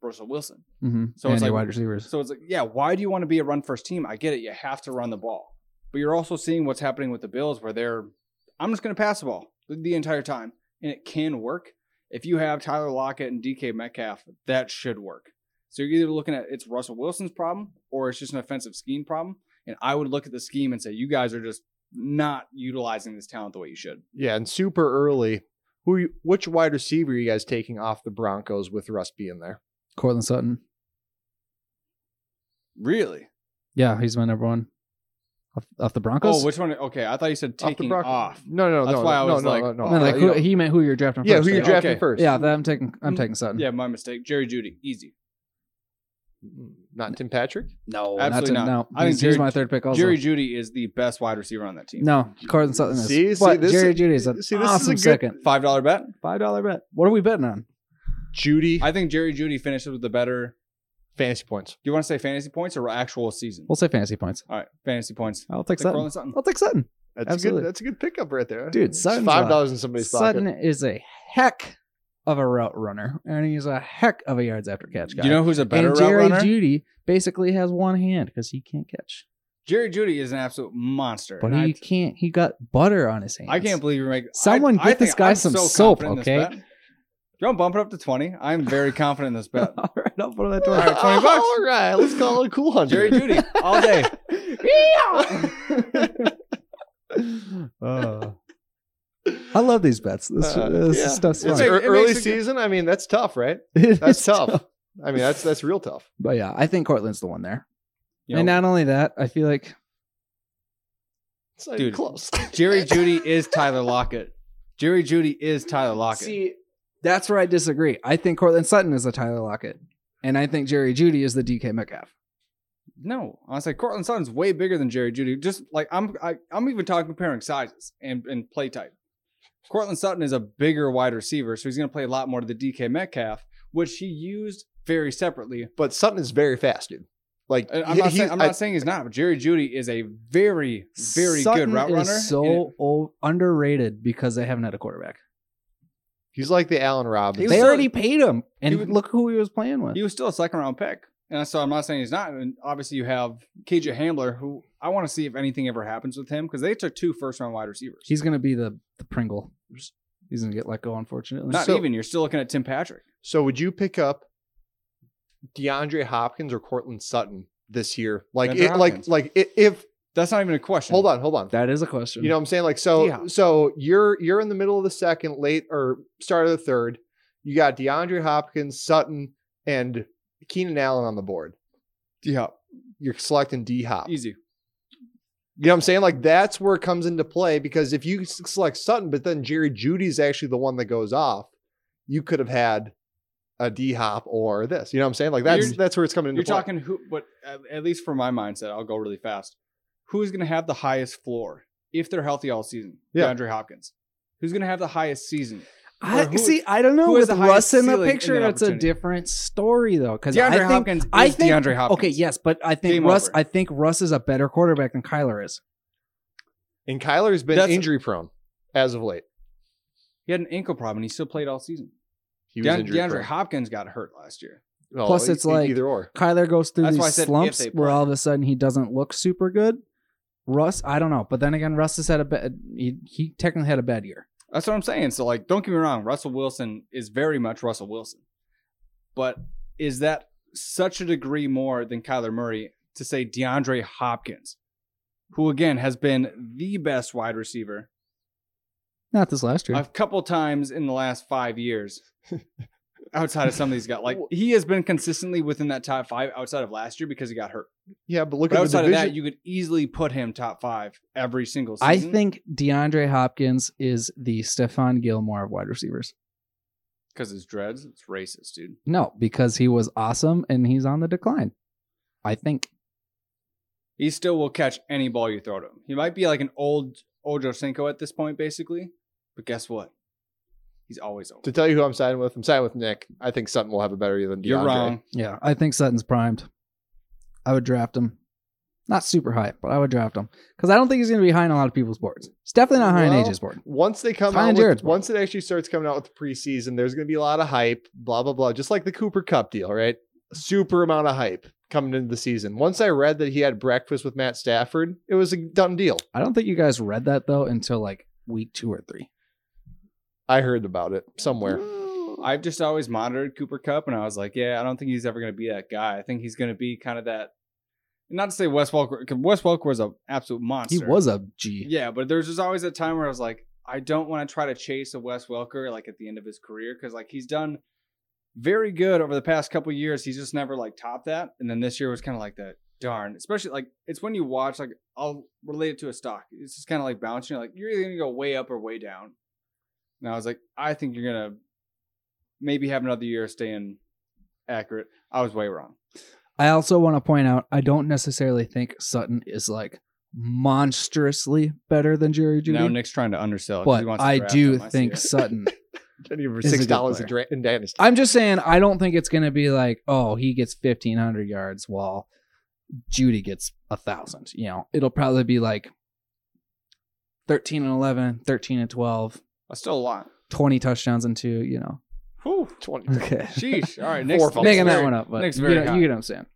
Speaker 3: Russell Wilson.
Speaker 2: mm-hmm.
Speaker 3: So
Speaker 2: and
Speaker 3: it's
Speaker 2: their
Speaker 3: like-
Speaker 2: wide receivers.
Speaker 3: So it's like, yeah, why do you want to be a run first team? I get it. You have to run the ball, but you're also seeing what's happening with the Bills, where they're I'm just going to pass the ball the- the entire time, and it can work if you have Tyler Lockett and DK Metcalf. That should work. So you're either looking at it's Russell Wilson's problem or it's just an offensive scheme problem. And I would look at the scheme and say, you guys are just not utilizing this talent the way you should.
Speaker 5: Yeah, and super early. Who you, which wide receiver are you guys taking off the Broncos with Russ being there?
Speaker 2: Cortland Sutton.
Speaker 3: Really?
Speaker 2: Yeah, he's my number one. Off, off the Broncos.
Speaker 3: Oh, which one? Okay, I thought you said
Speaker 5: Off the
Speaker 3: taking off.
Speaker 5: Broncos? No, no, no.
Speaker 3: That's
Speaker 5: no,
Speaker 3: why I
Speaker 5: no,
Speaker 3: was
Speaker 5: no,
Speaker 3: like- uh,
Speaker 5: no, no,
Speaker 2: No, like
Speaker 5: no,
Speaker 2: who,
Speaker 5: no.
Speaker 2: he meant who you're drafting
Speaker 5: yeah,
Speaker 2: first.
Speaker 5: who you're
Speaker 2: yeah.
Speaker 5: drafting
Speaker 3: Okay.
Speaker 5: first?
Speaker 2: Yeah, that I'm taking. I'm taking Sutton.
Speaker 3: Yeah, my mistake. Jerry Judy, easy.
Speaker 5: not Tim Patrick.
Speaker 2: no,
Speaker 3: absolutely
Speaker 2: not. to-
Speaker 3: not.
Speaker 2: No,
Speaker 3: I think
Speaker 2: he's, he's
Speaker 3: Jerry-
Speaker 2: my third pick. Also,
Speaker 3: Jerry Judy is the best wide receiver on that team.
Speaker 2: no, Cortland Sutton is.
Speaker 5: See, see,
Speaker 2: but
Speaker 5: this
Speaker 2: Jerry
Speaker 5: is-
Speaker 2: Judy is an
Speaker 5: see, this is a
Speaker 2: awesome
Speaker 5: good-
Speaker 2: second.
Speaker 3: Five dollar bet.
Speaker 2: Five dollar bet. What are we betting on?
Speaker 5: Judy,
Speaker 3: I think Jerry Judy finishes with the better.
Speaker 5: fantasy points.
Speaker 3: Do you want to say fantasy points or actual season?
Speaker 2: We'll say fantasy points.
Speaker 3: All right, fantasy points.
Speaker 2: I'll take
Speaker 3: Take
Speaker 2: Sutton.
Speaker 3: Cortland Sutton.
Speaker 2: I'll take Sutton.
Speaker 5: That's
Speaker 2: Absolutely.
Speaker 5: a good. That's a good pickup right there,
Speaker 2: Dude,
Speaker 5: It's
Speaker 2: Sutton's
Speaker 5: Five dollars in somebody's
Speaker 2: Sutton
Speaker 5: pocket. (laughs)
Speaker 2: is a heck of a route runner, and he's a heck of a yards after catch guy.
Speaker 3: Do you know who's a better
Speaker 2: and
Speaker 3: route
Speaker 2: Jerry
Speaker 3: runner?
Speaker 2: Judy basically has one hand because he can't catch,
Speaker 3: Jerry Judy is an absolute monster.
Speaker 2: but
Speaker 3: and I-
Speaker 2: he can't. He got butter on his hands. (laughs)
Speaker 3: I, can't believe you're making.
Speaker 2: Someone
Speaker 3: I, I
Speaker 2: get this
Speaker 3: think
Speaker 2: guy
Speaker 3: I'm
Speaker 2: some
Speaker 3: so
Speaker 2: soap,
Speaker 3: confident in this
Speaker 2: okay?
Speaker 3: bet. Do you want to bump it up to twenty? I'm
Speaker 2: (laughs)
Speaker 3: very confident in this bet.
Speaker 2: All right, I'll put it that
Speaker 3: All (laughs) right, twenty bucks.
Speaker 5: All right, let's call it a cool
Speaker 3: Jerry
Speaker 5: hundred.
Speaker 3: Judy
Speaker 2: (laughs)
Speaker 3: all day.
Speaker 2: Oh. I love these bets. This,
Speaker 5: Uh,
Speaker 2: this
Speaker 5: yeah.
Speaker 2: stuff's fun.
Speaker 5: It's
Speaker 3: It
Speaker 5: ear-
Speaker 3: makes- it
Speaker 5: early
Speaker 3: makes a good-
Speaker 5: season. I mean, that's tough, right?
Speaker 2: (laughs) It
Speaker 5: That's
Speaker 2: is
Speaker 5: tough. I mean, that's that's real tough.
Speaker 2: But yeah, I think Cortland's the one there.
Speaker 3: You
Speaker 2: And
Speaker 3: know,
Speaker 2: not only that, I feel like
Speaker 5: It's not even
Speaker 3: Dude.
Speaker 5: close.
Speaker 3: Jerry Judy is Tyler Lockett. Jerry Judy is Tyler Lockett.
Speaker 2: see that's where I disagree. I think Cortland Sutton is the Tyler Lockett, and I think Jerry Judy is the DK Metcalf.
Speaker 3: No, honestly, Cortland Sutton's way bigger than Jerry Judy. Just like I'm, I, I'm even talking comparing sizes and, and play type. Cortland Sutton is a bigger wide receiver, so he's going to play a lot more to the DK Metcalf, which he used very separately.
Speaker 5: But Sutton is very fast, dude. Like
Speaker 3: And I'm
Speaker 5: he-
Speaker 3: not,
Speaker 5: he-
Speaker 3: saying, I'm
Speaker 5: I-
Speaker 3: not saying he's not, but Jerry Judy is a very, very
Speaker 2: Sutton
Speaker 3: good route
Speaker 2: is
Speaker 3: runner.
Speaker 2: So
Speaker 3: and it-
Speaker 2: o- underrated because they haven't had a quarterback.
Speaker 5: he's like the Allen Robinson.
Speaker 3: He was
Speaker 2: They
Speaker 3: still-
Speaker 2: already paid him, and
Speaker 3: he was-
Speaker 2: look who he was playing with.
Speaker 3: he was still a second round pick, and so I'm not saying he's not. And obviously, you have KJ Hamler, who I want to see if anything ever happens with him because they took two first round wide receivers.
Speaker 2: He's gonna be the the Pringle. He's gonna get let go, unfortunately.
Speaker 3: not
Speaker 5: so-
Speaker 3: even. You're still looking at Tim Patrick.
Speaker 5: So would you pick up DeAndre Hopkins or Cortland Sutton this year? Like
Speaker 3: DeAndre
Speaker 5: it, like
Speaker 3: Hopkins.
Speaker 5: like i- if
Speaker 3: That's not even a question.
Speaker 5: hold on, hold on.
Speaker 2: that is a question.
Speaker 5: You know what I'm saying? Like so
Speaker 3: Yeah.
Speaker 5: so you're you're in the middle of the second, late or start of the third. You got DeAndre Hopkins, Sutton, and Keenan Allen on the board.
Speaker 3: D Hop,
Speaker 5: You're selecting D Hop. You
Speaker 3: easy.
Speaker 5: know what I'm saying? Like that's where it comes into play because if you s- select Sutton, but then Jerry Judy's actually the one that goes off, you could have had a D Hop or this. You know what I'm saying? Like that's
Speaker 3: You're-
Speaker 5: that's where it's coming into
Speaker 3: You're
Speaker 5: play.
Speaker 3: talking who, but at, at least for my mindset, I'll go really fast. Who's going to have the highest floor if they're healthy all season?
Speaker 5: Yeah.
Speaker 3: DeAndre Hopkins. Who's going to have the highest season?
Speaker 2: I
Speaker 3: Or who-
Speaker 2: see. I don't know.
Speaker 3: who has
Speaker 2: With
Speaker 3: the
Speaker 2: Russ
Speaker 3: highest
Speaker 2: in the
Speaker 3: ceiling in
Speaker 2: picture,
Speaker 3: that
Speaker 2: it's a
Speaker 3: opportunity?
Speaker 2: different story though. Because
Speaker 3: DeAndre
Speaker 2: I think,
Speaker 3: Hopkins
Speaker 2: I
Speaker 3: is
Speaker 2: think-
Speaker 3: DeAndre Hopkins.
Speaker 2: okay, yes, but I think
Speaker 3: Game
Speaker 2: Russ.
Speaker 3: over.
Speaker 2: I think Russ is a better quarterback than Kyler is.
Speaker 5: And Kyler's been
Speaker 3: That's-
Speaker 5: injury prone as of late.
Speaker 3: He had an ankle problem and he still played all season.
Speaker 5: He was
Speaker 3: DeAndre,
Speaker 5: injury
Speaker 3: DeAndre
Speaker 5: prone.
Speaker 3: Hopkins got hurt last year.
Speaker 5: Well,
Speaker 2: Plus,
Speaker 5: e-
Speaker 2: it's
Speaker 5: e-
Speaker 2: like-
Speaker 5: either or.
Speaker 2: Kyler goes through
Speaker 3: That's why I
Speaker 2: these
Speaker 3: said if
Speaker 2: slumps
Speaker 3: they
Speaker 2: where
Speaker 3: play.
Speaker 2: all of a sudden he doesn't look super good. Russ, I don't know, but then again, Russ has had a bad. He, he technically had a bad year.
Speaker 3: That's what I'm saying. So, like, don't get me wrong. Russell Wilson is very much Russell Wilson. But is that such a degree more than Kyler Murray to say DeAndre Hopkins, who again has been the best wide receiver
Speaker 2: Not this last year.
Speaker 3: a couple times in the last
Speaker 5: (laughs)
Speaker 3: five years. outside of some of these guys, like he has been consistently within that top five outside of last year because he got hurt.
Speaker 5: Yeah, but look
Speaker 3: But
Speaker 5: at the
Speaker 3: outside of
Speaker 5: division.
Speaker 3: that, you could easily put him top five every single season.
Speaker 2: I think DeAndre Hopkins is the Stefan Gilmore of wide receivers.
Speaker 3: because his dreads, it's racist, dude.
Speaker 2: No, because he was awesome and he's on the decline. I think.
Speaker 3: He still will catch any ball you throw to him. He might be like an old Ojo Cinco at this point, basically. But guess what? He's always open.
Speaker 5: to tell you who I'm siding with, I'm siding with Nick. I think Sutton will have a better year than DeAndre.
Speaker 3: You're wrong.
Speaker 2: Yeah, I think Sutton's primed. I would draft him. Not super high, but I would draft him because I don't think he's going to be high on a lot of people's boards. It's definitely not high on
Speaker 5: Well,
Speaker 2: AJ's board.
Speaker 5: Once they come
Speaker 2: Fine,
Speaker 5: out,
Speaker 2: Jared's
Speaker 5: with, once it actually starts coming out with the preseason, there's going to be a lot of hype, blah blah blah. Just like the Cooper Cup deal, right? Super amount of hype coming into the season. Once I read that he had breakfast with Matt Stafford, it was a done deal.
Speaker 2: I don't think you guys read that though until like week two or three.
Speaker 5: I heard about it somewhere.
Speaker 3: I've just always monitored Cooper Cup, and I was like, yeah, I don't think he's ever going to be that guy. I think he's going to be kind of that. Not to say Wes Welker, 'cause Wes Welker was an absolute
Speaker 2: He
Speaker 3: monster.
Speaker 2: was a G.
Speaker 3: Yeah, but there's just always a time where I was like, I don't want to try to chase a Wes Welker like at the end of his career because like he's done very good over the past couple years. He's just never like topped that, and then this year was kind of like that. Darn, especially like it's when you watch like I'll relate it to a stock. It's just kind of like bouncing. Like you're either gonna go way up or way down. And I was like, I think you're gonna maybe have another year staying accurate. I was way wrong.
Speaker 2: I also want to point out I don't necessarily think Sutton is like monstrously better than Jerry Judy.
Speaker 3: now Nick's trying to undersell, it 'cause he
Speaker 2: but
Speaker 3: wants to
Speaker 2: I
Speaker 3: draft
Speaker 2: do
Speaker 3: him. see
Speaker 2: think
Speaker 3: it.
Speaker 2: Sutton.
Speaker 5: Didn't even
Speaker 2: He's a good
Speaker 5: six dollars
Speaker 2: player.
Speaker 5: in dynasty.
Speaker 2: I'm just saying I don't think it's going to be like, oh, he gets 1500 yards while Judy gets a thousand. You know, it'll probably be like 13 and 11, 13 and 12,
Speaker 3: That's still a lot.
Speaker 2: 20 touchdowns and two. You know,
Speaker 5: Whew, Twenty.
Speaker 2: okay,
Speaker 3: Sheesh.
Speaker 5: (laughs)
Speaker 3: All right, Nick's
Speaker 5: fumbles.
Speaker 2: making that
Speaker 5: Very-
Speaker 2: one up, but
Speaker 3: Nick's
Speaker 2: you,
Speaker 3: very
Speaker 2: know, you get what I'm saying.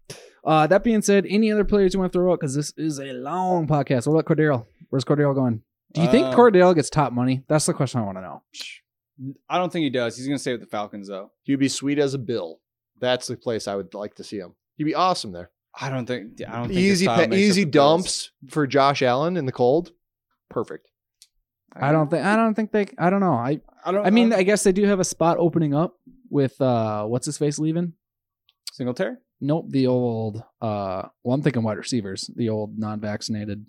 Speaker 2: Uh, that being said, any other players you want to throw out because this is a long podcast. What about Cordero? Where's Cordero going? Do you think
Speaker 3: Uh,
Speaker 2: Cordero gets top money? That's the question I want to know.
Speaker 3: I don't think he does. He's going to stay with the Falcons, though.
Speaker 5: He'd be sweet as a bill. That's the place I would like to see him. He'd be awesome there.
Speaker 3: I don't think. I don't think his
Speaker 5: Easy,
Speaker 3: style
Speaker 5: pa-
Speaker 3: makes up
Speaker 5: easy
Speaker 3: for Bills.
Speaker 5: dumps for Josh Allen in the cold. Perfect.
Speaker 2: I don't think. I don't think they. I don't know. I.
Speaker 3: I don't. uh,
Speaker 2: I mean, I guess they do have a spot opening up with uh, what's his face leaving.
Speaker 3: single tear.
Speaker 2: Nope, the old. Uh, well, I'm thinking wide receivers. The old non-vaccinated.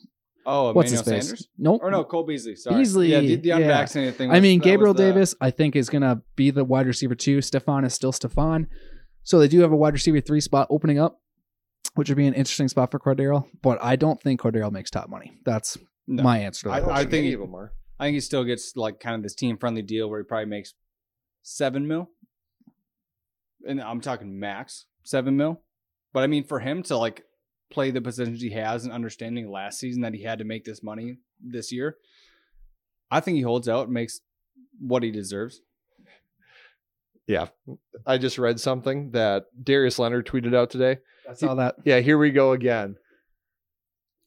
Speaker 3: Oh,
Speaker 2: What's his
Speaker 3: Emmanuel
Speaker 2: face?
Speaker 3: Sanders.
Speaker 2: Nope.
Speaker 3: Or no, Cole Beasley. Sorry,
Speaker 2: Beasley,
Speaker 3: Yeah, the, the
Speaker 2: yeah.
Speaker 3: unvaccinated thing.
Speaker 2: I
Speaker 3: was-
Speaker 2: mean,
Speaker 3: that was
Speaker 2: Gabriel
Speaker 3: the-
Speaker 2: Davis, I think, is going to be the wide receiver two. Stefan is still Stefan. So they do have a wide receiver three spot opening up, which would be an interesting spot for Cordero. But I don't think Cordero makes top money. That's
Speaker 3: No.
Speaker 2: my answer to
Speaker 3: I-
Speaker 2: that.
Speaker 3: I think-
Speaker 5: Many of them are.
Speaker 3: I think he still gets like kind of this team friendly deal where he probably makes seven mil, and I'm talking max seven mil. But I mean, for him to like play the positions he has and understanding last season that he had to make this money this year, I think he holds out and makes what he deserves.
Speaker 5: Yeah. I just read something that Darius Leonard tweeted out today.
Speaker 2: I saw that.
Speaker 5: Yeah, here we go again.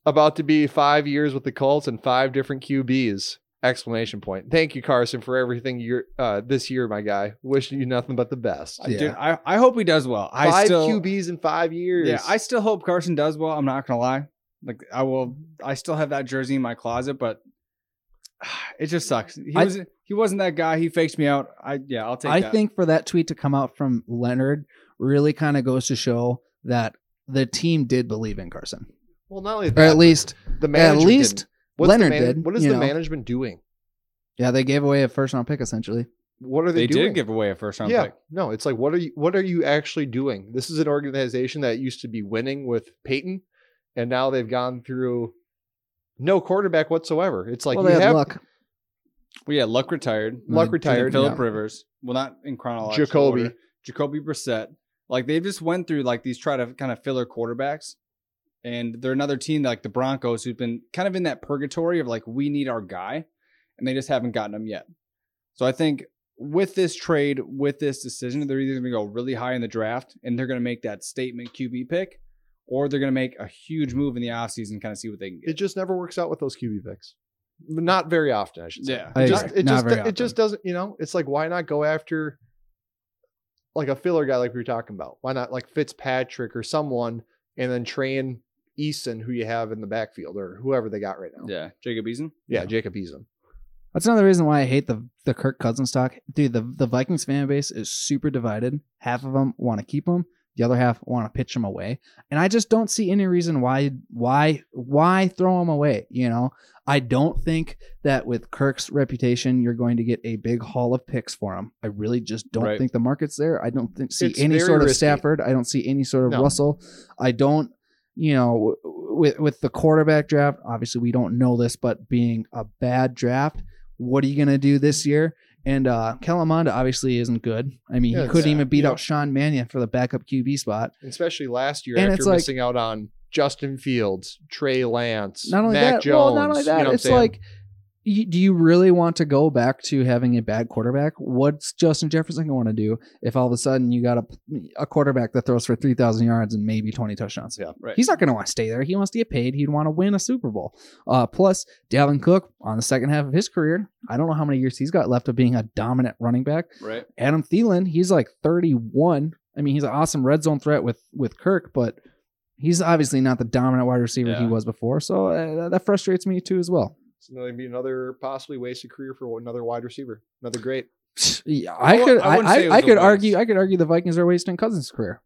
Speaker 5: About to be five years with the Colts and five different QBs. Exclamation point. Thank you, Carson, for everything you're uh, this year, my guy. Wishing you nothing but the best.
Speaker 3: I- Uh, Dude, I, I hope he does well. I
Speaker 5: five
Speaker 3: still,
Speaker 5: QBs in five years.
Speaker 3: Yeah, I still hope Carson does well. I'm not gonna lie. Like I will, I still have that jersey in my closet, but (sighs) it just sucks. He
Speaker 2: I-
Speaker 3: was he wasn't that guy. He faked me out. I yeah, I'll take.
Speaker 2: I
Speaker 3: that.
Speaker 2: think for that tweet to come out from Leonard really kind of goes to show that the team did believe in Carson,
Speaker 5: well, not only
Speaker 2: or
Speaker 5: that,
Speaker 2: at least,
Speaker 5: the
Speaker 2: at
Speaker 5: manager
Speaker 2: least,
Speaker 5: didn't. What's the
Speaker 2: Leonard
Speaker 5: mana-
Speaker 2: did,
Speaker 5: What is
Speaker 2: you
Speaker 5: the
Speaker 2: know.
Speaker 5: management doing?
Speaker 2: yeah, they gave away a first round pick essentially.
Speaker 5: What are
Speaker 3: they,
Speaker 5: they, doing?
Speaker 3: did give away a first round
Speaker 5: yeah,
Speaker 3: pick.
Speaker 5: no, it's like what are you what are you actually doing? This is an organization that used to be winning with Peyton, and now they've gone through no quarterback whatsoever. It's like
Speaker 2: well,
Speaker 5: you
Speaker 2: they had
Speaker 5: have
Speaker 2: luck.
Speaker 3: Well, yeah, Luck retired.
Speaker 2: Luck
Speaker 3: And
Speaker 5: retired,
Speaker 3: Philip
Speaker 2: yeah.
Speaker 3: Mm-hmm. Rivers. Well, not in chronological
Speaker 5: Jacoby.
Speaker 3: order. Jacoby Brissett. Like they just went through like these try to kind of filler quarterbacks, and they're another team like the Broncos who've been kind of in that purgatory of like we need our guy, and they just haven't gotten him yet. So I think with this trade, with this decision, they're either going to go really high in the draft and they're going to make that statement QB pick, or they're going to make a huge move in the offseason, kind of see what they can
Speaker 5: it
Speaker 3: get.
Speaker 5: just never works out with those QB picks. Not very often, I should say.
Speaker 3: Yeah,
Speaker 2: I
Speaker 5: It just
Speaker 2: agree.
Speaker 5: it
Speaker 2: Not
Speaker 5: just
Speaker 2: very
Speaker 5: it just doesn't, you know, it's like why not go after like a filler guy like we were talking about? Why not like Fitzpatrick or someone and then train Easton who you have in the backfield or whoever they got right now. Yeah,
Speaker 3: yeah. Jacob Eason.
Speaker 5: Jacob Eason.
Speaker 2: That's another reason why I hate the the Kirk Cousins talk. Dude, the, the Vikings fan base is super divided. Half of them want to keep him, the other half want to pitch him away. And I just don't see any reason why why why throw him away, you know? I don't think that with Kirk's reputation you're going to get a big haul of picks for him. I really just don't
Speaker 3: Right.
Speaker 2: think the market's there. I don't think, see
Speaker 5: It's
Speaker 2: any
Speaker 5: very
Speaker 2: sort of
Speaker 5: risky.
Speaker 2: Stafford. I don't see any sort of
Speaker 5: No.
Speaker 2: Russell. I don't you know, w- with with the quarterback draft, obviously we don't know this, but being a bad draft, what are you gonna do this year? And uh Calamanda obviously isn't good. I mean,
Speaker 5: Yeah,
Speaker 2: he couldn't
Speaker 5: yeah,
Speaker 2: even beat
Speaker 5: yeah.
Speaker 2: out Sean Mannion for the backup QB spot.
Speaker 5: especially last year
Speaker 2: And it's
Speaker 5: after
Speaker 2: like-
Speaker 5: missing out on Justin Fields, Trey Lance,
Speaker 2: Not only
Speaker 5: Mac
Speaker 2: that,
Speaker 5: Jones.
Speaker 2: well, not only
Speaker 5: you
Speaker 2: that,
Speaker 5: know what I'm
Speaker 2: it's
Speaker 5: saying?
Speaker 2: like, you, do you really want to go back to having a bad quarterback? What's Justin Jefferson going to do if all of a sudden you got a a quarterback that throws for three thousand yards and maybe twenty touchdowns?
Speaker 5: Yeah,
Speaker 3: right.
Speaker 2: He's not going to want to stay there. He wants to get paid. He'd want to win a Super Bowl. Uh, plus, Dalvin Cook on the second half of his career, I don't know how many years he's got left of being a dominant running back.
Speaker 3: Right.
Speaker 2: Adam Thielen, he's like 31. I mean, he's an awesome red zone threat with with Kirk, but he's obviously not the dominant wide receiver he
Speaker 3: Yeah.
Speaker 2: was before. So uh, that- that frustrates me too as well. (sighs)
Speaker 5: It's another, be another possibly wasted career for another wide receiver. Another great.
Speaker 2: Yeah, I
Speaker 3: wou-
Speaker 2: could
Speaker 3: I
Speaker 2: I,
Speaker 3: wouldn't say
Speaker 2: I,
Speaker 3: it was
Speaker 2: I
Speaker 3: a
Speaker 2: could
Speaker 3: waste.
Speaker 2: argue I could argue the Vikings are wasting Cousins' career.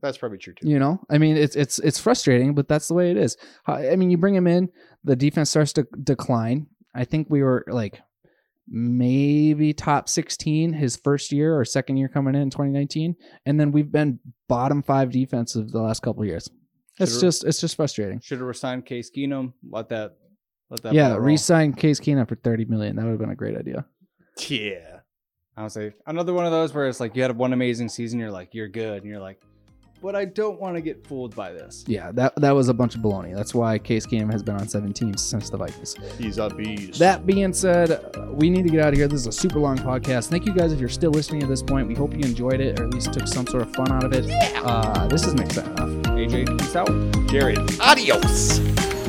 Speaker 5: That's probably true too.
Speaker 2: You know, I mean, it's it's it's frustrating, but that's the way it is. I I mean, you bring him in, the defense starts to decline. I think we were like maybe top 16 his first year or second year coming in 2019 and then we've been bottom 5 defensive the last couple of years. It's
Speaker 3: Sure.
Speaker 2: just it's just frustrating.
Speaker 3: Should have resigned Case Keenum. Let that. Let that.
Speaker 2: Yeah,
Speaker 3: ball roll.
Speaker 2: re-sign Case Keenum for 30 million. That would have been a great idea.
Speaker 5: Yeah.
Speaker 3: Honestly, another one of those where it's like you had one amazing season. You're like you're good, and you're like, but I don't want to get fooled by this.
Speaker 2: Yeah, that that was a bunch of baloney. That's why Case Keenum has been on seven teams since the Vikings.
Speaker 5: He's a beast.
Speaker 2: That being said, uh, we need to get out of here. This is a super long podcast. Thank you guys if you're still listening at this point. We hope you enjoyed it or at least took some sort of fun out of it. Uh, this is Nick signing off.
Speaker 3: AJ, peace out.
Speaker 5: Jared.
Speaker 7: Adios.